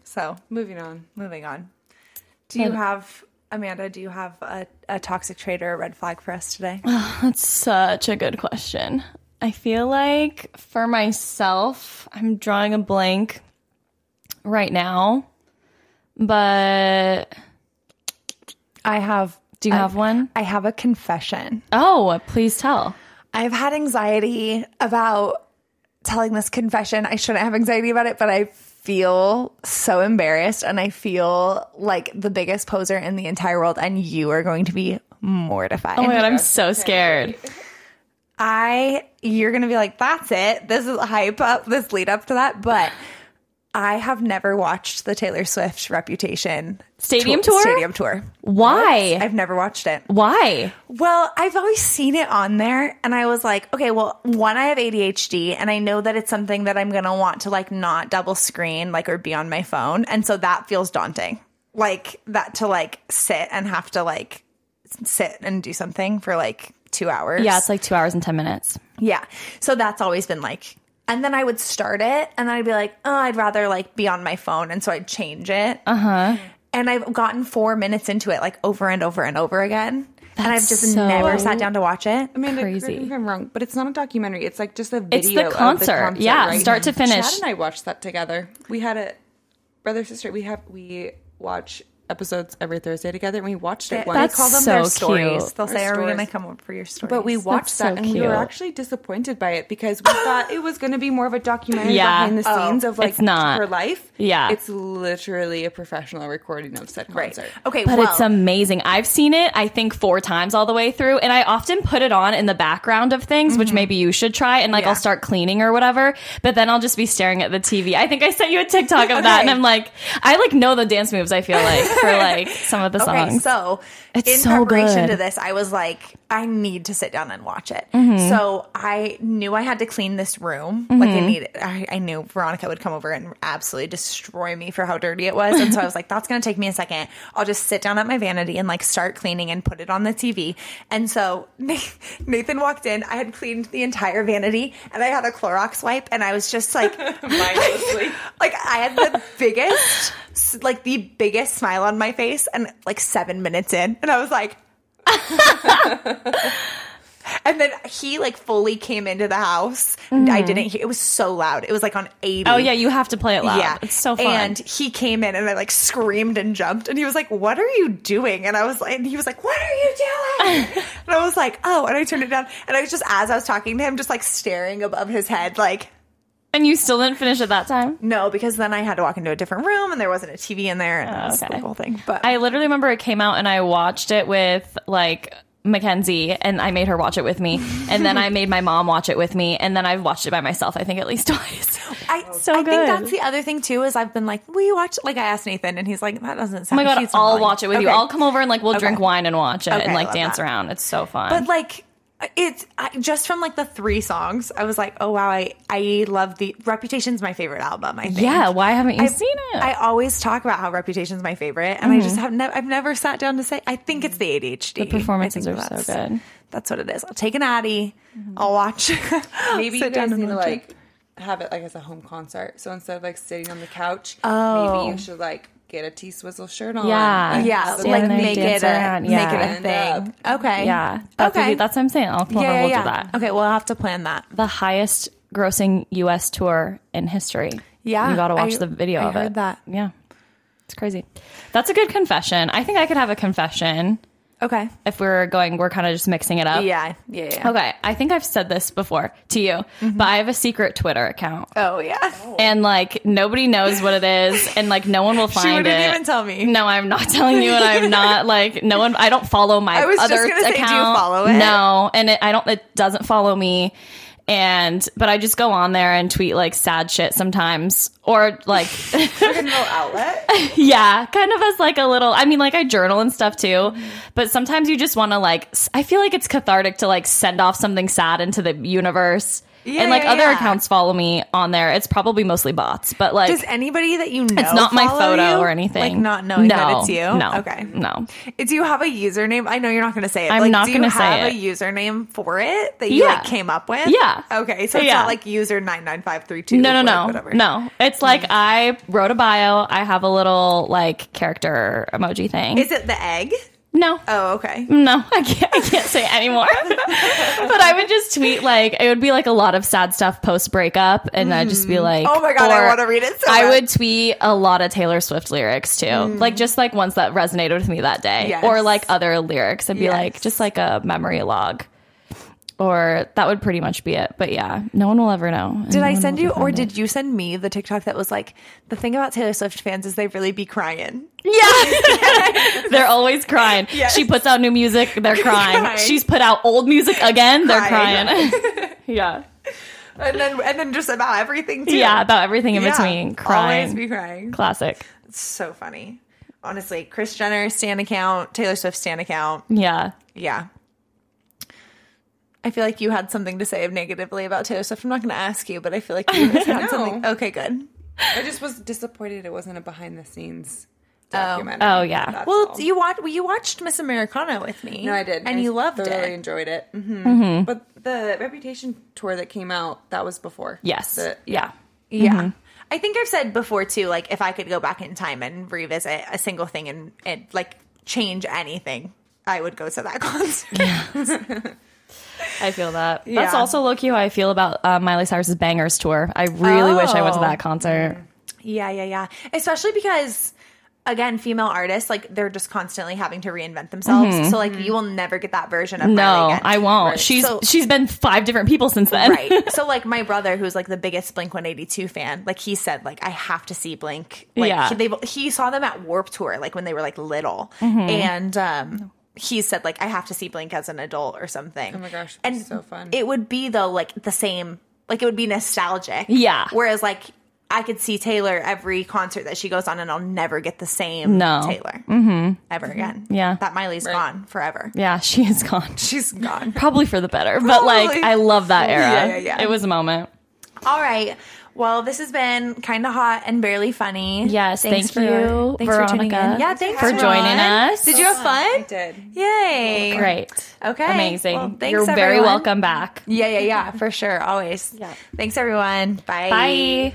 Speaker 2: So
Speaker 4: Moving on.
Speaker 2: Hmm. moving on. Do you have, Amanda, do you have a, a toxic trait or a red flag for us today?
Speaker 3: Such a good question. I feel like for myself, I'm drawing a blank right now, but
Speaker 2: I have.
Speaker 3: do you have one?
Speaker 2: I have a confession.
Speaker 3: Oh, please tell.
Speaker 2: I've had anxiety about telling this confession. I shouldn't have anxiety about it, but I feel so embarrassed and I feel like the biggest poser in the entire world and you are going to be mortified.
Speaker 3: Oh my god, I'm so scared.
Speaker 2: I you're going to be like that's it. This is hype up this lead up to that, but I have never watched the Taylor Swift Reputation
Speaker 3: Stadium tour?
Speaker 2: Stadium tour.
Speaker 3: Why?
Speaker 2: I've never watched it.
Speaker 3: Why?
Speaker 2: Well, I've always seen it on there and I was like, okay, well, one, I have ADHD and I know that it's something that I'm going to want to like not double screen, like, or be on my phone. And so that feels daunting. Like that to like sit and have to like sit and do something for like two hours.
Speaker 3: Yeah, it's like two hours and 10 minutes.
Speaker 2: Yeah. So that's always been like, and then I would
Speaker 3: Uh-huh.
Speaker 2: start it and then I'd be like, oh, I'd rather like be on my phone. And so I'd change it. Uh huh. and I've gotten four minutes into it like over and over and over again. and I've
Speaker 3: That's
Speaker 2: just
Speaker 3: so-
Speaker 2: never sat down to watch it.
Speaker 4: Amanda,
Speaker 3: Crazy.
Speaker 4: correct me if I'm wrong, but it's not a documentary. It's like just a video.
Speaker 3: It's the
Speaker 4: of
Speaker 3: concert. Yeah,
Speaker 4: right?
Speaker 3: start to finish.
Speaker 4: Chad and I watched that together. We had a brother sister. We have we watch episodes every Thursday together, and we watched it once.
Speaker 2: they
Speaker 3: That's
Speaker 2: call them
Speaker 3: so
Speaker 2: their
Speaker 3: cute.
Speaker 2: stories. They'll say, "Are we
Speaker 4: stories.
Speaker 2: going to come over for your stories?"
Speaker 4: but we watched
Speaker 3: so
Speaker 4: that, and we were
Speaker 3: cute.
Speaker 4: actually disappointed by it because we thought it was going to be more of a documentary
Speaker 3: Yeah.
Speaker 4: behind the
Speaker 2: Oh.
Speaker 4: scenes of like
Speaker 3: It's not.
Speaker 4: her life.
Speaker 3: Yeah.
Speaker 4: it's literally a professional recording of said
Speaker 2: right.
Speaker 4: concert.
Speaker 2: Okay,
Speaker 3: But
Speaker 2: well,
Speaker 3: it's amazing. I've seen it, I think, four times all the way through. And I often put it on in the background of things, which maybe you should try. And like,
Speaker 2: Mm-hmm. Yeah.
Speaker 3: I'll start cleaning or whatever. But then I'll just be staring at the TV. I think I sent you a TikTok of that. And
Speaker 2: Okay.
Speaker 3: I'm like, I like know the dance moves, I feel like, for like some of the songs.
Speaker 2: Okay, so
Speaker 3: It's
Speaker 2: in
Speaker 3: so
Speaker 2: preparation
Speaker 3: good.
Speaker 2: to this, I was like, I need to sit down and watch it.
Speaker 3: Mm-hmm.
Speaker 2: So I knew I had to clean this room. Like I needed, I, I knew Veronica would come over and absolutely destroy me for how dirty it was. And so I was like, that's going to take me a second. I'll just sit down at my vanity and like start cleaning and put it on the TV. And so Na- Nathan walked in. I had cleaned the entire vanity and I had a Clorox wipe and I was just like,
Speaker 4: Mindlessly.
Speaker 2: like I had the biggest, s- like the biggest smile on my face, and like seven minutes in, and I was like, and then he like fully came into the house. and I didn't. hear It was so loud. It was like on eighty.
Speaker 3: Mm-hmm. oh, yeah, you have to play it loud.
Speaker 2: Yeah,
Speaker 3: It's so fun.
Speaker 2: And he came in and I like screamed and jumped, and he was like, "What are you doing?" And I was like, and he was like, "What are you doing?" and I was like, "Oh," and I turned it down, and I was just as I was talking to him, just like staring above his head, like.
Speaker 3: and you still didn't finish it that time?
Speaker 2: No, because then I had to walk into a different room and there wasn't a TV in there and that was
Speaker 3: Okay.
Speaker 2: the whole thing. But
Speaker 3: I literally remember it came out and I watched it with like Mackenzie and I made her watch it with me. And then I made my mom watch it with me. And then I've watched it by myself, I think at least twice.
Speaker 2: I,
Speaker 3: so
Speaker 2: I think
Speaker 3: good.
Speaker 2: that's the other thing too is I've been like, will you watch? Like I asked Nathan and he's like, that doesn't
Speaker 3: Oh
Speaker 2: sound.
Speaker 3: my god,
Speaker 2: he's not
Speaker 3: I'll
Speaker 2: like-
Speaker 3: watch it with you.
Speaker 2: Okay.
Speaker 3: I'll come over and like we'll drink wine and watch it
Speaker 2: Okay,
Speaker 3: and
Speaker 2: I
Speaker 3: like
Speaker 2: love
Speaker 3: dance
Speaker 2: that.
Speaker 3: around. It's so fun.
Speaker 2: But like, it's I, just from like the three songs. I was like, oh wow, I I love the Reputation's my favorite album. I think.
Speaker 3: yeah, why haven't you
Speaker 2: I've-
Speaker 3: seen it? Mm-hmm.
Speaker 2: I always talk about how Reputation's my favorite, and I just have never I've never sat down to say. I think it's the ADHD. I
Speaker 3: Performances
Speaker 2: think
Speaker 3: are so
Speaker 2: that's-
Speaker 3: good. Mm-hmm.
Speaker 2: That's what it is. I'll take an Addy. I'll watch.
Speaker 4: Maybe
Speaker 2: sit
Speaker 4: you
Speaker 2: down
Speaker 4: guys
Speaker 2: and
Speaker 4: need to
Speaker 2: watch it.
Speaker 4: like have it like as a home concert. So instead of like sitting on the couch, maybe
Speaker 2: Oh.
Speaker 4: you should like get a T Swizzle shirt on.
Speaker 3: Yeah.
Speaker 4: like,
Speaker 2: Yeah,
Speaker 4: sit
Speaker 3: Stand
Speaker 2: like
Speaker 4: there.
Speaker 3: there,
Speaker 2: make it,
Speaker 3: dance
Speaker 2: a,
Speaker 3: around, yeah.
Speaker 2: make it a
Speaker 4: Stand
Speaker 2: thing. Okay.
Speaker 3: Yeah. That could
Speaker 2: Okay.
Speaker 3: be- that's what I'm saying. I'll come
Speaker 2: yeah,
Speaker 3: over
Speaker 2: yeah,
Speaker 3: and we'll
Speaker 2: yeah.
Speaker 3: do that.
Speaker 2: Okay, we'll have to plan that.
Speaker 3: The highest grossing US tour in history.
Speaker 2: Yeah,
Speaker 3: You gotta watch
Speaker 2: I-
Speaker 3: the video
Speaker 2: I
Speaker 3: of
Speaker 2: heard
Speaker 3: it.
Speaker 2: that.
Speaker 3: Yeah. It's crazy. That's a good confession. I think I could have a confession
Speaker 2: Okay.
Speaker 3: if we're going we're kind of just mixing it up.
Speaker 2: Yeah. Yeah. yeah.
Speaker 3: Okay, I think I've said this before to you, but I have a secret Twitter account.
Speaker 2: Mm-hmm. Oh yeah.
Speaker 3: and like nobody knows what it is and like no one will find
Speaker 2: wouldn't
Speaker 3: it.
Speaker 2: even tell me.
Speaker 3: No, I'm not telling you and I'm not like no one I don't follow my
Speaker 2: I was just
Speaker 3: other
Speaker 2: gonna say, do you
Speaker 3: account.
Speaker 2: follow it?
Speaker 3: No, and it, I don't it doesn't follow me. And but I just go on there and tweet like sad shit sometimes or like
Speaker 4: Like a little outlet.
Speaker 3: yeah, kind of as like a little I mean like I journal and stuff too, but sometimes you just want to like s- I feel like it's cathartic to like send off something sad into the universe.
Speaker 2: Yeah,
Speaker 3: and like
Speaker 2: yeah,
Speaker 3: other
Speaker 2: yeah.
Speaker 3: accounts follow me on there. It's probably mostly bots, but like
Speaker 2: Does anybody that you know?
Speaker 3: it's not my
Speaker 2: follow
Speaker 3: photo
Speaker 2: you?
Speaker 3: or anything.
Speaker 2: Like not knowing
Speaker 3: no,
Speaker 2: that it's you.
Speaker 3: No.
Speaker 2: Okay.
Speaker 3: No.
Speaker 2: Do you have a username? I know you're not going to say it.
Speaker 3: I'm
Speaker 2: like,
Speaker 3: not
Speaker 2: do you
Speaker 3: gonna say
Speaker 2: have
Speaker 3: it.
Speaker 2: a username for it that you
Speaker 3: Yeah.
Speaker 2: like came up with?
Speaker 3: Yeah.
Speaker 2: Okay. So it's
Speaker 3: Yeah.
Speaker 2: not like user nine nine five three two.
Speaker 3: No, no, no. No. It's like I wrote a bio. I have a little like character emoji thing.
Speaker 2: Is it the egg?
Speaker 3: no.
Speaker 2: Oh, okay.
Speaker 3: No, I can't, I can't say anymore. but I would just tweet like it would be like a lot of sad stuff post breakup, and I'd just be like,
Speaker 2: Oh my God, I
Speaker 3: or
Speaker 2: wanna read it so
Speaker 3: I
Speaker 2: much.
Speaker 3: would tweet a lot of Taylor Swift lyrics too, like just like ones that resonated with me that day,
Speaker 2: Yes.
Speaker 3: or like other lyrics, and be
Speaker 2: Yes.
Speaker 3: like just like a memory log. Or that would pretty much be it. But yeah, no one will ever know. and
Speaker 2: Did
Speaker 3: no
Speaker 2: I
Speaker 3: one
Speaker 2: send
Speaker 3: will
Speaker 2: you,
Speaker 3: ever
Speaker 2: or
Speaker 3: find
Speaker 2: did you send me the TikTok that was like, the thing about Taylor Swift fans is they really be crying?
Speaker 3: Yeah. they're always crying. She puts out new music, they're crying.
Speaker 2: Crying.
Speaker 3: She's put out old music again, they're
Speaker 2: Crying.
Speaker 3: crying. yeah.
Speaker 2: And then, and then just about everything too.
Speaker 3: Yeah, about everything in
Speaker 2: Yeah.
Speaker 3: between. Crying.
Speaker 2: Always be crying.
Speaker 3: Classic.
Speaker 2: It's so funny. Honestly, Chris Jenner stan account, Taylor Swift stan account.
Speaker 3: Yeah.
Speaker 2: Yeah. I feel like you had something to say negatively about Taylor Swift. I'm not going to ask you, but I feel like you guys had
Speaker 4: No.
Speaker 2: something. Okay, good.
Speaker 4: I just was disappointed it wasn't a behind the scenes documentary.
Speaker 3: Oh, yeah.
Speaker 4: That's
Speaker 2: Well,
Speaker 4: all.
Speaker 2: you watched you watched Miss Americana with me.
Speaker 4: No, I did,
Speaker 2: and you loved
Speaker 4: thoroughly
Speaker 2: it. Mm-hmm.
Speaker 4: enjoyed it. hmm But the Reputation tour that came out that was before.
Speaker 3: Yes.
Speaker 4: The-
Speaker 3: yeah.
Speaker 2: Yeah. I think I've said before too, like if I could go back in time and revisit a single thing and, and like change anything, I would go to that concert.
Speaker 3: I feel that. That's
Speaker 2: Yeah.
Speaker 3: also low key how I feel about uh, Miley Cyrus's Bangers tour. I really wish I went to
Speaker 2: Oh.
Speaker 3: that concert.
Speaker 2: Yeah, yeah, yeah. Especially because again, female artists like they're just constantly having to reinvent themselves. So like you will never get that version of Miley
Speaker 3: Mm-hmm. No,
Speaker 2: again.
Speaker 3: I won't.
Speaker 2: Right.
Speaker 3: She's
Speaker 2: So-
Speaker 3: she's been five different people since then.
Speaker 2: right. So like my brother, who's like the biggest Blink One Eighty Two fan, like he said, like I have to see Blink. Like,
Speaker 3: Yeah.
Speaker 2: He, they, he saw them at Warp Tour, like when they were like little,
Speaker 3: Mm-hmm.
Speaker 2: and um, he said like I have to see Blink as an adult or something. Oh
Speaker 4: my gosh, it'd be
Speaker 2: and
Speaker 4: so fun.
Speaker 2: It would be though like the same, like it would be nostalgic.
Speaker 3: Yeah.
Speaker 2: Whereas like. I could see Taylor every concert that she goes on, and I'll never get the same
Speaker 3: No.
Speaker 2: Taylor mm-hmm. ever again.
Speaker 3: Yeah.
Speaker 2: that Miley's gone forever.
Speaker 3: yeah, she is gone.
Speaker 2: She's gone.
Speaker 3: Probably for the better, but like
Speaker 2: Probably.
Speaker 3: I love that era.
Speaker 2: Yeah, yeah, yeah.
Speaker 3: It was a moment.
Speaker 2: All right. Well, this has been kind of hot and barely funny.
Speaker 3: Yes,
Speaker 2: Thanks
Speaker 3: thank
Speaker 2: for,
Speaker 3: you,
Speaker 2: thanks for tuning
Speaker 3: Veronica,
Speaker 2: in. Yeah, thanks
Speaker 3: for joining
Speaker 2: Veron.
Speaker 3: us.
Speaker 2: Did you have
Speaker 4: I
Speaker 2: fun?
Speaker 4: did.
Speaker 2: Yay!
Speaker 3: Great.
Speaker 2: Okay.
Speaker 3: Amazing.
Speaker 2: Well, thanks,
Speaker 3: You're very
Speaker 2: everyone.
Speaker 3: welcome back.
Speaker 2: Yeah, yeah, yeah, for sure, always.
Speaker 3: Yeah.
Speaker 2: Thanks, everyone. Bye.
Speaker 3: Bye.